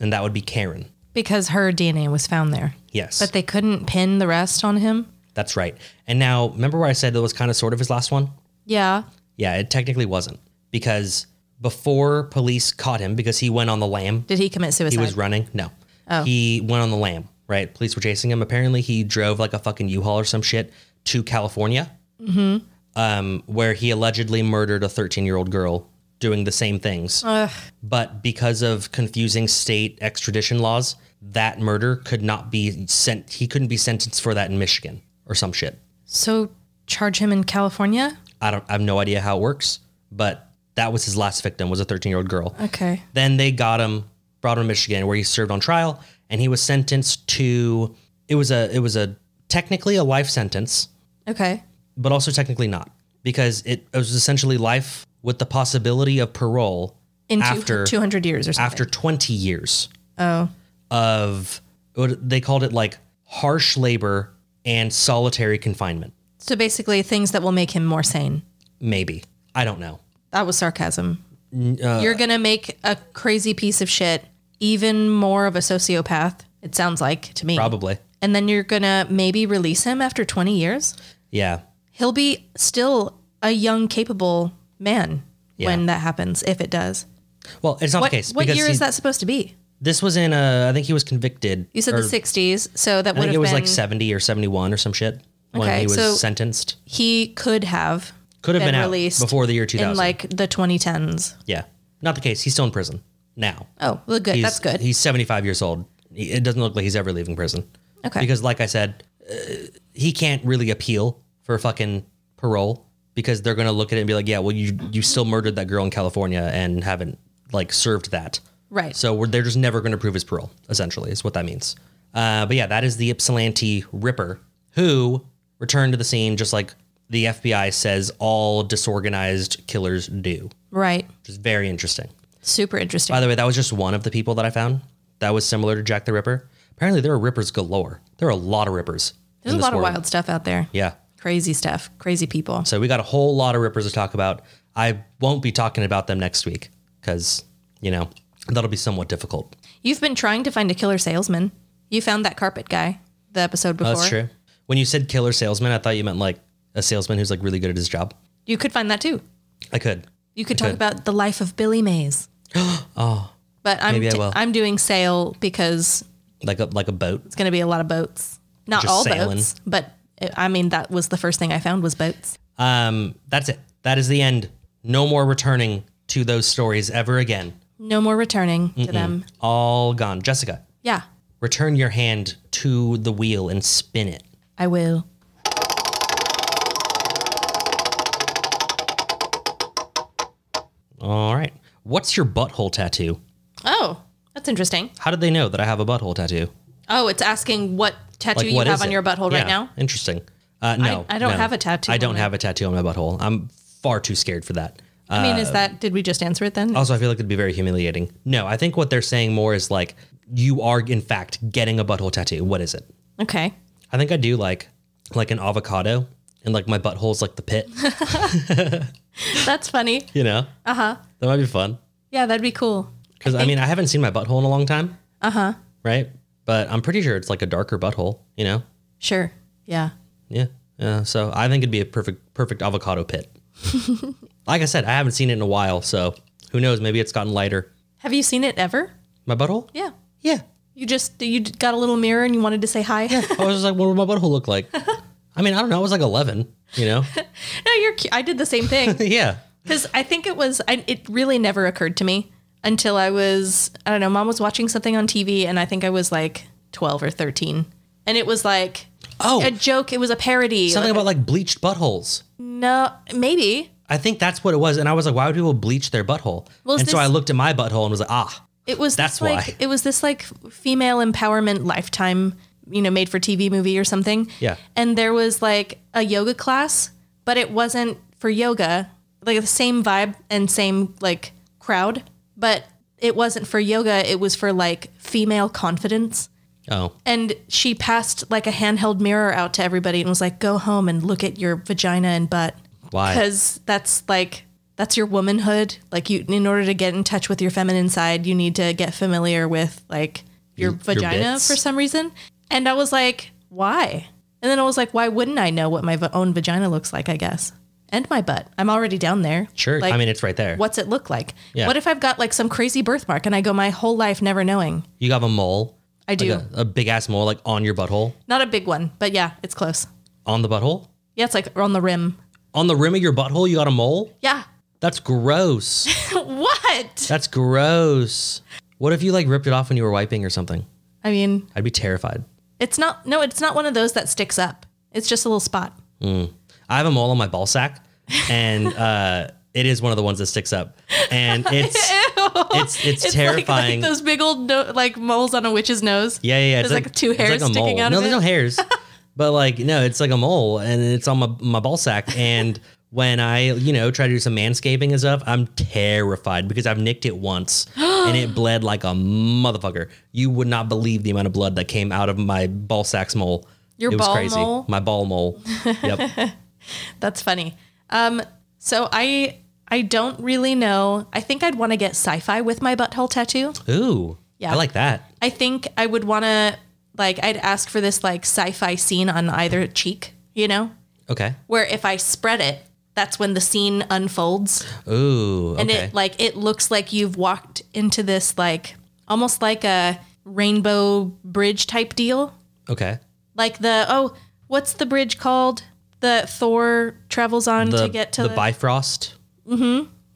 Speaker 2: and that would be Karen.
Speaker 1: because her DNA was found there.
Speaker 2: Yes,
Speaker 1: But they couldn't pin the rest on him.
Speaker 2: that's right. And now, remember where I said that was kind of sort of his last one?
Speaker 1: Yeah.
Speaker 2: Yeah, it technically wasn't because before police caught him because he went on the lam.
Speaker 1: Did he commit suicide?
Speaker 2: He was running. No. He went on the lam, right? Police were chasing him. Apparently, he drove like a fucking U-Haul or some shit to California, um, where he allegedly murdered a 13-year-old girl doing the same things. But because of confusing state extradition laws, that murder could not be sent. He couldn't be sentenced for that in Michigan or some shit.
Speaker 1: so charge him in California?
Speaker 2: I don't. I have no idea how it works, but that was his last victim was a 13-year-old girl.
Speaker 1: Okay.
Speaker 2: Then they got him, brought him to Michigan, where he served on trial, and he was sentenced to. It was a. It was a technically a life sentence,
Speaker 1: Okay.
Speaker 2: but also technically not, because it, it was essentially life with the possibility of parole
Speaker 1: In two- Oh.
Speaker 2: after
Speaker 1: 200 years or something.
Speaker 2: after twenty years. Of what they called it like harsh labor and solitary confinement.
Speaker 1: So basically, things that will make him more sane.
Speaker 2: Maybe I don't know.
Speaker 1: That was sarcasm.
Speaker 2: uh,
Speaker 1: You're going to make a crazy piece of shit even more of a sociopath, it sounds like to me.
Speaker 2: Probably.
Speaker 1: And then you're going to maybe release him after 20 years?
Speaker 2: Yeah.
Speaker 1: He'll be still a young, capable man when
Speaker 2: Yeah.
Speaker 1: that happens, if it does.
Speaker 2: Well, it's not
Speaker 1: What,
Speaker 2: the case.
Speaker 1: what
Speaker 2: because
Speaker 1: year
Speaker 2: he-
Speaker 1: is that supposed to be?
Speaker 2: This was in a. I think he was convicted.
Speaker 1: You said
Speaker 2: or-
Speaker 1: the 60s, so that
Speaker 2: I
Speaker 1: would
Speaker 2: think
Speaker 1: have
Speaker 2: it was
Speaker 1: been
Speaker 2: like 70 or 71 or some shit when
Speaker 1: Okay,
Speaker 2: he was
Speaker 1: so-
Speaker 2: sentenced.
Speaker 1: he could have
Speaker 2: Could have
Speaker 1: been
Speaker 2: been, out
Speaker 1: released
Speaker 2: before the year
Speaker 1: in
Speaker 2: 2000.
Speaker 1: like the 2010s.
Speaker 2: yeah. Not the case. He's still in prison now.
Speaker 1: Oh, well, good.
Speaker 2: He's-
Speaker 1: That's good.
Speaker 2: He's 75 years old. He- It doesn't look like he's ever leaving prison.
Speaker 1: Okay.
Speaker 2: Because, like I said, uh, he can't really appeal for fucking parole because they're going to look at it and be like, yeah, well, you, you still murdered that girl in California and haven't like served that.
Speaker 1: right.
Speaker 2: So we're, they're just never going to prove his parole, essentially, is what that means. Uh, but yeah, that is the Ypsilanti Ripper who returned to the scene just like the FBI says all disorganized killers do,
Speaker 1: right.
Speaker 2: which is very interesting.
Speaker 1: Super interesting.
Speaker 2: By the way, that was just one of the people that I found that was similar to Jack the Ripper. Apparently, there are Rippers galore. There are a lot of Rippers.
Speaker 1: There's
Speaker 2: in
Speaker 1: a
Speaker 2: this
Speaker 1: lot of
Speaker 2: world.
Speaker 1: wild stuff out there.
Speaker 2: Yeah.
Speaker 1: Crazy stuff. Crazy people.
Speaker 2: So we got a whole lot of rippers to talk about. I won't be talking about them next week because, you know, that'll be somewhat difficult.
Speaker 1: You've been trying to find a killer salesman. You found that carpet guy the episode before.
Speaker 2: Oh, That's true. When you said killer salesman, I thought you meant like a salesman who's like really good at his job.
Speaker 1: You could find that too.
Speaker 2: I could.
Speaker 1: You could talk
Speaker 2: could.
Speaker 1: about the life of Billy Mays. oh. But I'm
Speaker 2: Maybe I
Speaker 1: t-
Speaker 2: will.
Speaker 1: I'm doing sale because
Speaker 2: Like a like a boat.
Speaker 1: it's going to be a lot of boats. Not
Speaker 2: Just
Speaker 1: all
Speaker 2: sailing.
Speaker 1: boats, but uh, I mean that was the first thing I found was boats.
Speaker 2: Um that's it. That is the end. No more returning to those stories ever again.
Speaker 1: No more returning to them.
Speaker 2: All gone. Jessica,
Speaker 1: Yeah,
Speaker 2: return your hand to the wheel and spin it.
Speaker 1: I will.
Speaker 2: All right. What's your butthole tattoo?
Speaker 1: Oh, that's interesting.
Speaker 2: How did they know that I have a butthole tattoo?
Speaker 1: Oh, it's asking what tattoo
Speaker 2: Like
Speaker 1: you
Speaker 2: what
Speaker 1: have
Speaker 2: is
Speaker 1: on
Speaker 2: it?
Speaker 1: your butthole right
Speaker 2: Yeah,
Speaker 1: now.
Speaker 2: Interesting. Uh, no,
Speaker 1: I don't
Speaker 2: no.
Speaker 1: have a tattoo
Speaker 2: I
Speaker 1: on
Speaker 2: don't
Speaker 1: my-
Speaker 2: have a tattoo on my butthole. I'm far too scared for that.
Speaker 1: I mean,
Speaker 2: Uh,
Speaker 1: is that did we just answer it then?
Speaker 2: Also, I feel like it'd be very humiliating. No, I think what they're saying more is like, you are in fact getting a butthole tattoo. What is it?
Speaker 1: okay.
Speaker 2: I think I do like like an avocado and like my butthole's like the pit.
Speaker 1: That's funny.
Speaker 2: You know? Uh huh. That might be fun.
Speaker 1: Yeah, that'd be cool.
Speaker 2: Because I, mean, I haven't seen my butthole in a long time. Uh huh. Right? But I'm pretty sure it's like a darker butthole. You know?
Speaker 1: Sure. Yeah.
Speaker 2: Yeah. Yeah. So I think it'd be a perfect perfect avocado pit. like I said, I haven't seen it in a while, so who knows? Maybe it's gotten lighter.
Speaker 1: Have you seen it ever?
Speaker 2: My butthole?
Speaker 1: Yeah.
Speaker 2: Yeah.
Speaker 1: You just you d- got a little mirror and you wanted to say hi.
Speaker 2: I was just like, what would my butthole look like? I mean, I don't know. I was like 11, you know?
Speaker 1: no, you're. Cu- I did the same thing.
Speaker 2: yeah.
Speaker 1: because I think it was. I, it really never occurred to me until I was. I don't know. Mom was watching something on TV, and I think I was like twelve or thirteen, and it was like
Speaker 2: Oh,
Speaker 1: a joke. It was a parody.
Speaker 2: something
Speaker 1: Like,
Speaker 2: about like bleached buttholes.
Speaker 1: no, maybe
Speaker 2: I think that's what it was. And I was like, why would people bleach their butthole?
Speaker 1: Well, is
Speaker 2: and so
Speaker 1: this-
Speaker 2: I looked at my butthole and was like, ah,
Speaker 1: it was.
Speaker 2: That's
Speaker 1: this, like,
Speaker 2: why.
Speaker 1: it was this like female empowerment lifetime, you know, made for TV movie or something.
Speaker 2: Yeah.
Speaker 1: and there was like a yoga class, but it wasn't for yoga. Like the same vibe and same like crowd, but it wasn't for yoga. It was for like female confidence.
Speaker 2: Oh,
Speaker 1: And she passed like a handheld mirror out to everybody and was like, go home and look at your vagina and butt.
Speaker 2: why?
Speaker 1: Because that's like, that's your womanhood. Like, you, in order to get in touch with your feminine side, you need to get familiar with like your,
Speaker 2: Your- your
Speaker 1: vagina
Speaker 2: bits.
Speaker 1: for some reason. And I was like, why? And then I was like, why wouldn't I know what my v- own vagina looks like, I guess? And my butt. I'm already down there.
Speaker 2: Sure.
Speaker 1: Like,
Speaker 2: I mean, it's right there.
Speaker 1: what's it look like?
Speaker 2: Yeah.
Speaker 1: What if I've got like some crazy birthmark and I go my whole life never knowing?
Speaker 2: You got a mole.
Speaker 1: I do.
Speaker 2: Like a, a big ass mole, like on your butthole,
Speaker 1: Not a big one, but yeah, it's close.
Speaker 2: on the butthole,
Speaker 1: Yeah, it's like on the rim.
Speaker 2: on the rim of your butthole. You got a mole.
Speaker 1: Yeah.
Speaker 2: That's gross.
Speaker 1: What?
Speaker 2: That's gross. What if you like ripped it off when you were wiping or something?
Speaker 1: I mean,
Speaker 2: I'd be terrified.
Speaker 1: it's not, no, it's not one of those that sticks up. It's just a little spot.
Speaker 2: I have a mole on my ball sack, and uh, it is one of the ones that sticks up, and it's it's it's,
Speaker 1: It's like-
Speaker 2: terrifying.
Speaker 1: Like, those big old no, like moles on a witch's nose.
Speaker 2: yeah, yeah, yeah.
Speaker 1: There's like two hairs
Speaker 2: a
Speaker 1: sticking
Speaker 2: mole.
Speaker 1: out
Speaker 2: No,
Speaker 1: of
Speaker 2: there's
Speaker 1: it.
Speaker 2: no hairs, but like no, it's like a mole, and it's on my my ball sack. And when I you know try to do some manscaping and stuff, I'm terrified because I've nicked it once, and it bled like a motherfucker. You would not believe the amount of blood that came out of my ball sack's mole.
Speaker 1: Your
Speaker 2: it was
Speaker 1: ball
Speaker 2: crazy.
Speaker 1: mole?
Speaker 2: My ball mole. Yep.
Speaker 1: That's funny. Um, so I, I don't really know. I think I'd want to get sci-fi with my butthole tattoo.
Speaker 2: Ooh.
Speaker 1: Yeah.
Speaker 2: I like that.
Speaker 1: I think I would want to like I'd ask for this like sci-fi scene on either cheek, you know,
Speaker 2: Okay.
Speaker 1: where if I spread it, that's when the scene unfolds
Speaker 2: Ooh. Okay.
Speaker 1: and it like it looks like you've walked into this like almost like a rainbow bridge type deal,
Speaker 2: Okay.
Speaker 1: like the oh, what's the bridge called? The Thor travels on
Speaker 2: The,
Speaker 1: to get to
Speaker 2: the, Bifrost.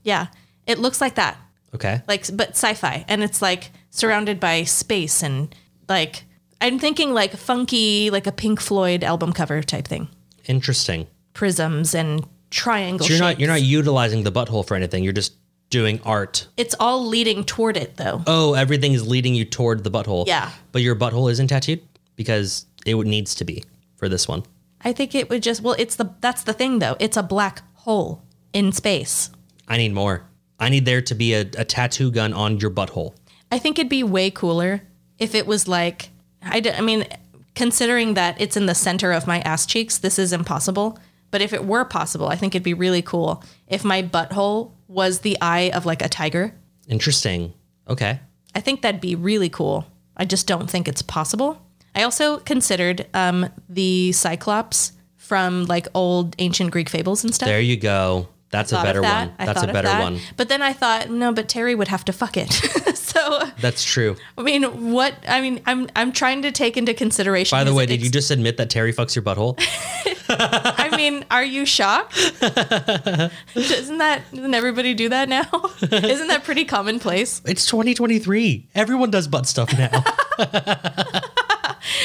Speaker 1: yeah. It looks like that.
Speaker 2: Okay.
Speaker 1: like but sci-fi and it's like surrounded by space and like i'm thinking like funky like a pink floyd album cover type thing
Speaker 2: Interesting.
Speaker 1: prisms and triangle
Speaker 2: So you're not you're not
Speaker 1: shapes.
Speaker 2: utilizing the butthole for anything. You're just doing art.
Speaker 1: it's all leading toward it though
Speaker 2: Oh, everything is leading you toward the butthole.
Speaker 1: Yeah.
Speaker 2: But your butthole isn't tattooed because it would needs to be for this one.
Speaker 1: i think it would just well it's the that's the thing though it's a black hole in space
Speaker 2: I need more. I need there to be a, a tattoo gun on your butthole.
Speaker 1: i think it'd be way cooler if it was like I d- I mean considering that it's in the center of my ass cheeks this is impossible but if it were possible i think it'd be really cool if my butthole was the eye of like a tiger
Speaker 2: Interesting. Okay.
Speaker 1: I think that'd be really cool. I just don't think it's possible. I also considered um, the Cyclops from like old ancient Greek fables and stuff.
Speaker 2: There you go. That's a
Speaker 1: Thought of
Speaker 2: better
Speaker 1: that.
Speaker 2: one.
Speaker 1: I
Speaker 2: That's
Speaker 1: thought
Speaker 2: a
Speaker 1: of
Speaker 2: better
Speaker 1: that.
Speaker 2: one.
Speaker 1: But then I thought, no, but Terry would have to fuck it. so
Speaker 2: That's true.
Speaker 1: I mean, what? I mean, I'm I'm trying to take into consideration.
Speaker 2: By the
Speaker 1: his
Speaker 2: way, did you
Speaker 1: ex-
Speaker 2: just admit that Terry fucks your butthole?
Speaker 1: I mean, are you shocked? Isn't that doesn't everybody do that now? Isn't that pretty commonplace?
Speaker 2: It's 2023. Everyone does butt stuff now.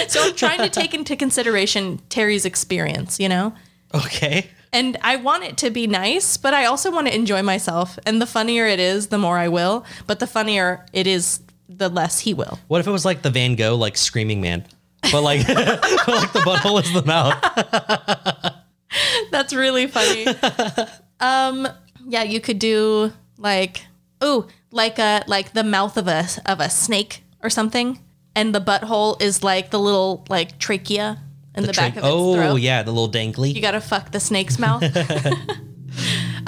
Speaker 1: So I'm trying to take into consideration Terry's experience. You know.
Speaker 2: okay.
Speaker 1: and I want it to be nice, but I also want to enjoy myself. And the funnier it is, the more I will. But the funnier it is, the less he will.
Speaker 2: What if it was like the Van Gogh, like Screaming Man, but like, but like the butthole is the mouth?
Speaker 1: That's really funny. um, yeah, you could do like ooh, like a like the mouth of a of a snake or something, and the butthole is like the little like trachea in the, back
Speaker 2: Like,
Speaker 1: of its
Speaker 2: oh
Speaker 1: throat.
Speaker 2: yeah, the little dangly.
Speaker 1: You gotta fuck the snake's mouth. um,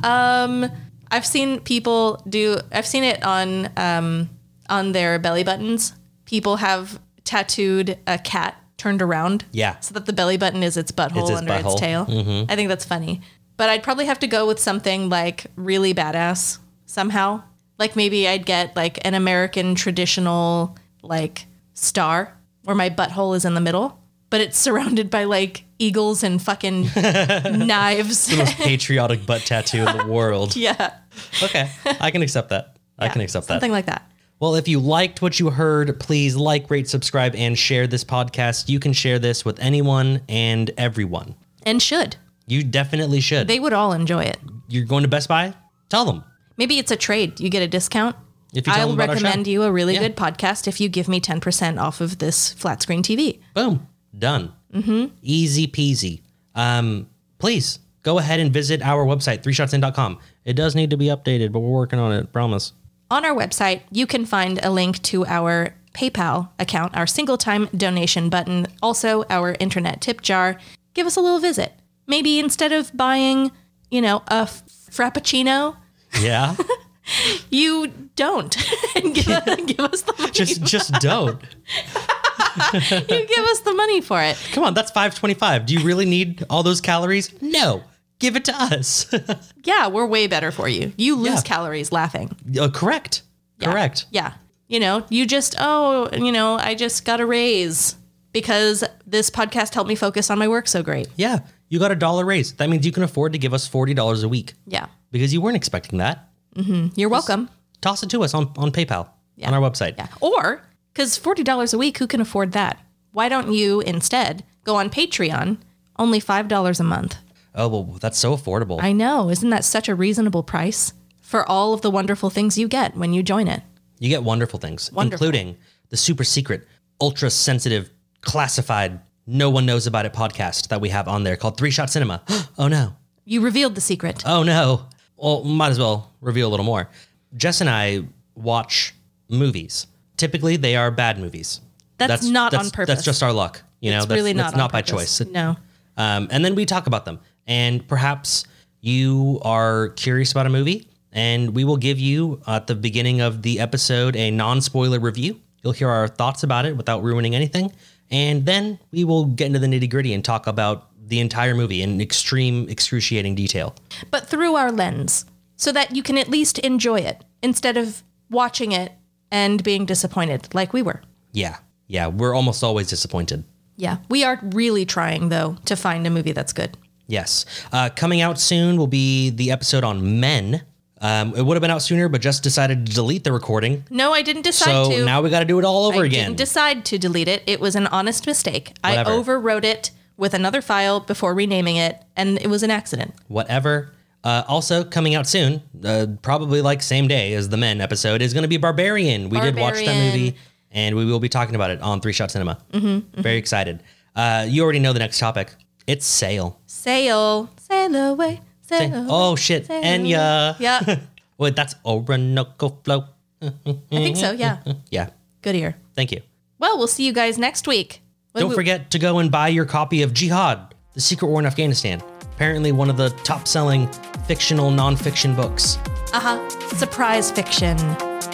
Speaker 1: I've seen people do. I've seen it on um, on their belly buttons. People have tattooed a cat turned around.
Speaker 2: yeah,
Speaker 1: So that the belly button is its butthole
Speaker 2: It's its
Speaker 1: under
Speaker 2: butthole. Mm-hmm.
Speaker 1: its tail. I think that's funny. But I'd probably have to go with something like really badass somehow. Like maybe I'd get like an American traditional like star where my butthole is in the middle, but it's surrounded by like eagles and fucking knives.
Speaker 2: most patriotic butt tattoo in the world.
Speaker 1: yeah.
Speaker 2: Okay, I can accept that. I can accept that.
Speaker 1: Something like that.
Speaker 2: Well, if you liked what you heard, please like, rate, subscribe, and share this podcast. You can share this with anyone and everyone.
Speaker 1: And should.
Speaker 2: You definitely should.
Speaker 1: They would all enjoy it.
Speaker 2: You're going to Best Buy? Tell them.
Speaker 1: Maybe it's a trade. You get a discount.
Speaker 2: If you tell
Speaker 1: I'll
Speaker 2: them about our show.
Speaker 1: recommend you a really
Speaker 2: Yeah.
Speaker 1: good podcast if you give me 10% off of this flat screen TV.
Speaker 2: Boom. Done. Mm-hmm. Easy peasy. Um, please go ahead and visit our website, threeshotsin.com. It does need to be updated, but we're working on it. Promise.
Speaker 1: on our website, you can find a link to our PayPal account, our single time donation button, also our internet tip jar. Give us a little visit. Maybe instead of buying, you know, a f- frappuccino,
Speaker 2: Yeah.
Speaker 1: you don't and give, us- give us the money.
Speaker 2: just just don't.
Speaker 1: you give us the money for it.
Speaker 2: Come on, that's 525. Do you really need all those calories? No. Give it to us.
Speaker 1: Yeah, we're way better for you. You lose
Speaker 2: Yeah.
Speaker 1: calories laughing.
Speaker 2: Uh, correct.
Speaker 1: Yeah.
Speaker 2: Correct.
Speaker 1: Yeah. You know, you just, oh, you know, I just got a raise because this podcast helped me focus on my work so great.
Speaker 2: Yeah. You got a dollar raise. That means you can afford to give us $40 a week
Speaker 1: Yeah.
Speaker 2: because you weren't expecting that.
Speaker 1: You're welcome.
Speaker 2: Toss it to us on, on PayPal on our website.
Speaker 1: Yeah. Or because $40 a week, who can afford that? Why don't you instead go on Patreon? Only $5 a month.
Speaker 2: Oh, well, that's so affordable.
Speaker 1: I know. Isn't that such a reasonable price for all of the wonderful things you get when you join it?
Speaker 2: you get wonderful things,
Speaker 1: Wonderful.
Speaker 2: including the super secret, ultra sensitive, classified, no one knows about it podcast that we have on there called Three Shot Cinema. oh, no.
Speaker 1: You revealed the secret.
Speaker 2: Oh no. Well, might as well reveal a little more. Jess and I watch movies. Typically, they are bad movies.
Speaker 1: That's not on purpose.
Speaker 2: That's just our luck. You know,
Speaker 1: it's
Speaker 2: that's,
Speaker 1: really not,
Speaker 2: that's
Speaker 1: on
Speaker 2: not by
Speaker 1: purpose.
Speaker 2: choice.
Speaker 1: No.
Speaker 2: Um, and then we talk about them. And perhaps you are curious about a movie, and we will give you at the beginning of the episode a non spoiler review. You'll hear our thoughts about it without ruining anything. And then we will get into the nitty gritty and talk about the entire movie in extreme, excruciating detail.
Speaker 1: but through our lens so that you can at least enjoy it instead of watching it and being disappointed like we were.
Speaker 2: Yeah. Yeah. We're almost always disappointed.
Speaker 1: Yeah. We are really trying, though, to find a movie that's good.
Speaker 2: Yes. Uh, coming out soon will be the episode on men. Um, it would have been out sooner, but just decided to delete the recording.
Speaker 1: No, I didn't decide
Speaker 2: So
Speaker 1: to.
Speaker 2: now we got to do it all over
Speaker 1: I
Speaker 2: again.
Speaker 1: didn't decide to delete it. It was an honest mistake.
Speaker 2: Whatever.
Speaker 1: I overwrote it with another file before renaming it, and it was an accident.
Speaker 2: Whatever. Uh, also coming out soon, uh, probably like same day as the men episode, is going to be Barbarian. We did watch that
Speaker 1: Barbarian. Mm-hmm,
Speaker 2: movie, and we will be talking about it on Three Shot Cinema. Very excited. Uh, you already know the next topic. It's sale.
Speaker 1: Sail, sail away, sail.
Speaker 2: Oh shit,
Speaker 1: sail
Speaker 2: Enya.
Speaker 1: Yeah, I
Speaker 2: Wait, that's Orinoco Flow.
Speaker 1: think so. Yeah.
Speaker 2: Yeah.
Speaker 1: Good ear.
Speaker 2: Thank you.
Speaker 1: Well, we'll see you guys next week. When
Speaker 2: Don't
Speaker 1: we-
Speaker 2: forget to go and buy your copy of Jihad, The Secret War in Afghanistan. Apparently, one of the top selling fictional nonfiction books.
Speaker 1: Uh huh. Surprise fiction.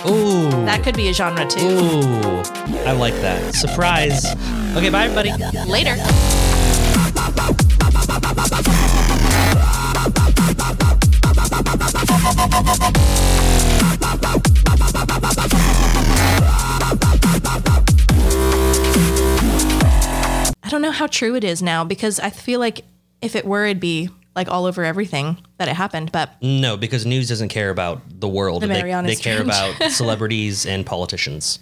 Speaker 2: Ooh.
Speaker 1: That could be a genre too.
Speaker 2: Ooh. I like that. Surprise. Okay, bye, everybody.
Speaker 1: Later. I don't know how true it is now because I feel like if it were, it'd be like all over everything that it happened. But
Speaker 2: No, because news doesn't care about the world,
Speaker 1: The
Speaker 2: they,
Speaker 1: Marianas
Speaker 2: they care
Speaker 1: Trench.
Speaker 2: about celebrities and politicians.